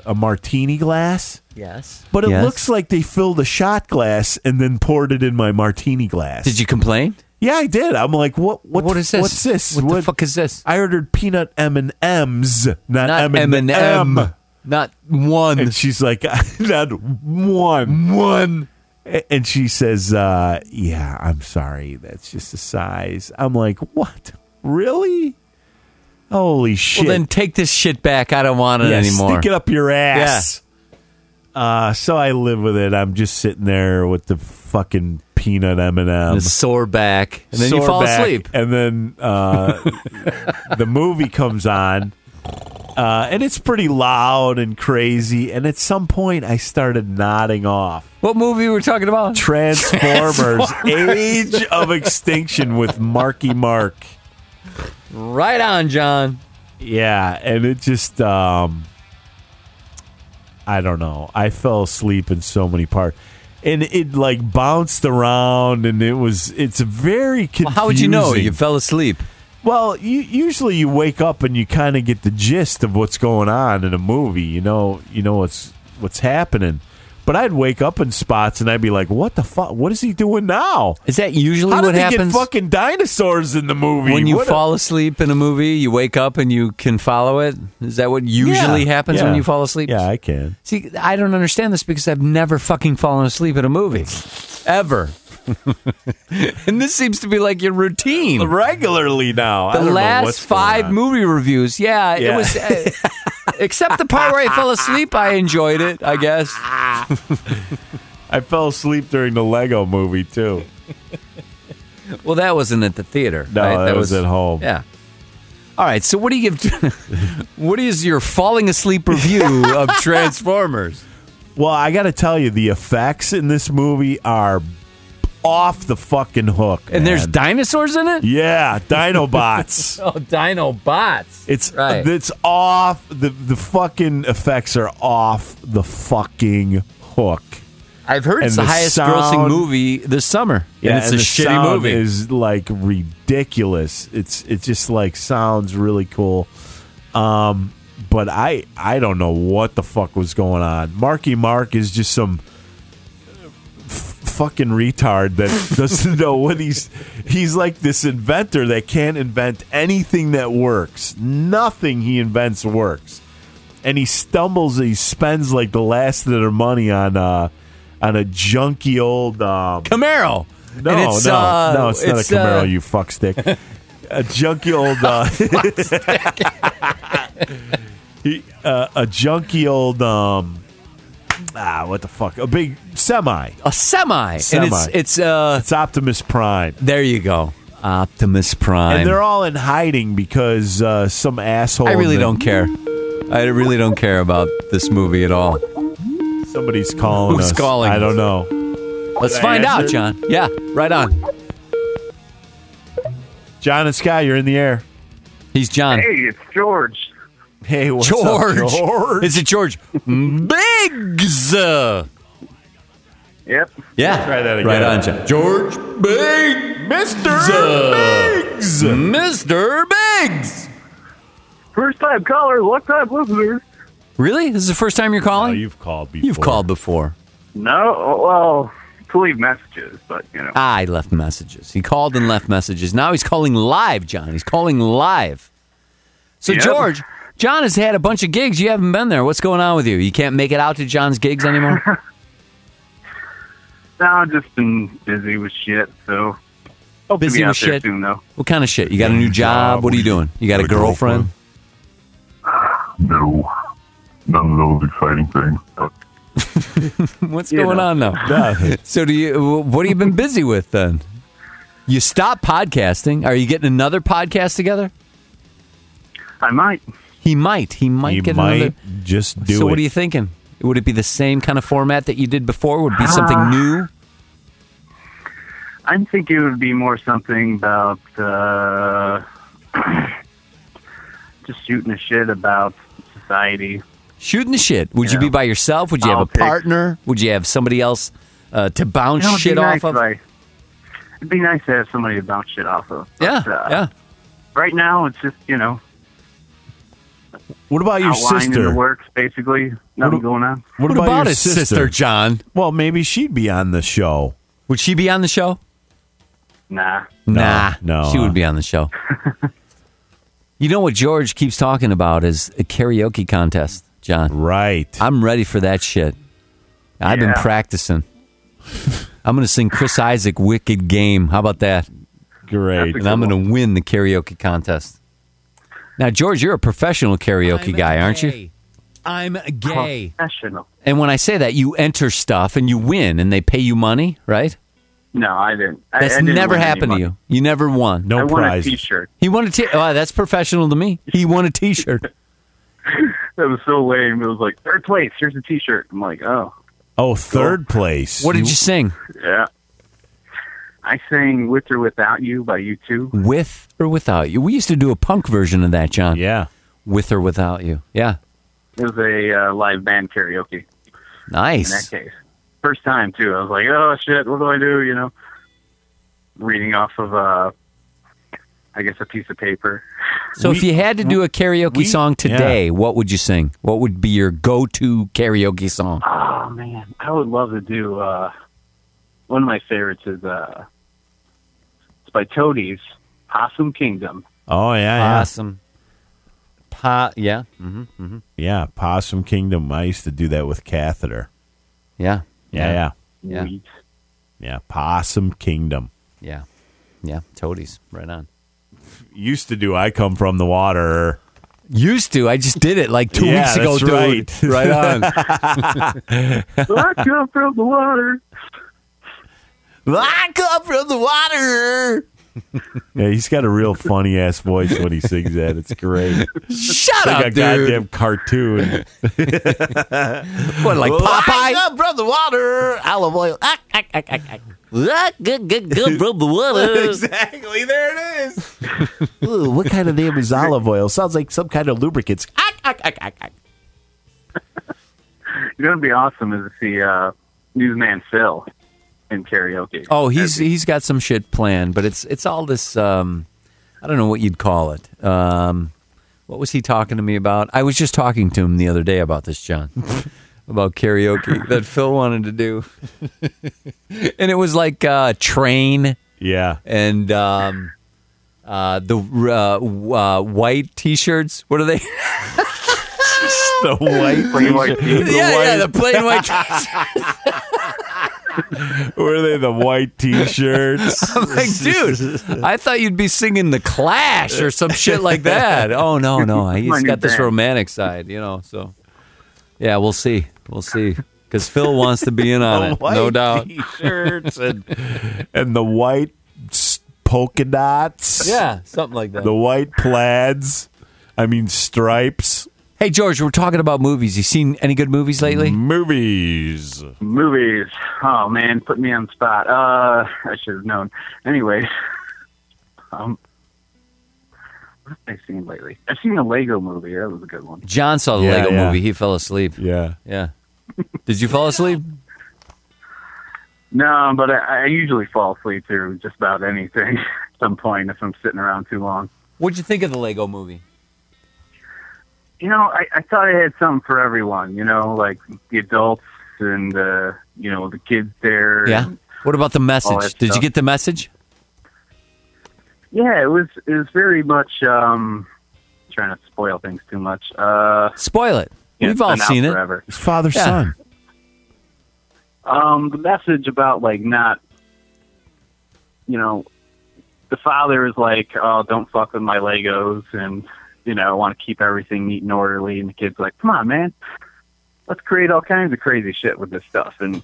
[SPEAKER 1] a, a martini glass.
[SPEAKER 4] Yes.
[SPEAKER 1] But it
[SPEAKER 4] Yes.
[SPEAKER 1] looks like they filled a shot glass and then poured it in my martini glass.
[SPEAKER 2] Did you complain?
[SPEAKER 1] Yeah, I did. I'm like, what? What,
[SPEAKER 2] What is this?
[SPEAKER 1] What's this?
[SPEAKER 2] What the fuck is this?
[SPEAKER 1] I ordered peanut M and M's, not,
[SPEAKER 2] Not
[SPEAKER 1] M and M.
[SPEAKER 2] M&M. Not one.
[SPEAKER 1] And she's like, not one, one. A- And she says, uh, "Yeah, I'm sorry. That's just the size." I'm like, "What? Really? Holy shit!"
[SPEAKER 2] well, then take this shit back. I don't want it
[SPEAKER 1] Yeah,
[SPEAKER 2] anymore.
[SPEAKER 1] Stick it up your ass. Uh, so I live with it. I'm just sitting there with the fucking peanut M and
[SPEAKER 2] The
[SPEAKER 1] M's.
[SPEAKER 2] sore back, and then you fall asleep.
[SPEAKER 1] and then uh, the movie comes on, uh, and it's pretty loud and crazy. And at some point, I started nodding off.
[SPEAKER 2] What movie were we talking about?
[SPEAKER 1] Transformers: Age of Extinction with Marky Mark.
[SPEAKER 2] Right on, John.
[SPEAKER 1] Yeah, and it just um I don't know. I fell asleep in so many parts. And it like bounced around and it was it's very confusing.
[SPEAKER 2] Well, how would you know you fell asleep?
[SPEAKER 1] Well, you, usually you wake up and you kind of get the gist of what's going on in a movie. You know, you know what's what's happening. But I'd wake up in spots and I'd be like, "What the fuck? What is he doing now?
[SPEAKER 2] Is that usually
[SPEAKER 1] How
[SPEAKER 2] what
[SPEAKER 1] did they
[SPEAKER 2] happens
[SPEAKER 1] get fucking dinosaurs in the movie?
[SPEAKER 2] when you
[SPEAKER 1] What a-
[SPEAKER 2] fall asleep in a movie? You wake up and you can follow it. Is that what usually
[SPEAKER 1] Yeah,
[SPEAKER 2] happens
[SPEAKER 1] yeah.
[SPEAKER 2] when you fall asleep?
[SPEAKER 1] Yeah, I can.
[SPEAKER 2] See, I don't understand this because I've never fucking fallen asleep at a movie, ever. and this seems to be like your routine.
[SPEAKER 1] regularly now. I
[SPEAKER 2] the
[SPEAKER 1] don't know
[SPEAKER 2] last
[SPEAKER 1] what's going
[SPEAKER 2] five
[SPEAKER 1] on.
[SPEAKER 2] movie reviews. Yeah,
[SPEAKER 1] Yeah.
[SPEAKER 2] it was. Uh, except the part where I fell asleep, I enjoyed it. I guess.
[SPEAKER 1] I fell asleep during the Lego movie too.
[SPEAKER 2] Well, that wasn't at the theater.
[SPEAKER 1] No,
[SPEAKER 2] right?
[SPEAKER 1] that was at home.
[SPEAKER 2] Yeah. All right. So, what do you give? what is your falling asleep review of Transformers?
[SPEAKER 1] Well, I got to tell you, the effects in this movie are off the fucking hook.
[SPEAKER 2] And there's
[SPEAKER 1] man.
[SPEAKER 2] dinosaurs in it.
[SPEAKER 1] yeah, Dinobots.
[SPEAKER 2] Oh, Dinobots.
[SPEAKER 1] It's
[SPEAKER 2] Right.
[SPEAKER 1] it's off the the fucking effects are off the fucking hook.
[SPEAKER 2] I've heard it's
[SPEAKER 1] and
[SPEAKER 2] the,
[SPEAKER 1] the
[SPEAKER 2] highest
[SPEAKER 1] sound-
[SPEAKER 2] grossing movie this summer. and it's
[SPEAKER 1] and
[SPEAKER 2] a
[SPEAKER 1] the
[SPEAKER 2] shitty
[SPEAKER 1] sound
[SPEAKER 2] movie.
[SPEAKER 1] Is like ridiculous. It's it just like sounds really cool. Um, but I I don't know what the fuck was going on. Marky Mark is just some f- fucking retard that doesn't know what he's he's like this inventor that can't invent anything that works. Nothing he invents works. And he stumbles he spends like the last of their money on uh on a junky old um,
[SPEAKER 2] Camaro.
[SPEAKER 1] no,
[SPEAKER 2] And it's,
[SPEAKER 1] no,
[SPEAKER 2] uh,
[SPEAKER 1] no, it's not
[SPEAKER 2] it's,
[SPEAKER 1] a Camaro,
[SPEAKER 2] uh,
[SPEAKER 1] you fuckstick. a junky old, uh, He- uh, a junky old, um, ah, what the fuck, a big semi.
[SPEAKER 2] A semi. And it's
[SPEAKER 1] Semi.
[SPEAKER 2] it's uh
[SPEAKER 1] It's Optimus Prime,
[SPEAKER 2] there you go. Optimus Prime.
[SPEAKER 1] and they're all in hiding because uh, some asshole.
[SPEAKER 2] I
[SPEAKER 1] in
[SPEAKER 2] really
[SPEAKER 1] the-
[SPEAKER 2] don't care. I really don't care about this movie at all.
[SPEAKER 1] Somebody's calling
[SPEAKER 2] Who's
[SPEAKER 1] us.
[SPEAKER 2] calling
[SPEAKER 1] I
[SPEAKER 2] us?
[SPEAKER 1] don't know.
[SPEAKER 2] Let's
[SPEAKER 1] I
[SPEAKER 2] find out,
[SPEAKER 1] answer?
[SPEAKER 2] John. Yeah, right on.
[SPEAKER 1] John and Sky, you're in the air.
[SPEAKER 2] He's John.
[SPEAKER 10] Hey, it's George.
[SPEAKER 1] Hey, what's
[SPEAKER 2] George.
[SPEAKER 1] up, George?
[SPEAKER 2] Is it George? Biggs.
[SPEAKER 10] Yep.
[SPEAKER 2] Yeah.
[SPEAKER 1] Try that again.
[SPEAKER 2] Right on, John. George Biggs.
[SPEAKER 1] Mr. Biggs.
[SPEAKER 2] Mr. Biggs.
[SPEAKER 10] First time caller, long time listener.
[SPEAKER 2] Really? This is the first time you're
[SPEAKER 1] Oh,
[SPEAKER 2] calling?
[SPEAKER 1] you've called before.
[SPEAKER 2] You've called before.
[SPEAKER 10] No, well, to leave messages, but you know.
[SPEAKER 2] I left messages. He called and left messages. Now he's calling live, John. He's calling live. So
[SPEAKER 10] Yep.
[SPEAKER 2] George, John has had a bunch of gigs. You haven't been there. What's going on with you? You can't make it out to John's gigs anymore.
[SPEAKER 10] No, I've just been busy with shit, so Hope to
[SPEAKER 2] busy
[SPEAKER 10] be out
[SPEAKER 2] with
[SPEAKER 10] there
[SPEAKER 2] shit.
[SPEAKER 10] soon, though.
[SPEAKER 2] What kind of shit? You got a new job? What are you doing? You got a girlfriend?
[SPEAKER 10] No, none of those exciting things.
[SPEAKER 2] What's going on now?
[SPEAKER 1] Nothing.
[SPEAKER 2] so do you? What have you been busy with then? You stopped podcasting. Are you getting another podcast together?
[SPEAKER 10] I might.
[SPEAKER 2] He might. He might
[SPEAKER 1] You
[SPEAKER 2] get
[SPEAKER 1] might
[SPEAKER 2] another.
[SPEAKER 1] just do
[SPEAKER 2] so
[SPEAKER 1] it.
[SPEAKER 2] what are you thinking? Would it be the same kind of format that you did before? Would it be something
[SPEAKER 10] Ah.
[SPEAKER 2] new?
[SPEAKER 10] I'm thinking it would be more something about uh, just shooting a shit about society.
[SPEAKER 2] Shooting the shit. Would you be by yourself? Would you have a
[SPEAKER 10] Politics.
[SPEAKER 2] partner? Would you have somebody else uh, to bounce
[SPEAKER 10] You know, it'd be
[SPEAKER 2] shit
[SPEAKER 10] nice
[SPEAKER 2] off of?
[SPEAKER 10] if I- it'd be nice to have somebody to bounce shit off of.
[SPEAKER 2] yeah,
[SPEAKER 10] But, uh,
[SPEAKER 2] yeah.
[SPEAKER 10] Right now, it's just you know
[SPEAKER 1] What about your
[SPEAKER 10] outline in
[SPEAKER 1] sister?
[SPEAKER 10] the works, basically. Nothing
[SPEAKER 1] What-
[SPEAKER 10] going on.
[SPEAKER 1] What,
[SPEAKER 2] What about
[SPEAKER 1] your
[SPEAKER 2] his sister? John?
[SPEAKER 1] Well, maybe she'd be on the show.
[SPEAKER 2] Would she be on the show?
[SPEAKER 10] Nah.
[SPEAKER 2] nah,
[SPEAKER 1] no,
[SPEAKER 2] she
[SPEAKER 1] huh?
[SPEAKER 2] would be on the show. you know what George keeps talking about is a karaoke contest, John.
[SPEAKER 1] Right.
[SPEAKER 2] I'm ready for that shit. I've been
[SPEAKER 10] Yeah.
[SPEAKER 2] practicing. I'm going to sing Chris Isaac "Wicked Game." How about that?
[SPEAKER 1] Great.
[SPEAKER 2] And I'm going to win the karaoke contest. Now, George, you're a professional karaoke guy, aren't you? I'm gay.
[SPEAKER 10] Professional.
[SPEAKER 2] And when I say that, you enter stuff and you win, and they pay you money, right?
[SPEAKER 10] No, I didn't. I-
[SPEAKER 2] That's
[SPEAKER 10] I didn't
[SPEAKER 2] never
[SPEAKER 10] win any
[SPEAKER 2] happened to
[SPEAKER 10] money.
[SPEAKER 2] you. You never won.
[SPEAKER 1] No
[SPEAKER 10] I won
[SPEAKER 1] prize.
[SPEAKER 10] a T-shirt.
[SPEAKER 2] He won a t. Oh, that's professional to me. He won a T-shirt.
[SPEAKER 10] That was so lame. It was like third place. Here's a T-shirt. I'm like, oh
[SPEAKER 1] Oh, third place.
[SPEAKER 2] What did you sing?
[SPEAKER 10] yeah. I sang "With or Without You" by U2.
[SPEAKER 2] With or without you? We used to do a punk version of that, John.
[SPEAKER 1] Yeah.
[SPEAKER 2] With or without you? Yeah.
[SPEAKER 10] It was a uh, live band karaoke. in that
[SPEAKER 2] Nice.
[SPEAKER 10] case. First time too. I was like, oh shit, what do I do? You know, reading off of uh, I guess a piece of paper.
[SPEAKER 2] So, if you had to do a karaoke
[SPEAKER 1] we-
[SPEAKER 2] song today, what would you sing? What would be your go-to karaoke song?
[SPEAKER 10] Oh man, I would love to do. Uh, one of my favorites is uh, it's by Toadies, Possum Kingdom.
[SPEAKER 1] Oh yeah, yeah,
[SPEAKER 2] Awesome. Pa, yeah,
[SPEAKER 1] yeah. Possum Kingdom. I used to do that with catheter.
[SPEAKER 2] yeah,
[SPEAKER 1] Yeah, yeah,
[SPEAKER 2] Yeah.
[SPEAKER 10] Sweet.
[SPEAKER 1] yeah. Possum Kingdom.
[SPEAKER 2] yeah, yeah. Toadies, right on.
[SPEAKER 1] Used to do. I come from the water.
[SPEAKER 2] Used to, I just did it like two
[SPEAKER 1] Yeah,
[SPEAKER 2] weeks ago,
[SPEAKER 1] that's
[SPEAKER 2] dude. Right, on.
[SPEAKER 10] I come from the water.
[SPEAKER 2] I come from the water.
[SPEAKER 1] Yeah, he's got a real funny ass voice when he sings that. It's great.
[SPEAKER 2] Shut
[SPEAKER 1] like a
[SPEAKER 2] up, dude.
[SPEAKER 1] goddamn cartoon.
[SPEAKER 2] What, like Popeye?
[SPEAKER 1] from the water. Olive oil.
[SPEAKER 2] Good, good, good from the water.
[SPEAKER 1] Exactly. There it is. Ooh, what kind of name is olive oil? Sounds like some kind of lubricants.
[SPEAKER 10] It's gonna be awesome to see uh, Newsman Phil in karaoke.
[SPEAKER 2] Oh, he's he's got some shit planned, but it's it's all this. Um, I don't know what you'd call it. Um, what was he talking to me about? I was just talking to him the other day about this, John, about karaoke that Phil wanted to do, and it was like uh, train
[SPEAKER 1] Yeah.
[SPEAKER 2] and um, uh, the uh, w- uh, white T-shirts. What are they?
[SPEAKER 1] The white.
[SPEAKER 10] Pretty much,
[SPEAKER 2] yeah, yeah, the plain white. T-shirts.
[SPEAKER 1] Were they the white T-shirts?
[SPEAKER 2] I'm like, dude, I thought you'd be singing The Clash or some shit like that. Oh no, no, he's
[SPEAKER 10] new
[SPEAKER 2] got this
[SPEAKER 10] band.
[SPEAKER 2] romantic side, you know. So, yeah, we'll see, we'll see, because Phil wants to be in on it, no
[SPEAKER 1] white
[SPEAKER 2] doubt.
[SPEAKER 1] T-shirts and and the white s- polka dots.
[SPEAKER 2] Yeah, something like that.
[SPEAKER 1] The white plaids. I mean stripes.
[SPEAKER 2] Hey, George, we're talking about movies. You seen any good movies lately?
[SPEAKER 1] Movies.
[SPEAKER 10] Movies. Oh man, put me on the spot. Uh, I should have known. Anyway, um, what have I seen lately? I've seen a Lego movie. That was a good one.
[SPEAKER 2] John saw the
[SPEAKER 1] Yeah,
[SPEAKER 2] Lego
[SPEAKER 1] yeah.
[SPEAKER 2] movie. He fell asleep.
[SPEAKER 1] Yeah.
[SPEAKER 2] Yeah. Did you fall asleep?
[SPEAKER 10] No, but I, I usually fall asleep through just about anything at some point if I'm sitting around too long.
[SPEAKER 2] What'd you think of the Lego movie?
[SPEAKER 10] You know, I, I thought I had something for everyone. You know, like the adults and uh, you know the kids there.
[SPEAKER 2] Yeah. What about the message?
[SPEAKER 10] that
[SPEAKER 2] Did you
[SPEAKER 10] stuff.
[SPEAKER 2] get the message?
[SPEAKER 10] Yeah, it was it was very much um trying to spoil things too much. Uh
[SPEAKER 2] Spoil it.
[SPEAKER 10] yeah,
[SPEAKER 2] We've
[SPEAKER 10] it's
[SPEAKER 2] all
[SPEAKER 10] been out
[SPEAKER 2] seen it.
[SPEAKER 10] forever.
[SPEAKER 1] It's father
[SPEAKER 2] Yeah.
[SPEAKER 1] son.
[SPEAKER 10] Um the message about like not you know the father is like, "Oh, don't fuck with my Legos," and you know, want to keep everything neat and orderly. And the kid's like, "Come on, man, let's create all kinds of crazy shit with this stuff, and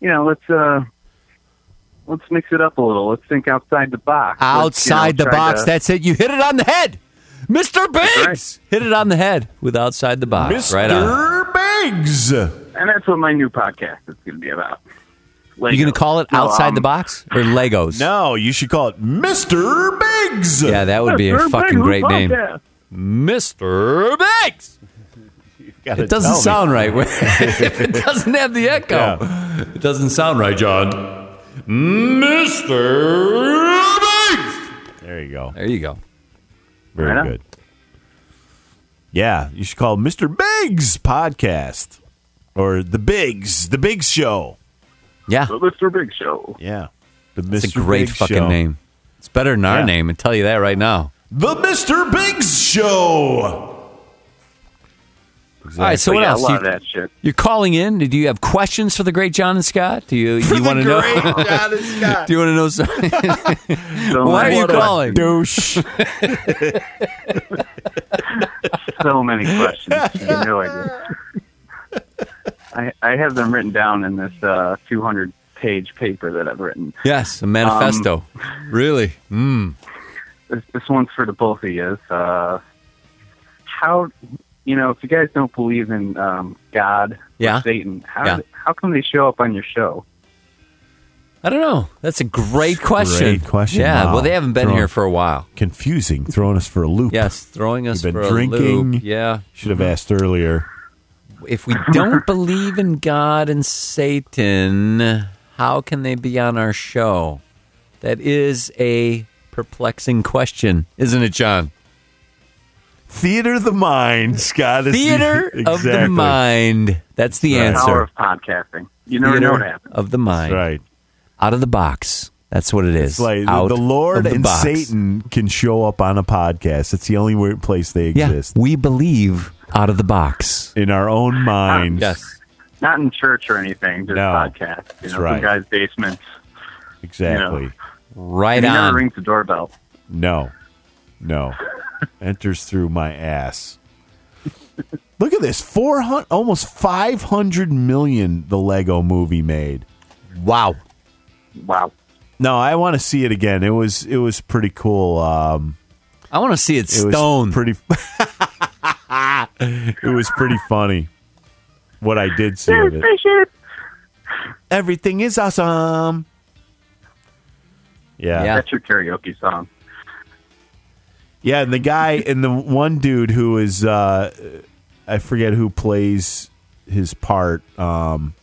[SPEAKER 10] you know, let's uh, let's mix it up a little. Let's think outside the box. Let's, you know,
[SPEAKER 2] Outside the
[SPEAKER 10] try
[SPEAKER 2] box.
[SPEAKER 10] to-
[SPEAKER 2] That's it. You hit it on the head. Mr. Biggs! Hit it on the head with outside the box. Right on.
[SPEAKER 1] Biggs.
[SPEAKER 10] and that's what my new podcast is going to be about.
[SPEAKER 2] You going to call it
[SPEAKER 10] No,
[SPEAKER 2] outside
[SPEAKER 10] um,
[SPEAKER 2] the box or Legos?
[SPEAKER 1] No, you should call it Mr. Biggs.
[SPEAKER 2] Yeah, that would be a
[SPEAKER 10] Mr.
[SPEAKER 2] fucking
[SPEAKER 10] Biggs
[SPEAKER 2] great name.
[SPEAKER 10] Podcast.
[SPEAKER 2] Mr. Biggs.
[SPEAKER 1] Gotta
[SPEAKER 2] It doesn't
[SPEAKER 1] tell me.
[SPEAKER 2] sound right. if it doesn't have the echo, it doesn't sound right, John. Mr. Biggs.
[SPEAKER 1] There you go.
[SPEAKER 2] There you go.
[SPEAKER 1] Very
[SPEAKER 10] Right on.
[SPEAKER 1] good. Yeah, you should call it Mr. Biggs podcast or the Biggs, the Biggs Show.
[SPEAKER 2] Yeah,
[SPEAKER 10] The Mr. Big Show.
[SPEAKER 1] Yeah, the Mr.
[SPEAKER 2] it's a great
[SPEAKER 1] Biggs
[SPEAKER 2] fucking
[SPEAKER 1] Show.
[SPEAKER 2] name. It's better than our
[SPEAKER 1] Yeah.
[SPEAKER 2] name. I tell you that right now.
[SPEAKER 1] The Mr. Biggs Show.
[SPEAKER 2] All right. So
[SPEAKER 10] But
[SPEAKER 2] what
[SPEAKER 10] yeah,
[SPEAKER 2] else?
[SPEAKER 10] I
[SPEAKER 2] You,
[SPEAKER 10] love that shit.
[SPEAKER 2] You're calling in. Do you have questions for the great John and Scott? Do you you want to know? Do you want to know something?
[SPEAKER 10] So
[SPEAKER 2] Why are
[SPEAKER 10] many
[SPEAKER 2] you
[SPEAKER 10] questions.
[SPEAKER 2] calling?
[SPEAKER 1] Douche.
[SPEAKER 10] so many questions. You have no idea. I, I have them written down in this uh, 200 page paper that I've written.
[SPEAKER 2] Yes, a manifesto.
[SPEAKER 1] Um,
[SPEAKER 2] really? Mm.
[SPEAKER 10] This, this one's for the both of you. Uh, how, you know, if you guys don't believe in um, God
[SPEAKER 2] Yeah.
[SPEAKER 10] or Satan, how,
[SPEAKER 2] Yeah.
[SPEAKER 10] how come they show up on your show?
[SPEAKER 2] I don't know. That's a great question.
[SPEAKER 1] Great question.
[SPEAKER 2] Yeah.
[SPEAKER 1] Wow.
[SPEAKER 2] Well, they haven't been
[SPEAKER 1] Throw-
[SPEAKER 2] here for a while.
[SPEAKER 1] Confusing, throwing us for a loop.
[SPEAKER 2] Yes, throwing us
[SPEAKER 1] You've been
[SPEAKER 2] for a
[SPEAKER 1] drinking.
[SPEAKER 2] loop. Yeah.
[SPEAKER 1] Should have asked earlier.
[SPEAKER 2] If we don't believe in God and Satan, how can they be on our show? That is a perplexing question, isn't it, John?
[SPEAKER 1] Theater of the mind, Scott. is the-
[SPEAKER 2] Theater of the
[SPEAKER 1] Exactly.
[SPEAKER 2] mind. That's the
[SPEAKER 1] Right.
[SPEAKER 2] answer.
[SPEAKER 10] Power of podcasting. You never know
[SPEAKER 2] Theater
[SPEAKER 10] what happens.
[SPEAKER 2] of the mind.
[SPEAKER 1] Right.
[SPEAKER 2] Out of the box. That's what it is.
[SPEAKER 1] It's like
[SPEAKER 2] Out
[SPEAKER 1] the Lord
[SPEAKER 2] of the
[SPEAKER 1] and
[SPEAKER 2] box.
[SPEAKER 1] Satan can show up on a podcast. It's the only way- place they
[SPEAKER 2] Yeah,
[SPEAKER 1] exist.
[SPEAKER 2] we believe out of the box.
[SPEAKER 1] In our own
[SPEAKER 10] Ah,
[SPEAKER 1] minds.
[SPEAKER 2] Yes.
[SPEAKER 10] Not in church or anything, just
[SPEAKER 1] No.
[SPEAKER 10] podcast. You know,
[SPEAKER 1] right.
[SPEAKER 10] some guy's basement.
[SPEAKER 1] Exactly.
[SPEAKER 10] Yeah.
[SPEAKER 2] Right
[SPEAKER 10] And he never
[SPEAKER 2] on.
[SPEAKER 10] rings the doorbell.
[SPEAKER 1] No. No. Enters through my ass. Look at this. 400 almost 500 million the Lego movie made.
[SPEAKER 2] Wow.
[SPEAKER 10] Wow.
[SPEAKER 1] No, I want to see it again. It was it was pretty cool. Um
[SPEAKER 2] I want to see it,
[SPEAKER 1] it was
[SPEAKER 2] stoned.
[SPEAKER 1] pretty It was pretty funny what I did see of it. Everything is awesome. Yeah.
[SPEAKER 2] Yeah.
[SPEAKER 1] yeah.
[SPEAKER 10] That's your karaoke song.
[SPEAKER 1] and the guy and the one dude who is uh I forget who plays his part, um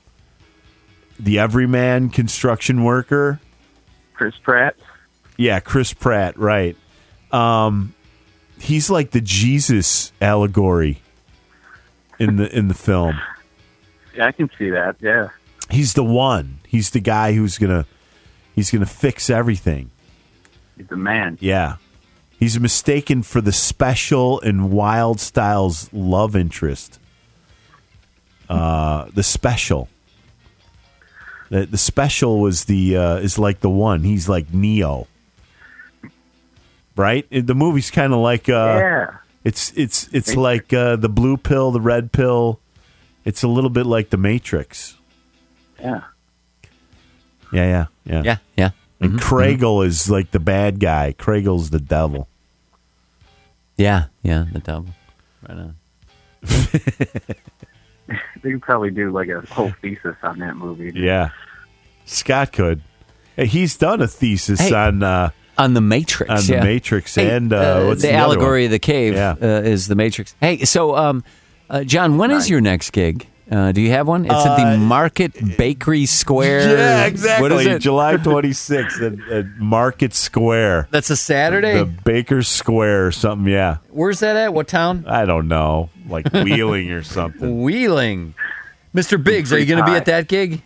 [SPEAKER 1] the everyman construction worker.
[SPEAKER 10] Chris Pratt.
[SPEAKER 1] Yeah, Chris Pratt, right. Um he's like the Jesus allegory in the in the film.
[SPEAKER 10] Yeah, I can see that. Yeah.
[SPEAKER 1] He's the one. He's the guy who's going to he's going to fix everything.
[SPEAKER 10] He's a man.
[SPEAKER 1] Yeah. He's mistaken for the special and wild styles love interest. Uh, the special. The, the special was the uh, is like the one. He's like Neo. Right? It- the movie's kind of like uh,
[SPEAKER 10] yeah.
[SPEAKER 1] it's it's it's like uh, the blue pill, the red pill. It's a little bit like the Matrix.
[SPEAKER 10] Yeah.
[SPEAKER 1] Yeah, yeah, yeah.
[SPEAKER 2] yeah, yeah.
[SPEAKER 1] And Craigle is like the bad guy. Craigle's the devil.
[SPEAKER 2] Yeah, yeah, the double. Right on.
[SPEAKER 10] They could probably do like a whole thesis on that movie.
[SPEAKER 1] Yeah, Scott could. Hey, He's done a thesis
[SPEAKER 2] Hey.
[SPEAKER 1] on uh,
[SPEAKER 2] On the Matrix.
[SPEAKER 1] on
[SPEAKER 2] yeah.
[SPEAKER 1] the Matrix
[SPEAKER 2] Hey,
[SPEAKER 1] and uh, what's
[SPEAKER 2] the,
[SPEAKER 1] the, other one?
[SPEAKER 2] allegory of the cave
[SPEAKER 1] Yeah.
[SPEAKER 2] uh, is the Matrix. Hey, so um, uh, John, when is your next gig? Uh, do you have one? It's at the
[SPEAKER 1] Uh,
[SPEAKER 2] Market Bakery Square.
[SPEAKER 1] Yeah, exactly.
[SPEAKER 2] What is it?
[SPEAKER 1] July twenty sixth at, at Market Square,
[SPEAKER 2] That's a Saturday.
[SPEAKER 1] the Baker Square or something. Yeah,
[SPEAKER 2] Where's that at? What town?
[SPEAKER 1] I don't know, like Wheeling or something.
[SPEAKER 2] Wheeling. Mr. Biggs, are you going to be at that gig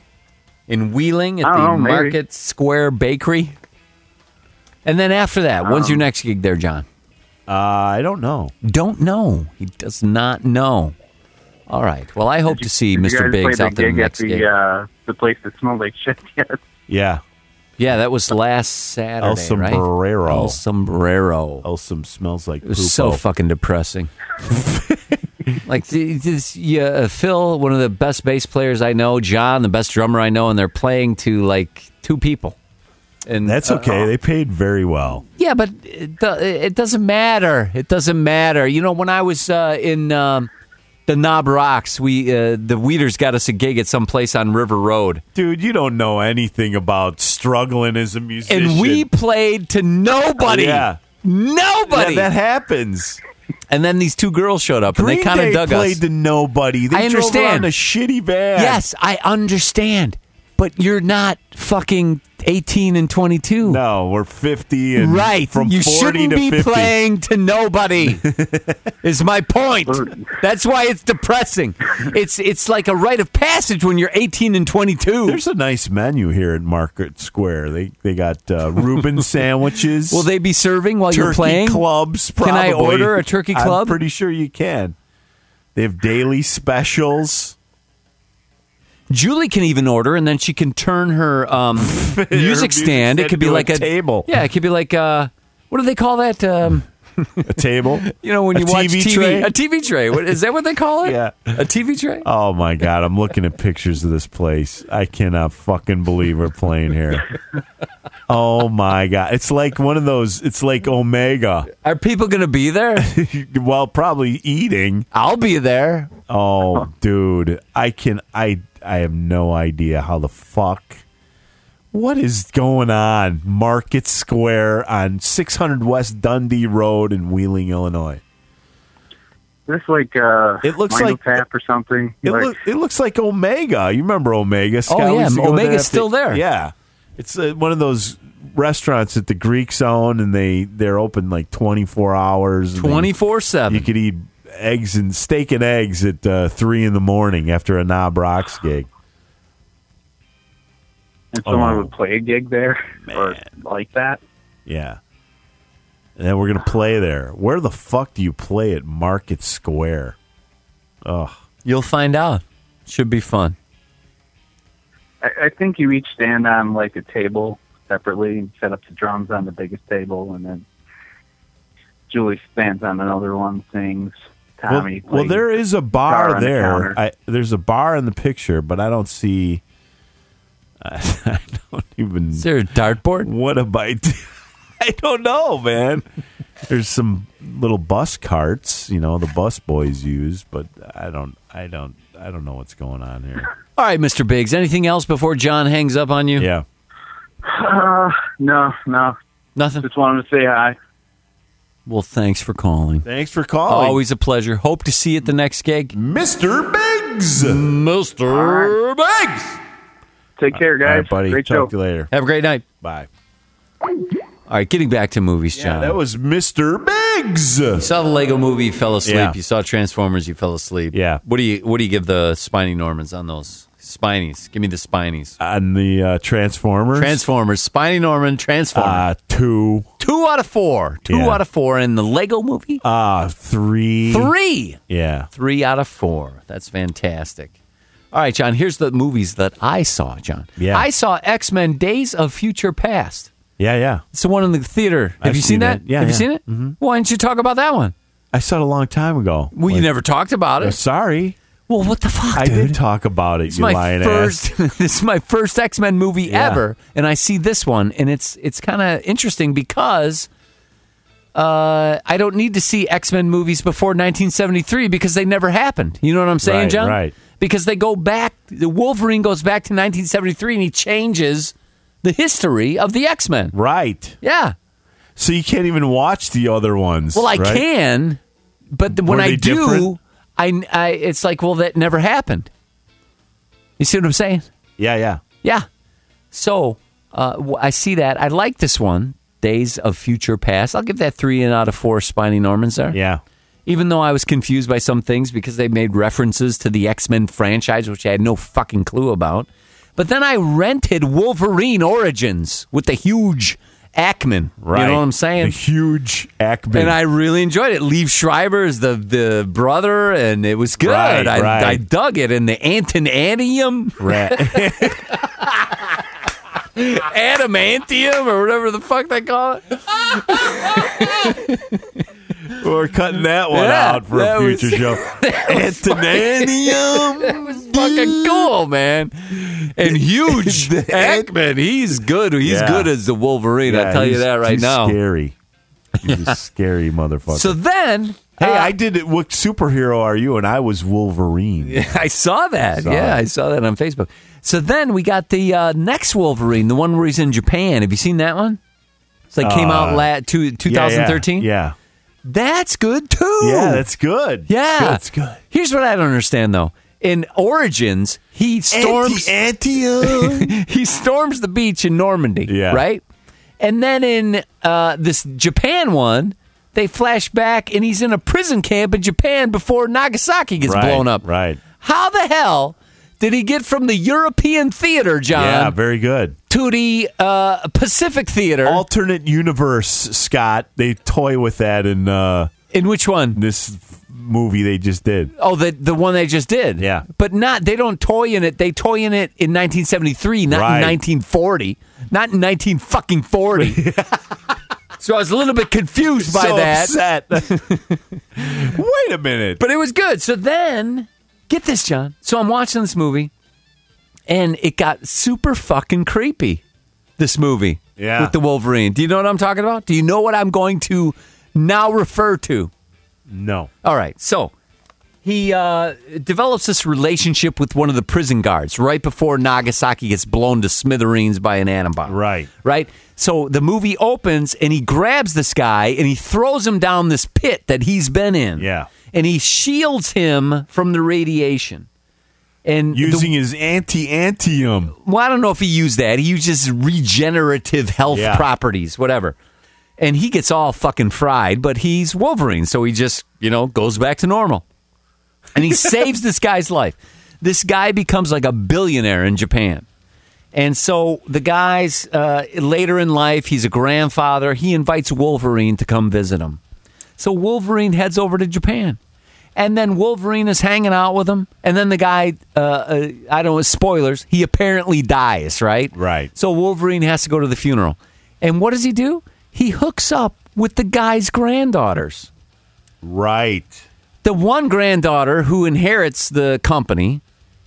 [SPEAKER 2] in Wheeling at
[SPEAKER 10] I
[SPEAKER 2] the
[SPEAKER 10] don't know, maybe.
[SPEAKER 2] Market Square Bakery? And then after that, when's your next gig there, John?
[SPEAKER 1] Uh, I don't know.
[SPEAKER 2] Don't know. He does not know. All right. Well, I hope to see
[SPEAKER 10] Did you
[SPEAKER 2] Mr.
[SPEAKER 10] guys play
[SPEAKER 2] Biggs
[SPEAKER 10] the uh,
[SPEAKER 2] out there
[SPEAKER 10] gig at
[SPEAKER 2] next
[SPEAKER 10] the
[SPEAKER 2] gig.
[SPEAKER 10] uh, the place that smelled like shit yet?
[SPEAKER 1] Yeah,
[SPEAKER 2] Yeah, that was last Saturday.
[SPEAKER 1] El Sombrero.
[SPEAKER 2] Right? El Sombrero.
[SPEAKER 1] El Som smells like
[SPEAKER 2] It was so
[SPEAKER 1] poopo.
[SPEAKER 2] fucking depressing. like th- this, yeah, uh, Phil, one of the best bass players I know, John, the best drummer I know, and they're playing to like two people. And
[SPEAKER 1] That's
[SPEAKER 2] uh,
[SPEAKER 1] okay. they paid very well.
[SPEAKER 2] yeah, but it, do- it doesn't matter. It doesn't matter. You know, when I was uh, in um, the Knob Rocks, we uh, the Weeders got us a gig at some place on River Road,
[SPEAKER 1] Dude, you don't know anything about struggling as a musician.
[SPEAKER 2] and we played to nobody.
[SPEAKER 1] Yeah.
[SPEAKER 2] Nobody.
[SPEAKER 1] Yeah, that happens.
[SPEAKER 2] and then these two girls showed up,
[SPEAKER 1] Green
[SPEAKER 2] and they kind
[SPEAKER 1] Day
[SPEAKER 2] of dug
[SPEAKER 1] played
[SPEAKER 2] us.
[SPEAKER 1] to nobody. They
[SPEAKER 2] I
[SPEAKER 1] drove
[SPEAKER 2] understand.
[SPEAKER 1] around a shitty band.
[SPEAKER 2] Yes, I understand, but you're not fucking 18 and 22.
[SPEAKER 1] No, we're fifty and
[SPEAKER 2] Right,
[SPEAKER 1] from
[SPEAKER 2] you
[SPEAKER 1] 40
[SPEAKER 2] shouldn't
[SPEAKER 1] to
[SPEAKER 2] be
[SPEAKER 1] 50.
[SPEAKER 2] playing to nobody. is my point. That's why it's depressing. It's it's like a rite of passage when you're 18 and 22.
[SPEAKER 1] There's a nice menu here at Market Square. They they got uh, Reuben sandwiches.
[SPEAKER 2] Will they be serving while
[SPEAKER 1] turkey
[SPEAKER 2] you're playing?
[SPEAKER 1] clubs.
[SPEAKER 2] Can I
[SPEAKER 1] probably.
[SPEAKER 2] order a turkey
[SPEAKER 1] I'm
[SPEAKER 2] club?
[SPEAKER 1] pretty sure you can. They have daily specials.
[SPEAKER 2] Julie can even order, and then she can turn her um, music,
[SPEAKER 1] music
[SPEAKER 2] stand. It
[SPEAKER 1] stand
[SPEAKER 2] could be
[SPEAKER 1] to a
[SPEAKER 2] like a
[SPEAKER 1] table.
[SPEAKER 2] Yeah, it could be like uh, what do they call that? Um,
[SPEAKER 1] A table.
[SPEAKER 2] you know, when
[SPEAKER 1] A
[SPEAKER 2] you watch
[SPEAKER 1] TV
[SPEAKER 2] TV,
[SPEAKER 1] tray?
[SPEAKER 2] a TV tray. What, is that what they call it?
[SPEAKER 1] Yeah.
[SPEAKER 2] a TV tray.
[SPEAKER 1] Oh my god, I'm looking at pictures of this place. I cannot fucking believe we're playing here. Oh my god. It's like one of those it's like Omega.
[SPEAKER 2] Are people going to be there?
[SPEAKER 1] While probably eating.
[SPEAKER 2] I'll be there.
[SPEAKER 1] Oh dude. I can I I have no idea how the fuck what is going on? Market Square on 600 West Dundee Road in Wheeling, Illinois.
[SPEAKER 10] This like uh,
[SPEAKER 1] It looks
[SPEAKER 10] Vinyl
[SPEAKER 1] like-
[SPEAKER 10] tap or something.
[SPEAKER 1] It,
[SPEAKER 10] Like,
[SPEAKER 1] look, it looks like Omega. You remember Omega? Scott?
[SPEAKER 2] Oh, yeah,
[SPEAKER 1] We used to go
[SPEAKER 2] Omega's
[SPEAKER 1] after-
[SPEAKER 2] still there.
[SPEAKER 1] Yeah, it's uh, one of those restaurants that the Greeks own, and they they're open like twenty four hours. and they-
[SPEAKER 2] 24
[SPEAKER 1] You
[SPEAKER 2] 7.
[SPEAKER 1] could eat eggs and steak and eggs at uh, three in the morning after a Knob Rocks gig.
[SPEAKER 10] and someone
[SPEAKER 1] Oh.
[SPEAKER 10] would play a gig there or like that.
[SPEAKER 1] Yeah, and then we're gonna play there. Where the fuck do you play at Market Square?
[SPEAKER 2] You'll find out. Should be fun.
[SPEAKER 10] I, I think you each stand on like a table separately and set up the drums on the biggest table, and then Julie stands on another one, sings. Tommy.
[SPEAKER 1] well, well,
[SPEAKER 10] plays.
[SPEAKER 1] there is a
[SPEAKER 10] bar
[SPEAKER 1] bar
[SPEAKER 10] on the
[SPEAKER 1] there.
[SPEAKER 10] counter.
[SPEAKER 1] I, there's a bar in the picture, but I don't see. I, don't even.
[SPEAKER 2] Is there a dartboard?
[SPEAKER 1] What a bite! I don't know, man. There's some little bus carts, you know, the bus boys use, but I don't, I don't, I don't know what's going on here.
[SPEAKER 2] All right, Mr. Biggs. Anything else before John hangs up on you?
[SPEAKER 1] Yeah,
[SPEAKER 10] No, no.
[SPEAKER 2] Nothing?
[SPEAKER 10] Just wanted to say hi.
[SPEAKER 2] Well, thanks for calling.
[SPEAKER 1] thanks for calling,
[SPEAKER 2] Always a pleasure. Hope to see you at the next gig.
[SPEAKER 1] Mm-hmm. Mister Biggs.
[SPEAKER 2] Mr. Biggs.
[SPEAKER 10] Take care,
[SPEAKER 1] All
[SPEAKER 10] guys.
[SPEAKER 1] right, buddy.
[SPEAKER 10] Great
[SPEAKER 1] Talk
[SPEAKER 10] show.
[SPEAKER 1] to you later.
[SPEAKER 2] Have a great night.
[SPEAKER 1] Bye.
[SPEAKER 2] All right, getting back to movies, John.
[SPEAKER 1] That was Mister
[SPEAKER 2] You
[SPEAKER 1] Biggs.
[SPEAKER 2] saw the Lego movie, you fell asleep.
[SPEAKER 1] Yeah.
[SPEAKER 2] You saw Transformers, you fell asleep.
[SPEAKER 1] Yeah.
[SPEAKER 2] What do you what do you give the Spiny Normans on those? Spinies. Give me the Spinies.
[SPEAKER 1] On the uh, Transformers.
[SPEAKER 2] Transformers, Spiny Norman, Transformers.
[SPEAKER 1] Uh, two.
[SPEAKER 2] two out of four. Two
[SPEAKER 1] yeah.
[SPEAKER 2] out of four in the Lego movie.
[SPEAKER 1] Uh, three.
[SPEAKER 2] Three.
[SPEAKER 1] Yeah.
[SPEAKER 2] Three out of four. That's fantastic. All right, John, here's the movies that I saw, John.
[SPEAKER 1] Yeah.
[SPEAKER 2] I saw X Men Days of Future Past.
[SPEAKER 1] Yeah, yeah.
[SPEAKER 2] It's the one in the theater. Have
[SPEAKER 1] I've
[SPEAKER 2] you
[SPEAKER 1] seen
[SPEAKER 2] seen that?
[SPEAKER 1] that. Yeah,
[SPEAKER 2] Have you
[SPEAKER 1] yeah.
[SPEAKER 2] seen it? Mm-hmm. Why didn't you talk about that one?
[SPEAKER 1] I saw it a long time ago.
[SPEAKER 2] Well, you
[SPEAKER 1] Like,
[SPEAKER 2] never talked about
[SPEAKER 1] uh,
[SPEAKER 2] it.
[SPEAKER 1] Sorry.
[SPEAKER 2] Well, what the fuck,
[SPEAKER 1] I
[SPEAKER 2] dude?
[SPEAKER 1] did talk about it,
[SPEAKER 2] It's
[SPEAKER 1] you
[SPEAKER 2] my
[SPEAKER 1] lying ass.
[SPEAKER 2] first. this is my first X Men movie
[SPEAKER 1] Yeah.
[SPEAKER 2] ever, and I see this one, and it's it's kind of interesting because uh, I don't need to see X Men movies before 1973 because they never happened. You know what I'm saying,
[SPEAKER 1] Right,
[SPEAKER 2] John?
[SPEAKER 1] right.
[SPEAKER 2] Because they go back. The Wolverine goes back to 1973, and he changes the history of the X Men.
[SPEAKER 1] Right.
[SPEAKER 2] Yeah.
[SPEAKER 1] So you can't even watch the other ones.
[SPEAKER 2] Well, I
[SPEAKER 1] right?
[SPEAKER 2] can, but the, when
[SPEAKER 1] Were
[SPEAKER 2] I
[SPEAKER 1] they
[SPEAKER 2] do,
[SPEAKER 1] different?
[SPEAKER 2] I, I it's like, well, that never happened. You see what I'm saying?
[SPEAKER 1] Yeah, yeah.
[SPEAKER 2] Yeah. So uh, w- I see that. I like this one, Days of Future Past. I'll give that three and out of four Spiny Normans there.
[SPEAKER 1] Yeah.
[SPEAKER 2] Even though I was confused by some things because they made references to the X Men franchise, which I had no fucking clue about. But then I rented Wolverine Origins with the huge Ackman.
[SPEAKER 1] Right.
[SPEAKER 2] You know what I'm saying?
[SPEAKER 1] The huge Ackman.
[SPEAKER 2] and I really enjoyed it. Leave Schreiber is the, the brother, and it was good.
[SPEAKER 1] Right,
[SPEAKER 2] I,
[SPEAKER 1] right.
[SPEAKER 2] I dug it. And the Anton Anium.
[SPEAKER 1] Rat.
[SPEAKER 2] Adamantium or whatever the fuck they call it.
[SPEAKER 1] We're cutting that one
[SPEAKER 2] Yeah,
[SPEAKER 1] out for
[SPEAKER 2] that
[SPEAKER 1] a
[SPEAKER 2] was-
[SPEAKER 1] future show. Antonanium.
[SPEAKER 2] That was fucking cool, man. And huge Hackman. He's good. He's
[SPEAKER 1] Yeah.
[SPEAKER 2] good as the Wolverine.
[SPEAKER 1] Yeah,
[SPEAKER 2] I'll tell you
[SPEAKER 1] he's-
[SPEAKER 2] that right
[SPEAKER 1] he's
[SPEAKER 2] now.
[SPEAKER 1] Scary. He's a scary motherfucker.
[SPEAKER 2] So then,
[SPEAKER 1] hey,
[SPEAKER 2] uh,
[SPEAKER 1] I did it. What superhero are you? And I was Wolverine.
[SPEAKER 2] I saw that.
[SPEAKER 1] Saw
[SPEAKER 2] yeah,
[SPEAKER 1] it.
[SPEAKER 2] I saw that on Facebook. So then we got the uh, next Wolverine, the one where he's in Japan. Have you seen that one? It's like came out
[SPEAKER 1] Uh,
[SPEAKER 2] la- two,
[SPEAKER 1] Yeah, yeah,
[SPEAKER 2] 2013.
[SPEAKER 1] Yeah.
[SPEAKER 2] That's good too.
[SPEAKER 1] Yeah, that's good.
[SPEAKER 2] Yeah.
[SPEAKER 1] That's good.
[SPEAKER 2] Here's what I don't understand though. In Origins, he storms he storms the beach in Normandy,
[SPEAKER 1] Yeah.
[SPEAKER 2] right? And then in uh, this Japan one, they flash back and he's in a prison camp in Japan before Nagasaki gets
[SPEAKER 1] Right,
[SPEAKER 2] blown up.
[SPEAKER 1] Right.
[SPEAKER 2] How the hell did he get from the European theater, John,
[SPEAKER 1] yeah, very good.
[SPEAKER 2] to the uh, Pacific theater?
[SPEAKER 1] Alternate universe, Scott. They toy with that in uh,
[SPEAKER 2] in which one?
[SPEAKER 1] this movie they just did.
[SPEAKER 2] Oh, the the one they just did.
[SPEAKER 1] Yeah.
[SPEAKER 2] but not they don't toy in it. They toy in it in 1973, not
[SPEAKER 1] Right.
[SPEAKER 2] in 1940, not in 19 fucking 40. so I was a little bit confused by
[SPEAKER 1] so
[SPEAKER 2] that,
[SPEAKER 1] upset. Wait a minute.
[SPEAKER 2] but it was good. So then, get this, John. So I'm watching this movie, and it got super fucking creepy. This movie,
[SPEAKER 1] Yeah.
[SPEAKER 2] with the Wolverine. Do you know what I'm talking about? Do you know what I'm going to now refer to?
[SPEAKER 1] no.
[SPEAKER 2] All right. So he uh, develops this relationship with one of the prison guards right before Nagasaki gets blown to smithereens by an antibomb.
[SPEAKER 1] Right.
[SPEAKER 2] Right. So the movie opens and he grabs this guy and he throws him down this pit that he's been in.
[SPEAKER 1] Yeah.
[SPEAKER 2] And he shields him from the radiation. And the-
[SPEAKER 1] Using his anti-antium.
[SPEAKER 2] well, I don't know if he used that. He used just regenerative health
[SPEAKER 1] Yeah.
[SPEAKER 2] properties, whatever. And he gets all fucking fried, but he's Wolverine, so he just, you know, goes back to normal. And he saves this guy's life. This guy becomes like a billionaire in Japan. And so the guy's uh, later in life, he's a grandfather. He invites Wolverine to come visit him. So Wolverine heads over to Japan. And then Wolverine is hanging out with him. And then the guy, uh, uh, I don't know, spoilers, he apparently dies, right?
[SPEAKER 1] Right.
[SPEAKER 2] So Wolverine has to go to the funeral. And what does he do? He hooks up with the guy's granddaughters.
[SPEAKER 1] Right.
[SPEAKER 2] The one granddaughter who inherits the company,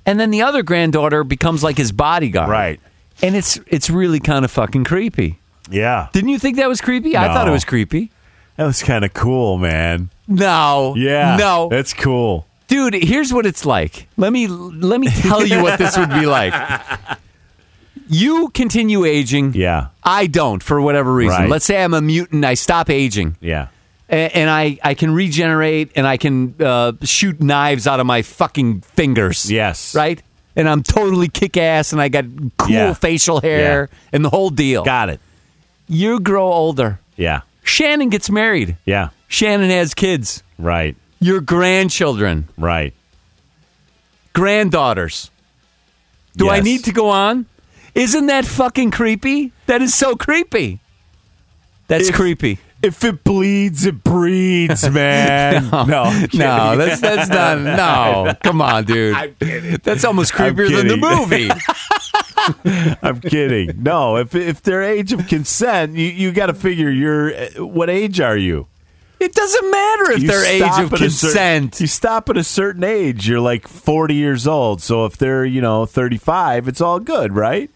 [SPEAKER 2] and then the other granddaughter becomes like his bodyguard.
[SPEAKER 1] Right.
[SPEAKER 2] And it's it's really kind of fucking creepy.
[SPEAKER 1] Yeah.
[SPEAKER 2] Didn't you think that was creepy? I
[SPEAKER 1] No.
[SPEAKER 2] thought it was creepy.
[SPEAKER 1] That was kind of cool, man.
[SPEAKER 2] No.
[SPEAKER 1] Yeah.
[SPEAKER 2] No.
[SPEAKER 1] That's cool.
[SPEAKER 2] dude here's what it's like let me let me tell you what this would be like you continue aging
[SPEAKER 1] Yeah.
[SPEAKER 2] i don't for whatever reason
[SPEAKER 1] Right.
[SPEAKER 2] let's say i'm a mutant i stop aging
[SPEAKER 1] Yeah.
[SPEAKER 2] a- and i i can regenerate and i can uh, shoot knives out of my fucking fingers
[SPEAKER 1] Yes.
[SPEAKER 2] right and i'm totally kick-ass and i got cool
[SPEAKER 1] Yeah.
[SPEAKER 2] facial hair and the whole deal
[SPEAKER 1] Got it.
[SPEAKER 2] you grow older
[SPEAKER 1] Yeah.
[SPEAKER 2] shannon gets married
[SPEAKER 1] Yeah.
[SPEAKER 2] shannon has kids
[SPEAKER 1] Right.
[SPEAKER 2] your grandchildren
[SPEAKER 1] Right.
[SPEAKER 2] granddaughters. Do I
[SPEAKER 1] Yes.
[SPEAKER 2] need to go on? Isn't that fucking creepy? That is so creepy. That's
[SPEAKER 1] If-
[SPEAKER 2] creepy.
[SPEAKER 1] If it bleeds, it breeds, man. no. I'm kidding.
[SPEAKER 2] No, that's that's not. No, come on, dude. That's almost
[SPEAKER 1] I'm
[SPEAKER 2] creepier than the
[SPEAKER 1] kidding.
[SPEAKER 2] movie.
[SPEAKER 1] I'm kidding. No, if if their age of consent, you, you got to figure your what age are you?
[SPEAKER 2] It doesn't matter if
[SPEAKER 1] You
[SPEAKER 2] their age
[SPEAKER 1] stop
[SPEAKER 2] of
[SPEAKER 1] at a cer-
[SPEAKER 2] consent.
[SPEAKER 1] you stop at a certain age, you're like 40 years old. So if they're, you know, 35, it's all good, right?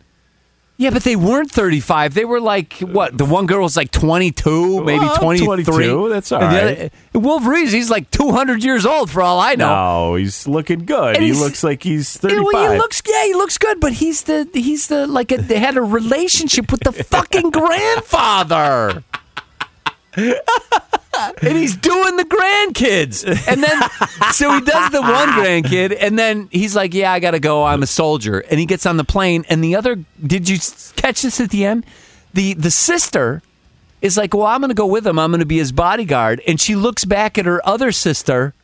[SPEAKER 2] yeah, but they weren't thirty-five. They were like what? The one girl was like twenty-two, maybe
[SPEAKER 1] Well,
[SPEAKER 2] twenty-three.
[SPEAKER 1] 22, that's all
[SPEAKER 2] And the
[SPEAKER 1] right.
[SPEAKER 2] other- Wolverine's he's like two hundred years old for all I know.
[SPEAKER 1] No, he's looking good.
[SPEAKER 2] And
[SPEAKER 1] he
[SPEAKER 2] he's-
[SPEAKER 1] looks like he's
[SPEAKER 2] Yeah,
[SPEAKER 1] 35.
[SPEAKER 2] well, he looks yeah, he looks good, but he's the he's the like a, they had a relationship with the fucking grandfather. and he's doing the grandkids. And then so he does the one grandkid and then he's like, "Yeah, I got to go. I'm a soldier." And he gets on the plane and the other did you s- catch this at the end? The the sister is like, "Well, I'm going to go with him. I'm going to be his bodyguard." And she looks back at her other sister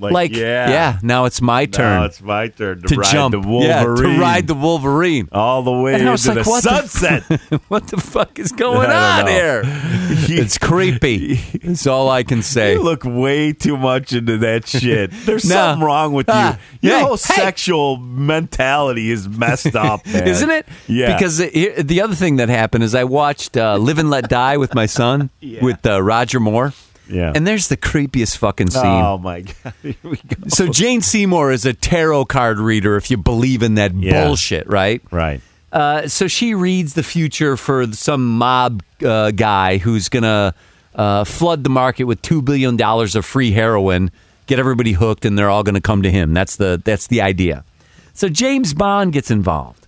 [SPEAKER 1] Like, yeah.
[SPEAKER 2] Now it's my turn.
[SPEAKER 1] Now it's my turn to,
[SPEAKER 2] to
[SPEAKER 1] ride
[SPEAKER 2] jump
[SPEAKER 1] the
[SPEAKER 2] Yeah,
[SPEAKER 1] Wolverine.
[SPEAKER 2] to ride the Wolverine
[SPEAKER 1] all the way
[SPEAKER 2] And I was
[SPEAKER 1] into
[SPEAKER 2] like,
[SPEAKER 1] the
[SPEAKER 2] what the
[SPEAKER 1] sunset.
[SPEAKER 2] what the fuck is going
[SPEAKER 1] I
[SPEAKER 2] on
[SPEAKER 1] don't
[SPEAKER 2] here? it's creepy. That's all I can say.
[SPEAKER 1] You look way too much into that shit. There's
[SPEAKER 2] No.
[SPEAKER 1] something wrong with you.
[SPEAKER 2] Ah,
[SPEAKER 1] Your
[SPEAKER 2] hey,
[SPEAKER 1] whole
[SPEAKER 2] hey.
[SPEAKER 1] sexual mentality is messed up, man.
[SPEAKER 2] Isn't it?
[SPEAKER 1] Yeah.
[SPEAKER 2] Because it- here- the other thing that happened is I watched uh, Live and Let Die with my son with uh, Roger Moore.
[SPEAKER 1] Yeah.
[SPEAKER 2] And there's the creepiest fucking scene.
[SPEAKER 1] oh my god, here we go.
[SPEAKER 2] So Jane Seymour is a tarot card reader, if you believe in that
[SPEAKER 1] Yeah.
[SPEAKER 2] bullshit, right?
[SPEAKER 1] Right.
[SPEAKER 2] Uh, so she reads the future for some mob uh, guy who's gonna uh, flood the market with two billion dollars of free heroin, get everybody hooked, and they're all gonna come to him. That's the that's the idea. So James Bond gets involved,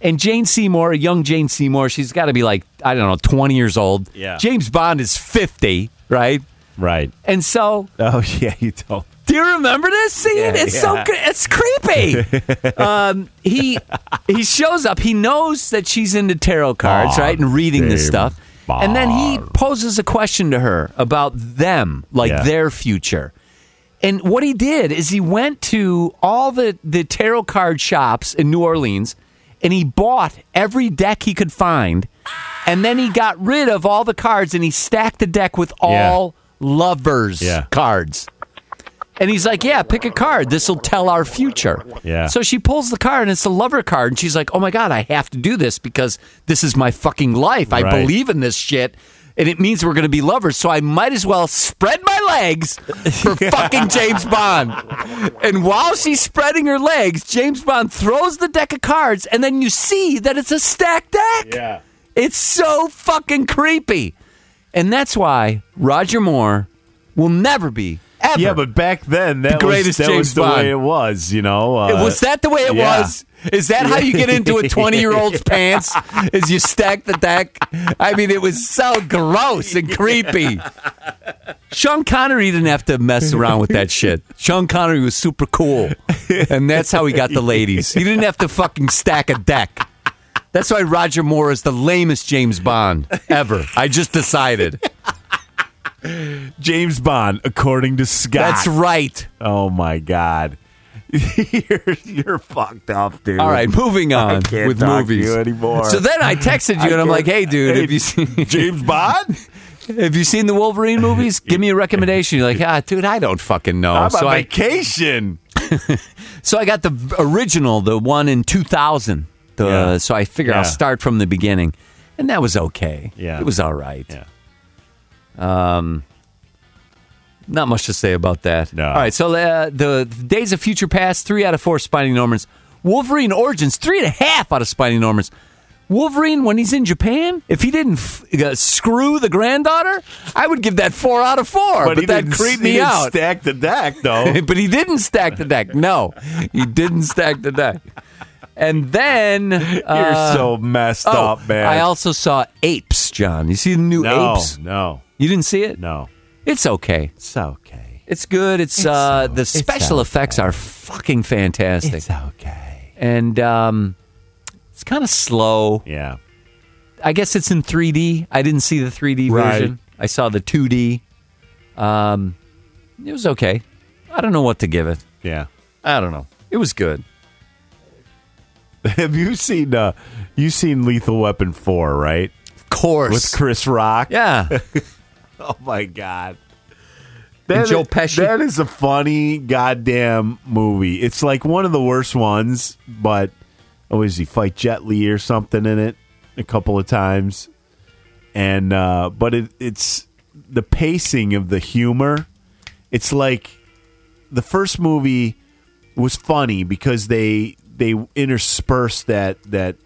[SPEAKER 2] and Jane Seymour, a young Jane Seymour, she's got to be like I don't know, twenty years old.
[SPEAKER 1] Yeah.
[SPEAKER 2] James Bond is fifty, right?
[SPEAKER 1] Right.
[SPEAKER 2] And so
[SPEAKER 1] Oh yeah, you told.
[SPEAKER 2] do you remember this scene? it's so
[SPEAKER 1] yeah.
[SPEAKER 2] cre- it's creepy. um, he he shows up. He knows that she's into tarot cards, right, and reading this
[SPEAKER 1] Dave
[SPEAKER 2] stuff. And then he poses a question to her about them, like
[SPEAKER 1] Yeah.
[SPEAKER 2] their future. And what he did is he went to all the the tarot card shops in New Orleans, and he bought every deck he could find. And then he got rid of all the cards and he stacked the deck with
[SPEAKER 1] Yeah.
[SPEAKER 2] all lovers
[SPEAKER 1] Yeah.
[SPEAKER 2] cards. And he's like, "Yeah, pick a card. This will tell our future."
[SPEAKER 1] Yeah.
[SPEAKER 2] So she pulls the card, and it's the lover card, and she's like, "Oh my god, I have to do this because this is my fucking life. I
[SPEAKER 1] Right.
[SPEAKER 2] believe in this shit." And it means we're going to be lovers, so I might as well spread my legs for fucking James Bond. And while she's spreading her legs, James Bond throws the deck of cards, and then you see that it's a stacked deck.
[SPEAKER 1] Yeah.
[SPEAKER 2] It's so fucking creepy. And that's why Roger Moore will never be ever.
[SPEAKER 1] Yeah, but back then that was
[SPEAKER 2] greatest
[SPEAKER 1] that was
[SPEAKER 2] James
[SPEAKER 1] the
[SPEAKER 2] Bond.
[SPEAKER 1] way it was. You know, uh,
[SPEAKER 2] was that the way it
[SPEAKER 1] yeah.
[SPEAKER 2] was? Is that how you get into a 20 year old's pants? Is you stack the deck? I mean, it was so gross and creepy. Sean Connery didn't have to mess around with that shit. Sean Connery was super cool. And that's how he got the ladies. He didn't have to fucking stack a deck. That's why Roger Moore is the lamest James Bond ever. I just decided.
[SPEAKER 1] James Bond, according to Scott.
[SPEAKER 2] That's right.
[SPEAKER 1] Oh my god, you're you're fucked up, dude.
[SPEAKER 2] All right, moving on
[SPEAKER 1] can't
[SPEAKER 2] with
[SPEAKER 1] talk to
[SPEAKER 2] movies
[SPEAKER 1] you anymore.
[SPEAKER 2] So then I texted you and I'm like, "Hey, dude, have you seen
[SPEAKER 1] James Bond?
[SPEAKER 2] have you seen the Wolverine movies? Give me a recommendation." You're like, "Ah, dude, I don't fucking know."
[SPEAKER 1] I'm
[SPEAKER 2] Oh, so
[SPEAKER 1] on
[SPEAKER 2] I
[SPEAKER 1] vacation.
[SPEAKER 2] so I got the original, the one in 2000. The
[SPEAKER 1] Yeah.
[SPEAKER 2] so I figure
[SPEAKER 1] Yeah.
[SPEAKER 2] I'll start from the beginning, and that was okay.
[SPEAKER 1] Yeah.
[SPEAKER 2] it was all right. Um,
[SPEAKER 1] Yeah.
[SPEAKER 2] Not much to say about that.
[SPEAKER 1] No.
[SPEAKER 2] All right, so uh, the Days of Future Past, three out of four Spiny Normans. Wolverine Origins, three and a half out of Spiny Normans. Wolverine, when he's in Japan, if he didn't f- uh, screw the granddaughter, I would give that four out of four. But,
[SPEAKER 1] he
[SPEAKER 2] that
[SPEAKER 1] didn't-
[SPEAKER 2] creeped
[SPEAKER 1] he
[SPEAKER 2] me
[SPEAKER 1] didn't
[SPEAKER 2] out.
[SPEAKER 1] Stack the deck, though.
[SPEAKER 2] but he didn't stack the deck. No, he didn't stack the deck. And then uh,
[SPEAKER 1] You're so messed
[SPEAKER 2] oh,
[SPEAKER 1] up, man.
[SPEAKER 2] I also saw Apes, John. You see the new
[SPEAKER 1] no,
[SPEAKER 2] Apes?
[SPEAKER 1] no,
[SPEAKER 2] You didn't see it?
[SPEAKER 1] no.
[SPEAKER 2] It's okay.
[SPEAKER 1] It's okay.
[SPEAKER 2] It's good. It's, uh, the special effects are fucking fantastic,
[SPEAKER 1] okay.
[SPEAKER 2] and um, it's kind of slow.
[SPEAKER 1] Yeah.
[SPEAKER 2] I guess it's in 3D. I didn't see the 3D
[SPEAKER 1] Right.
[SPEAKER 2] version. I saw the 2D. Um, it was okay. I don't know what to give it.
[SPEAKER 1] Yeah.
[SPEAKER 2] I don't know. It was good.
[SPEAKER 1] Have you seen uh you seen Lethal Weapon 4, right?
[SPEAKER 2] Of course.
[SPEAKER 1] With Chris Rock?
[SPEAKER 2] yeah.
[SPEAKER 1] Oh my god.
[SPEAKER 2] And Joe
[SPEAKER 1] is-
[SPEAKER 2] Pesci.
[SPEAKER 1] That is a funny goddamn movie. It's like one of the worst ones, but oh, is he fight Jet Li or something in it a couple of times? And uh but it it's the pacing of the humor. It's like the first movie was funny because they they interspersed that that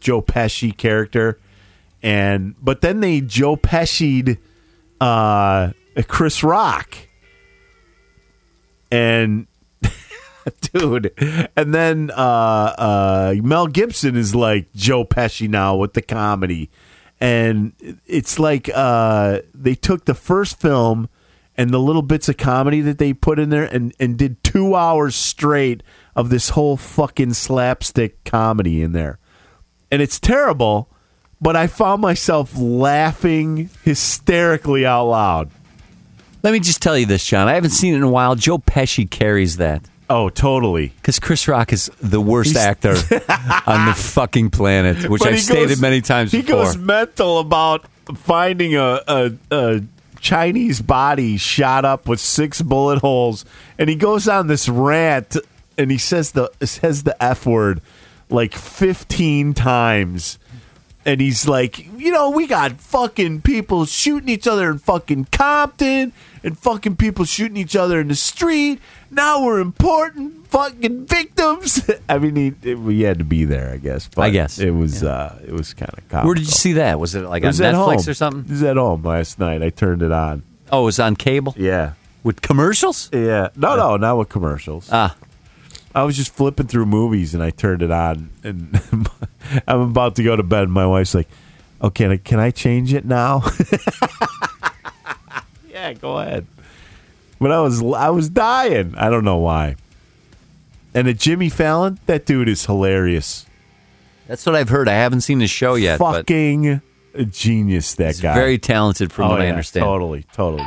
[SPEAKER 1] Joe Pesci character, and but then they Joe Pesci'd uh, Chris Rock, and dude, and then uh, uh, Mel Gibson is like Joe Pesci now with the comedy, and it's like uh, they took the first film and the little bits of comedy that they put in there and and did two hours straight of this whole fucking slapstick comedy in there and it's terrible, but I found myself laughing hysterically out loud.
[SPEAKER 11] Let me just tell you this, John. I haven't seen it in a while. Joe Pesci carries that.
[SPEAKER 1] Oh, totally.
[SPEAKER 11] Because Chris Rock is the worst actor on the fucking planet, which
[SPEAKER 1] But
[SPEAKER 11] I've
[SPEAKER 1] he
[SPEAKER 11] stated
[SPEAKER 1] goes-
[SPEAKER 11] many times
[SPEAKER 1] He
[SPEAKER 11] before.
[SPEAKER 1] goes mental about finding a, a, a Chinese body shot up with six bullet holes, and he goes on this rant, and he says the says the f word like fifteen times. And he's like, you know, we got fucking people shooting each other in fucking Compton and fucking people shooting each other in the street. Now we're important fucking victims. I mean, he, it, he had to be there, I guess. But
[SPEAKER 11] I guess.
[SPEAKER 1] it was uh, it was kind of comical.
[SPEAKER 11] Where did you see that? Was it like
[SPEAKER 1] It
[SPEAKER 11] on
[SPEAKER 1] was at
[SPEAKER 11] Netflix
[SPEAKER 1] home.
[SPEAKER 11] or something?
[SPEAKER 1] It was at home last night. I turned it on.
[SPEAKER 11] Oh, it was on cable?
[SPEAKER 1] Yeah,
[SPEAKER 11] With commercials?
[SPEAKER 1] yeah. No, no, not with commercials.
[SPEAKER 11] Ah.
[SPEAKER 1] I was just flipping through movies and I turned it on, and I'm about to go to bed. And my wife's like, "Oh, can I can I change it now?" yeah, go ahead. But I was I was dying. I don't know why. And a Jimmy Fallon, that dude is hilarious.
[SPEAKER 11] That's what I've heard. I haven't seen the show yet. but
[SPEAKER 1] Fucking genius, that
[SPEAKER 11] he's
[SPEAKER 1] guy.
[SPEAKER 11] very talented from
[SPEAKER 1] Oh,
[SPEAKER 11] what I
[SPEAKER 1] yeah,
[SPEAKER 11] understand.
[SPEAKER 1] Totally, totally.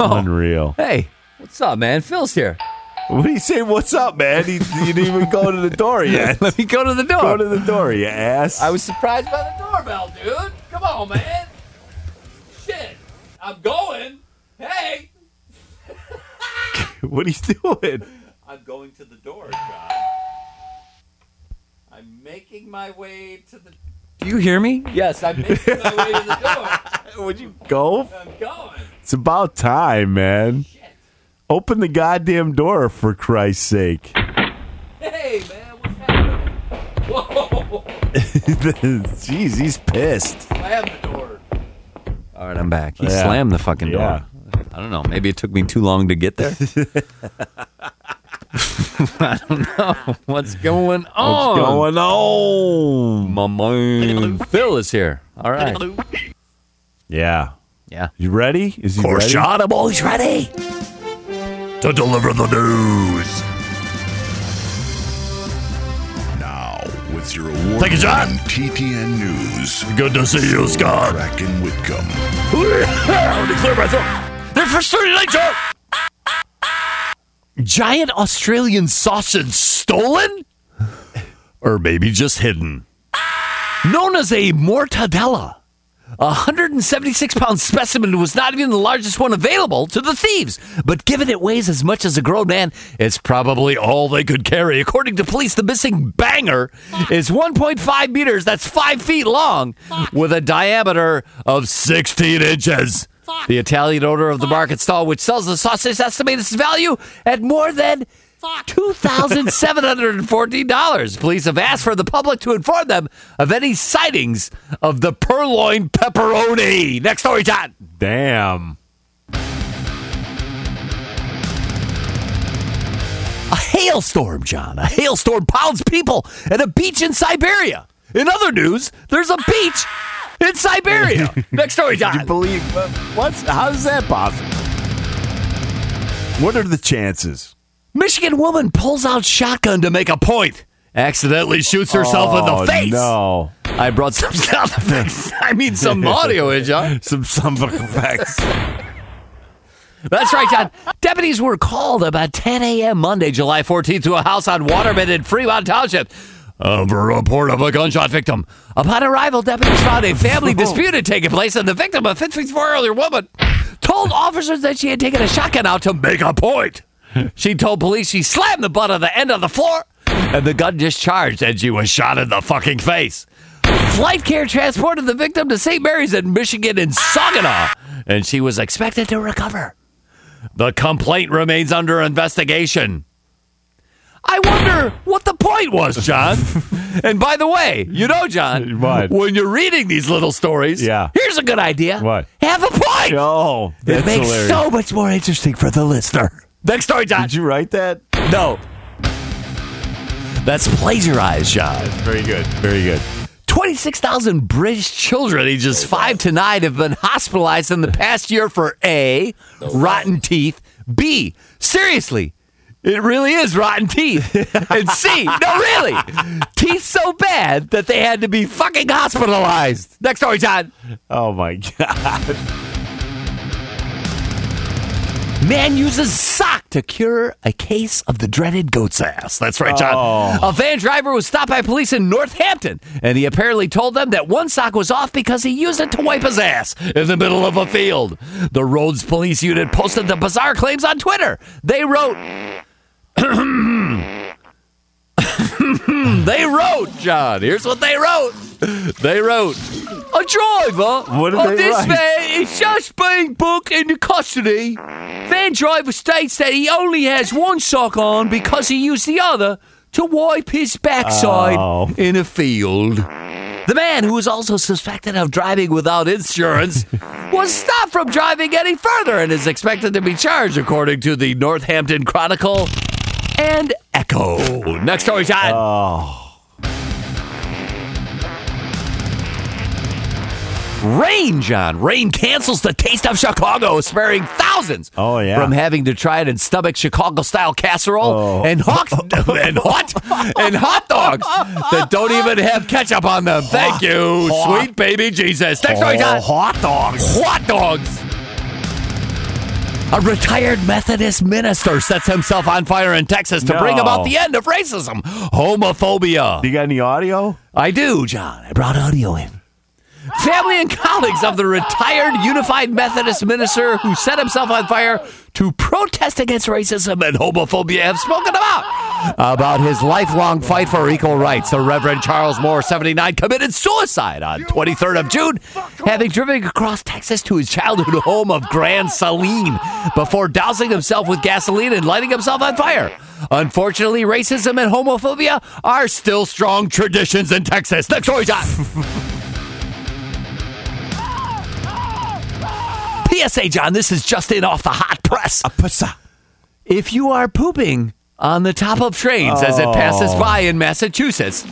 [SPEAKER 1] Oh. Unreal.
[SPEAKER 11] Hey, what's up, man? Phil's here.
[SPEAKER 1] What do you say? What's up, man? You, you didn't even go to the door yet.
[SPEAKER 11] Let me go to the door.
[SPEAKER 1] go to the door, you ass.
[SPEAKER 11] I was surprised by the doorbell, dude. Come on, man. Shit. I'm going. Hey.
[SPEAKER 1] what are you doing?
[SPEAKER 11] I'm going to the door, John. I'm making my way to the. Do you hear me? Yes, I'm making my way to the
[SPEAKER 1] Would you go?
[SPEAKER 11] door. I'm going.
[SPEAKER 1] It's about time, man. Open the goddamn door for Christ's sake.
[SPEAKER 11] Hey, man, what's happening? Whoa.
[SPEAKER 1] Jeez, he's pissed.
[SPEAKER 11] Slam the door. All right, I'm back. He
[SPEAKER 1] Yeah.
[SPEAKER 11] slammed the fucking door.
[SPEAKER 1] Yeah.
[SPEAKER 11] I don't know. Maybe it took me too long to get there. I don't know. What's going on?
[SPEAKER 1] Going on.
[SPEAKER 11] My man Phil is here. All right.
[SPEAKER 1] Yeah.
[SPEAKER 11] Yeah.
[SPEAKER 1] You ready? Is he ready?
[SPEAKER 11] Audible's ready.
[SPEAKER 2] to deliver the news. Now, with your award Thank you, John. TTN News, Good to see you, Scott. Kraken Whitcomb. Let me clear my throat. They're frustrated, John. Giant Australian sausage stolen? or maybe just hidden. Known as a mortadella. A 176 pound specimen was not even the largest one available to the thieves. But given it weighs as much as a grown man, it's probably all they could carry. According to police, the missing banger is 1.5 meters, that's five feet long, with a diameter of 16 inches. The Italian owner of the market stall, which sells the sausage, estimates its value at more than $2,714. Police have asked for the public to inform them of any sightings of the purloined pepperoni. Next story, John.
[SPEAKER 1] Damn.
[SPEAKER 2] A hailstorm, John. A hailstorm pounds people at a beach in Siberia. In other news, there's a beach in Siberia. Next story, John.
[SPEAKER 1] Believe uh, what's how's that possible? What are the chances?
[SPEAKER 2] Michigan woman pulls out shotgun to make a point. Accidentally shoots herself in the face.
[SPEAKER 1] Oh, No.
[SPEAKER 2] I brought some sound effects. I mean, some audio in, John.
[SPEAKER 1] Some some effects.
[SPEAKER 2] That's right, John. Deputies were called about 10 a.m. Monday, July 14th, to a house on Waterman in Fremont Township. Of a report of a gunshot victim. Upon arrival, deputies found a family dispute had taken place, and the victim, a 54-year-old woman, told officers that she had taken a shotgun out to make a point. She told police she slammed the butt on the end of the floor, and the gun discharged, and she was shot in the fucking face. Flight care transported the victim to St. Mary's in Michigan in Saginaw, and she was expected to recover. The complaint remains under investigation. I wonder what the point was, John. and by the way, you know, John,
[SPEAKER 1] What?
[SPEAKER 2] when you're reading these little stories,
[SPEAKER 1] Yeah.
[SPEAKER 2] here's a good idea.
[SPEAKER 1] What?
[SPEAKER 2] Have a point.
[SPEAKER 1] Oh, that's
[SPEAKER 2] it makes
[SPEAKER 1] hilarious.
[SPEAKER 2] so much more interesting for the listener. Next story, John.
[SPEAKER 1] Did you write that?
[SPEAKER 2] no. That's plagiarized, John.
[SPEAKER 1] Very good. Very good.
[SPEAKER 2] 26,000 British children ages 5 to 9 have been hospitalized in the past year for A, rotten teeth, B, seriously, it really is rotten teeth, and C, no, really, teeth so bad that they had to be fucking hospitalized. Next story, John.
[SPEAKER 1] Oh my god.
[SPEAKER 2] Man uses sock to cure a case of the dreaded goat's ass. That's right, John.
[SPEAKER 12] Oh.
[SPEAKER 2] A van driver was stopped by police in Northampton, and he apparently told them that one sock was off because he used it to wipe his ass in the middle of a field. The Rhodes Police Unit posted the bizarre claims on Twitter. They wrote. they wrote, John. Here's what they wrote. They wrote a driver
[SPEAKER 1] What did
[SPEAKER 2] of
[SPEAKER 1] they
[SPEAKER 2] this
[SPEAKER 1] write?
[SPEAKER 2] man is just being booked into custody. Van driver states that he only has one sock on because he used the other to wipe his backside
[SPEAKER 1] Oh.
[SPEAKER 2] in a field. The man, who is also suspected of driving without insurance, was stopped from driving any further and is expected to be charged, according to the Northampton Chronicle and Echo. Next story, John.
[SPEAKER 1] Oh.
[SPEAKER 2] Rain, John. Rain cancels the taste of Chicago, sparing thousands
[SPEAKER 1] Oh, yeah.
[SPEAKER 2] from having to try it and stomach Chicago-style casserole
[SPEAKER 1] Oh.
[SPEAKER 2] and hot and hot and hot dogs that don't even have ketchup on them. Thank you,
[SPEAKER 1] Hot.
[SPEAKER 2] sweet baby Jesus. Next story,
[SPEAKER 1] Oh,
[SPEAKER 2] John.
[SPEAKER 1] hot dogs.
[SPEAKER 2] Hot dogs. A retired Methodist minister sets himself on fire in Texas to bring
[SPEAKER 1] No.
[SPEAKER 2] about the end of racism, homophobia.
[SPEAKER 1] You got any audio?
[SPEAKER 2] I do, John. I brought audio in. Family and colleagues of the retired Unified Methodist minister who set himself on fire to protest against racism and homophobia have spoken about about his lifelong fight for equal rights. The Reverend Charles Moore, 79, committed suicide on 23rd of June, having driven across Texas to his childhood home of Grand Saline before dousing himself with gasoline and lighting himself on fire. Unfortunately, racism and homophobia are still strong traditions in Texas. Next story, John. PSA, John, this is just in off the hot press. If you are pooping on the top of trains as it passes by in Massachusetts,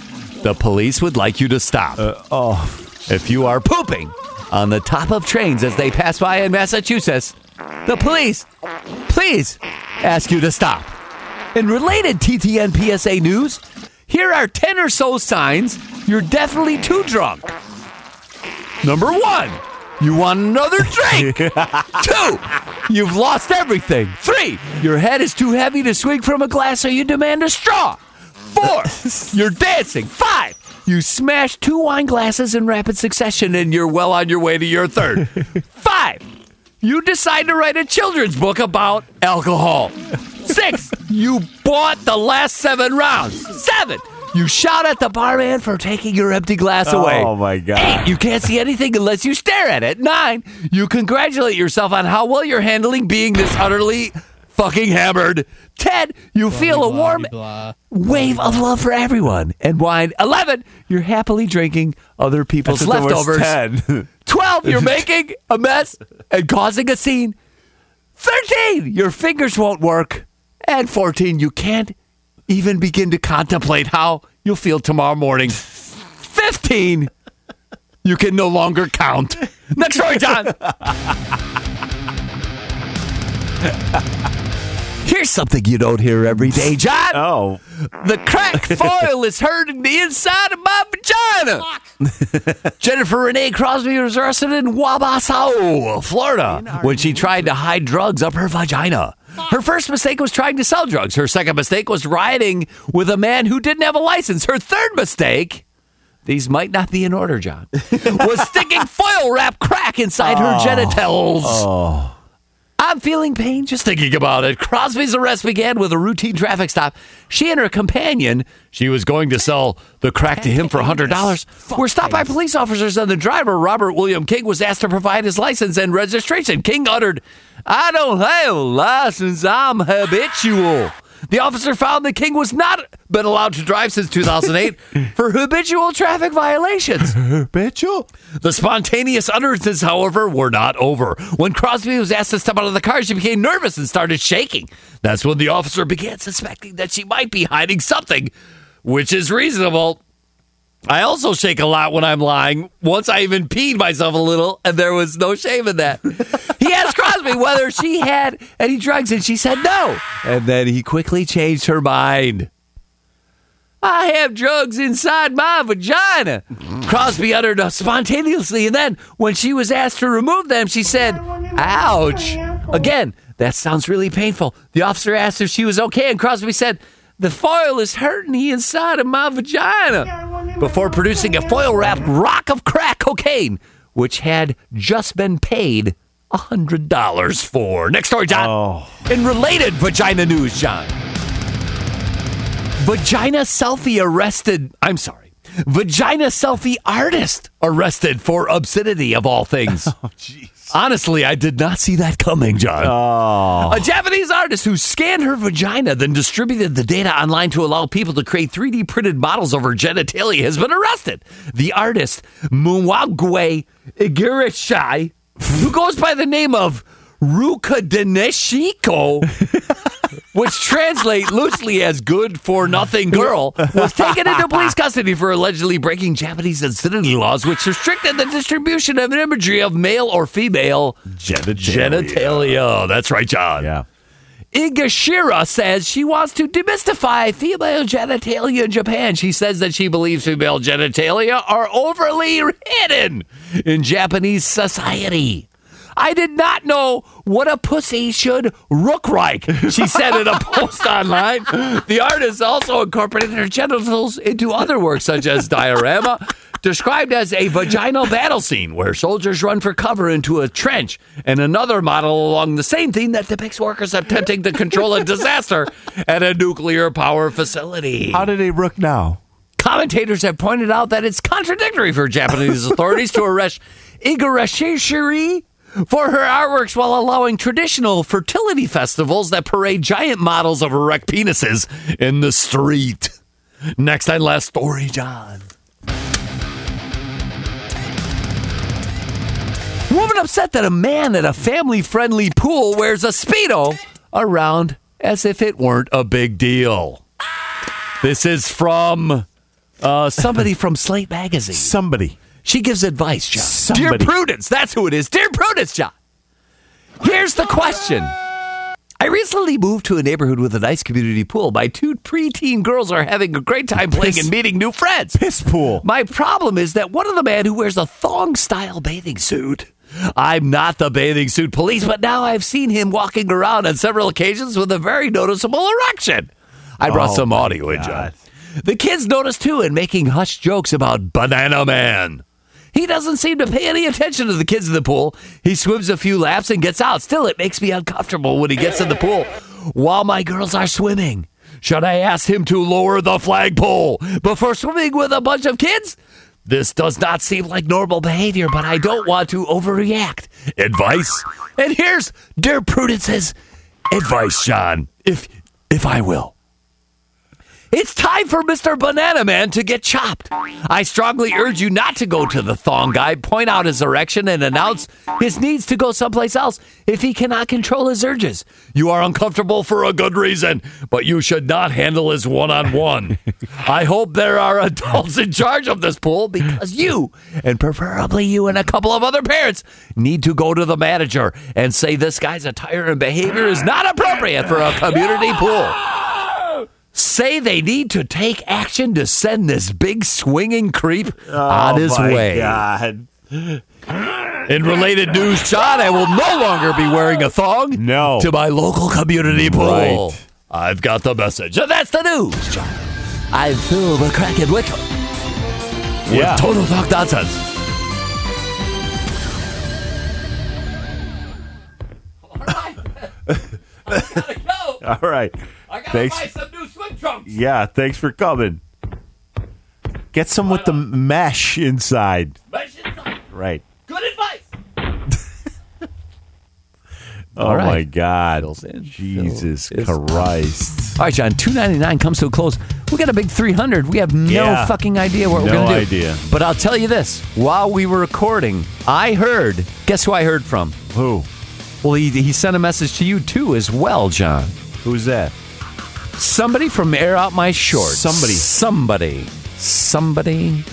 [SPEAKER 2] the police would like you to stop.
[SPEAKER 1] Oh,
[SPEAKER 2] If you are pooping on the top of trains as they pass by in Massachusetts, the police, please ask you to stop. In related TTN PSA news, here are 10 or so signs you're definitely too drunk. Number one, you want another drink. Two, you've lost everything. Three, your head is too heavy to swing from a glass, so you demand a straw. Four, you're dancing. Five, you smash two wine glasses in rapid succession and you're well on your way to your third. Five, you decide to write a children's book about alcohol. Six, you bought the last seven rounds. Seven, you shout at the barman for taking your empty glass away.
[SPEAKER 1] Oh, my God.
[SPEAKER 2] Eight, you can't see anything unless you stare at it. Nine, you congratulate yourself on how well you're handling being this utterly fucking hammered. Ten, you feel a warm
[SPEAKER 5] Blah.
[SPEAKER 2] wave of love for everyone and wine. 11, you're happily drinking other people's
[SPEAKER 1] That's what there was
[SPEAKER 2] leftovers.
[SPEAKER 1] 10.
[SPEAKER 2] 12, you're making a mess and causing a scene. 13, your fingers won't work. And 14, you can't even begin to contemplate how you'll feel tomorrow morning. 15, you can no longer count. Next story, John. Here's something you don't hear every day, John.
[SPEAKER 1] oh,
[SPEAKER 2] The crack foil is hurting the inside of my vagina. Jennifer Renee Crosby was arrested in Wabasao, Florida, when she tried to hide drugs up her vagina. Her first mistake was trying to sell drugs. Her second mistake was riding with a man who didn't have a license. Her third mistake, these might not be in order, John, was sticking foil wrap crack inside her genitals. I'm feeling pain just thinking about it. Crosby's arrest began with a routine traffic stop. She and her companion, she was going to sell the crack to him for $100, were stopped by police officers, and the driver, Robert William King, was asked to provide his license and registration. King uttered, I don't have a license, I'm habitual. The officer found that King was not been allowed to drive since 2008 for habitual traffic violations.
[SPEAKER 1] Mitchell.
[SPEAKER 2] The spontaneous utterances, however, were not over. When Crosby was asked to step out of the car, she became nervous and started shaking. That's when the officer began suspecting that she might be hiding something, which is reasonable. I also shake a lot when I'm lying. Once I even peed myself a little, and there was no shame in that. He asked Crosby whether she had any drugs, and she said no. And then he quickly changed her mind. I have drugs inside my vagina. Crosby uttered uh, spontaneously, and then when she was asked to remove them, she said, Ouch. Again, That sounds really painful. The officer asked if she was okay, and Crosby said, The foil is hurting the inside of my vagina. Before producing a foil wrapped rock of crack cocaine, which had just been paid $100 for. Next story, John. In related vagina news, John. Vagina selfie arrested. I'm sorry. Vagina selfie artist arrested for obscenity of all things. oh, jeez. Honestly, I did not see that coming, John. A Japanese artist who scanned her vagina, then distributed the data online to allow people to create 3D printed models of her genitalia, has been arrested. The artist, Muwagwe Igirishai, who goes by the name of Ruka Deneshiko, which translate loosely as good for nothing girl, was taken into police custody for allegedly breaking Japanese obscenity laws, which restricted the distribution of imagery of male or female genitalia. That's right, John. Yeah. Igashira says she wants to demystify female genitalia in Japan. She says that she believes female genitalia are overly hidden in Japanese society. I did not know what a pussy should look like, she said in a post online. The artist also incorporated her genitals into other works, such as Diorama, described as a vaginal battle scene where soldiers run for cover into a trench, and another model along the same theme that depicts workers attempting to control a disaster at a nuclear power facility.
[SPEAKER 1] How did they rook now?
[SPEAKER 2] Commentators have pointed out that it's contradictory for Japanese authorities to arrest Igarashi for her artworks while allowing traditional fertility festivals that parade giant models of erect penises in the street. Next and last story, John. Woman upset that a man at a family friendly pool wears a Speedo around as if it weren't a big deal. This is from uh, somebody from Slate Magazine.
[SPEAKER 1] Somebody.
[SPEAKER 2] She gives advice, John.
[SPEAKER 1] Somebody.
[SPEAKER 2] Dear Prudence, that's who it is. Dear Prudence, John. Here's the question. I recently moved to a neighborhood with a nice community pool. My two preteen girls are having a great time playing and meeting new friends.
[SPEAKER 1] Piss pool.
[SPEAKER 2] My problem is that one of the men who wears a thong style bathing suit. I'm not the bathing suit police, but now I've seen him walking around on several occasions with a very noticeable erection. I brought
[SPEAKER 1] Oh,
[SPEAKER 2] some
[SPEAKER 1] my
[SPEAKER 2] audio in, John. The kids noticed too and making hush jokes about Banana Man. He doesn't seem to pay any attention to the kids in the pool. He swims a few laps and gets out. Still, it makes me uncomfortable when he gets in the pool while my girls are swimming. Should I ask him to lower the flagpole before swimming with a bunch of kids? This does not seem like normal behavior, but I don't want to overreact. Advice? And here's Dear Prudence's advice, Sean, if if I will. It's time for Mr. Banana Man to get chopped. I strongly urge you not to go to the thong guy, point out his erection, and announce his needs to go someplace else if he cannot control his urges. You are uncomfortable for a good reason, but you should not handle his one on one. I hope there are adults in charge of this pool because you, and preferably you and a couple of other parents, need to go to the manager and say this guy's attire and behavior is not appropriate for a community pool say they need to take action to send this big swinging creep on his
[SPEAKER 1] Oh my
[SPEAKER 2] way.
[SPEAKER 1] God.
[SPEAKER 2] In related news, John, I will no longer be wearing a thong
[SPEAKER 1] No.
[SPEAKER 2] to my local community pool.
[SPEAKER 1] Right.
[SPEAKER 2] I've got the message. And that's the news, John. I'm Phil McCracken Wickham
[SPEAKER 1] Yeah.
[SPEAKER 2] with Total Talk Nonsense.
[SPEAKER 1] All right. Thanks. Yeah, thanks for coming. Get some with the mesh inside. Right.
[SPEAKER 2] Good advice.
[SPEAKER 1] Oh
[SPEAKER 2] right.
[SPEAKER 1] my God.
[SPEAKER 2] in.
[SPEAKER 1] Jesus
[SPEAKER 2] Phil is-
[SPEAKER 1] Christ.
[SPEAKER 2] All right, John, 299 comes to a close. We got a big 300. We have no
[SPEAKER 1] Yeah.
[SPEAKER 2] fucking idea what we're
[SPEAKER 1] No
[SPEAKER 2] going to do.
[SPEAKER 1] idea.
[SPEAKER 2] But I'll tell you this while we were recording, I heard, guess who I heard from?
[SPEAKER 1] Who?
[SPEAKER 2] Well, he, he sent a message to you too, as well, John.
[SPEAKER 1] Who's that?
[SPEAKER 2] Somebody from Air Out My Shorts.
[SPEAKER 1] Somebody.
[SPEAKER 2] Somebody. Somebody.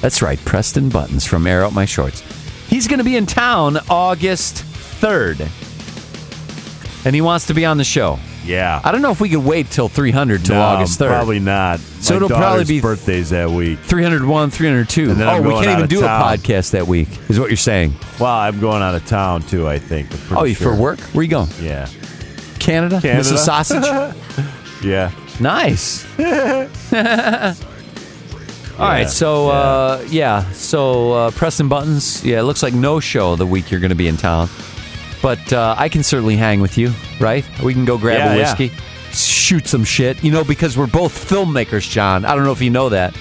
[SPEAKER 2] That's right, Preston Buttons from Air Out My Shorts. He's going to be in town August 3rd. And he wants to be on the show.
[SPEAKER 1] Yeah.
[SPEAKER 2] I don't know if we could wait till 300 till
[SPEAKER 1] No,
[SPEAKER 2] August 3rd.
[SPEAKER 1] Probably not.
[SPEAKER 2] So
[SPEAKER 1] My
[SPEAKER 2] it'll probably
[SPEAKER 1] daughter's
[SPEAKER 2] be-
[SPEAKER 1] birthdays that week.
[SPEAKER 2] 301, 302.
[SPEAKER 1] And then
[SPEAKER 2] oh,
[SPEAKER 1] I'm
[SPEAKER 2] we
[SPEAKER 1] going
[SPEAKER 2] can't
[SPEAKER 1] out
[SPEAKER 2] even
[SPEAKER 1] of
[SPEAKER 2] do
[SPEAKER 1] town.
[SPEAKER 2] a podcast that week, is what you're saying.
[SPEAKER 1] Well, I'm going out of town too. I think. I'm pretty
[SPEAKER 2] oh, you
[SPEAKER 1] sure.
[SPEAKER 2] for work? Where you going?
[SPEAKER 1] Yeah.
[SPEAKER 2] Canada?
[SPEAKER 1] Canada.
[SPEAKER 2] Mrs. Sausage?
[SPEAKER 1] yeah.
[SPEAKER 2] nice. All
[SPEAKER 4] Yeah.
[SPEAKER 2] right, so uh, yeah, so uh, Preston Buttons, yeah, it looks like no show the week you're going to be in town, but uh, I can certainly hang with you, right? We can go grab
[SPEAKER 4] Yeah,
[SPEAKER 2] a
[SPEAKER 4] yeah.
[SPEAKER 2] whiskey, shoot some shit, you know, because we're both filmmakers, John. I don't know if you know that,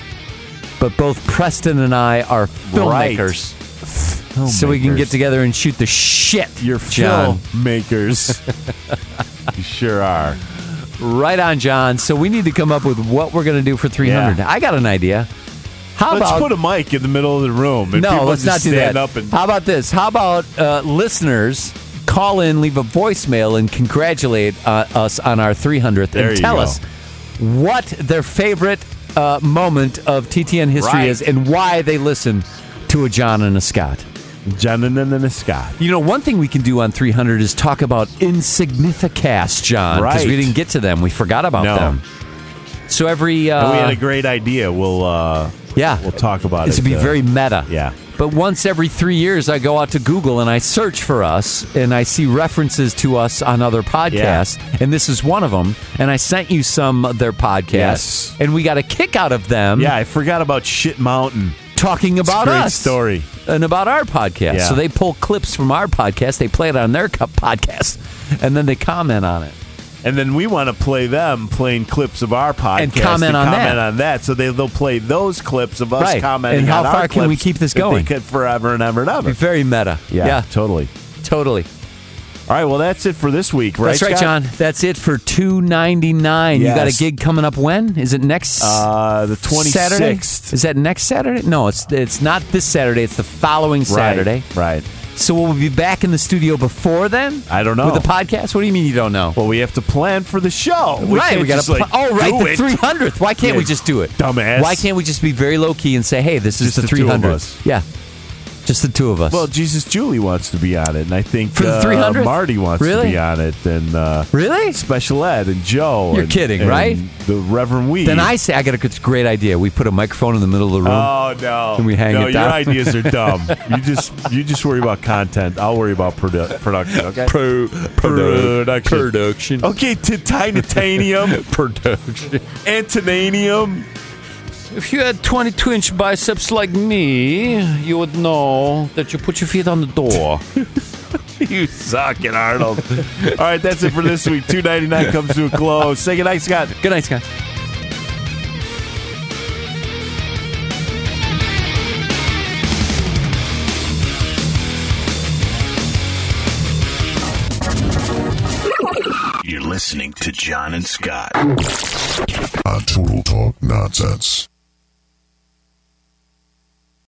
[SPEAKER 2] but both Preston and I are
[SPEAKER 4] Right.
[SPEAKER 2] filmmakers, so we can get together and shoot the shit. You're John.
[SPEAKER 1] filmmakers. you sure are.
[SPEAKER 2] Right on, John. So we need to come up with what we're going to do for 300. I got an idea. How
[SPEAKER 1] let's
[SPEAKER 2] about
[SPEAKER 1] put a mic in the middle of the room. And
[SPEAKER 2] no,
[SPEAKER 1] people
[SPEAKER 2] let's not
[SPEAKER 1] just
[SPEAKER 2] do
[SPEAKER 1] stand
[SPEAKER 2] that.
[SPEAKER 1] Up and,
[SPEAKER 2] How about this? How about uh, listeners call in, leave a voicemail, and congratulate uh, us on our 300th
[SPEAKER 1] There
[SPEAKER 2] and
[SPEAKER 1] you
[SPEAKER 2] tell
[SPEAKER 1] go.
[SPEAKER 2] us what their favorite uh, moment of TTN history
[SPEAKER 1] Right.
[SPEAKER 2] is and why they listen to a John and a Scott.
[SPEAKER 1] John and a Scott.
[SPEAKER 2] You know, one thing we can do on 300 is talk about insignificast, John, because
[SPEAKER 1] Right.
[SPEAKER 2] we didn't get to them. We forgot about
[SPEAKER 1] No.
[SPEAKER 2] them. So every uh,
[SPEAKER 1] And we had a great idea. We'll uh,
[SPEAKER 2] yeah,
[SPEAKER 1] we'll talk about
[SPEAKER 2] This
[SPEAKER 1] it.
[SPEAKER 2] would be
[SPEAKER 1] uh,
[SPEAKER 2] very meta.
[SPEAKER 1] yeah.
[SPEAKER 2] But once every three years, I go out to Google and I search for us, and I see references to us on other podcasts, and this is one of them. And I sent you some of their podcasts,
[SPEAKER 1] Yes.
[SPEAKER 2] and we got a kick out of them
[SPEAKER 1] Yeah, I forgot about Shit Mountain.
[SPEAKER 2] talking
[SPEAKER 1] It's a
[SPEAKER 2] about
[SPEAKER 1] great
[SPEAKER 2] us
[SPEAKER 1] story.
[SPEAKER 2] and about our podcast.
[SPEAKER 1] Yeah.
[SPEAKER 2] So they pull clips from our podcast, they play it on their co- podcast, and then they comment on it.
[SPEAKER 1] And then we want to play them playing clips of our podcast
[SPEAKER 2] And comment on that.
[SPEAKER 1] comment on that. So they, they'll play those clips of us
[SPEAKER 2] Right.
[SPEAKER 1] commenting
[SPEAKER 2] And how
[SPEAKER 1] on our
[SPEAKER 2] far can we
[SPEAKER 1] clips
[SPEAKER 2] keep this
[SPEAKER 1] that they
[SPEAKER 2] going?
[SPEAKER 1] could forever and ever and ever.
[SPEAKER 2] Very meta. yeah
[SPEAKER 1] totally.
[SPEAKER 2] totally.
[SPEAKER 1] All right, well, that's it for this week, right?
[SPEAKER 2] That's right,
[SPEAKER 1] Scott?
[SPEAKER 2] John. That's it for two ninety nine. You got a
[SPEAKER 1] Yes.
[SPEAKER 2] gig coming up when? Is it next
[SPEAKER 1] Uh, the 26th.
[SPEAKER 2] Saturday? Is that next Saturday? No, it's it's not this Saturday. It's the following Saturday.
[SPEAKER 1] Right.
[SPEAKER 2] So we'll be back in the studio before then.
[SPEAKER 1] I don't know.
[SPEAKER 2] With the podcast? What do you mean you don't know?
[SPEAKER 1] well, we have to plan for the show.
[SPEAKER 2] right,
[SPEAKER 1] can't
[SPEAKER 2] we got
[SPEAKER 1] just,
[SPEAKER 2] to.
[SPEAKER 1] like,
[SPEAKER 2] oh, right,
[SPEAKER 1] do
[SPEAKER 2] the
[SPEAKER 1] it.
[SPEAKER 2] three hundredth. Why can't we
[SPEAKER 1] Yeah,
[SPEAKER 2] just do it,
[SPEAKER 1] dumbass.
[SPEAKER 2] Why can't we just be very low key and say, "Hey, this is
[SPEAKER 1] Just the
[SPEAKER 2] three
[SPEAKER 1] two of us.
[SPEAKER 2] hundredth"? Yeah, just the two of us.
[SPEAKER 1] Well, Jesus Julie wants to be on it, and I think
[SPEAKER 2] For the
[SPEAKER 1] uh,
[SPEAKER 2] 300th?
[SPEAKER 1] Marty wants to
[SPEAKER 2] Really?
[SPEAKER 1] be on it, and uh,
[SPEAKER 2] really?
[SPEAKER 1] Special Ed and Joe.
[SPEAKER 2] You're
[SPEAKER 1] and-
[SPEAKER 2] kidding,
[SPEAKER 1] and
[SPEAKER 2] right?
[SPEAKER 1] The Reverend Weed.
[SPEAKER 2] Then I say, "I got a good- great idea." We put a microphone in the middle of the room.
[SPEAKER 1] Oh no!
[SPEAKER 2] Can we hang
[SPEAKER 1] no,
[SPEAKER 2] it down?
[SPEAKER 1] your ideas are dumb. you just you just worry about content. I'll worry about produ- production. Okay. production.
[SPEAKER 2] production.
[SPEAKER 1] okay. T- titanium,
[SPEAKER 2] production.
[SPEAKER 1] antonanium.
[SPEAKER 13] If you had 22 inch biceps like me, you would know that you put your feet on the door.
[SPEAKER 1] You suck it, Arnold. All right, that's it for this week. Two ninety nine comes to a close. Say goodnight, Scott.
[SPEAKER 2] Good night, Scott.
[SPEAKER 14] You're listening to John and Scott on Total Talk Nonsense.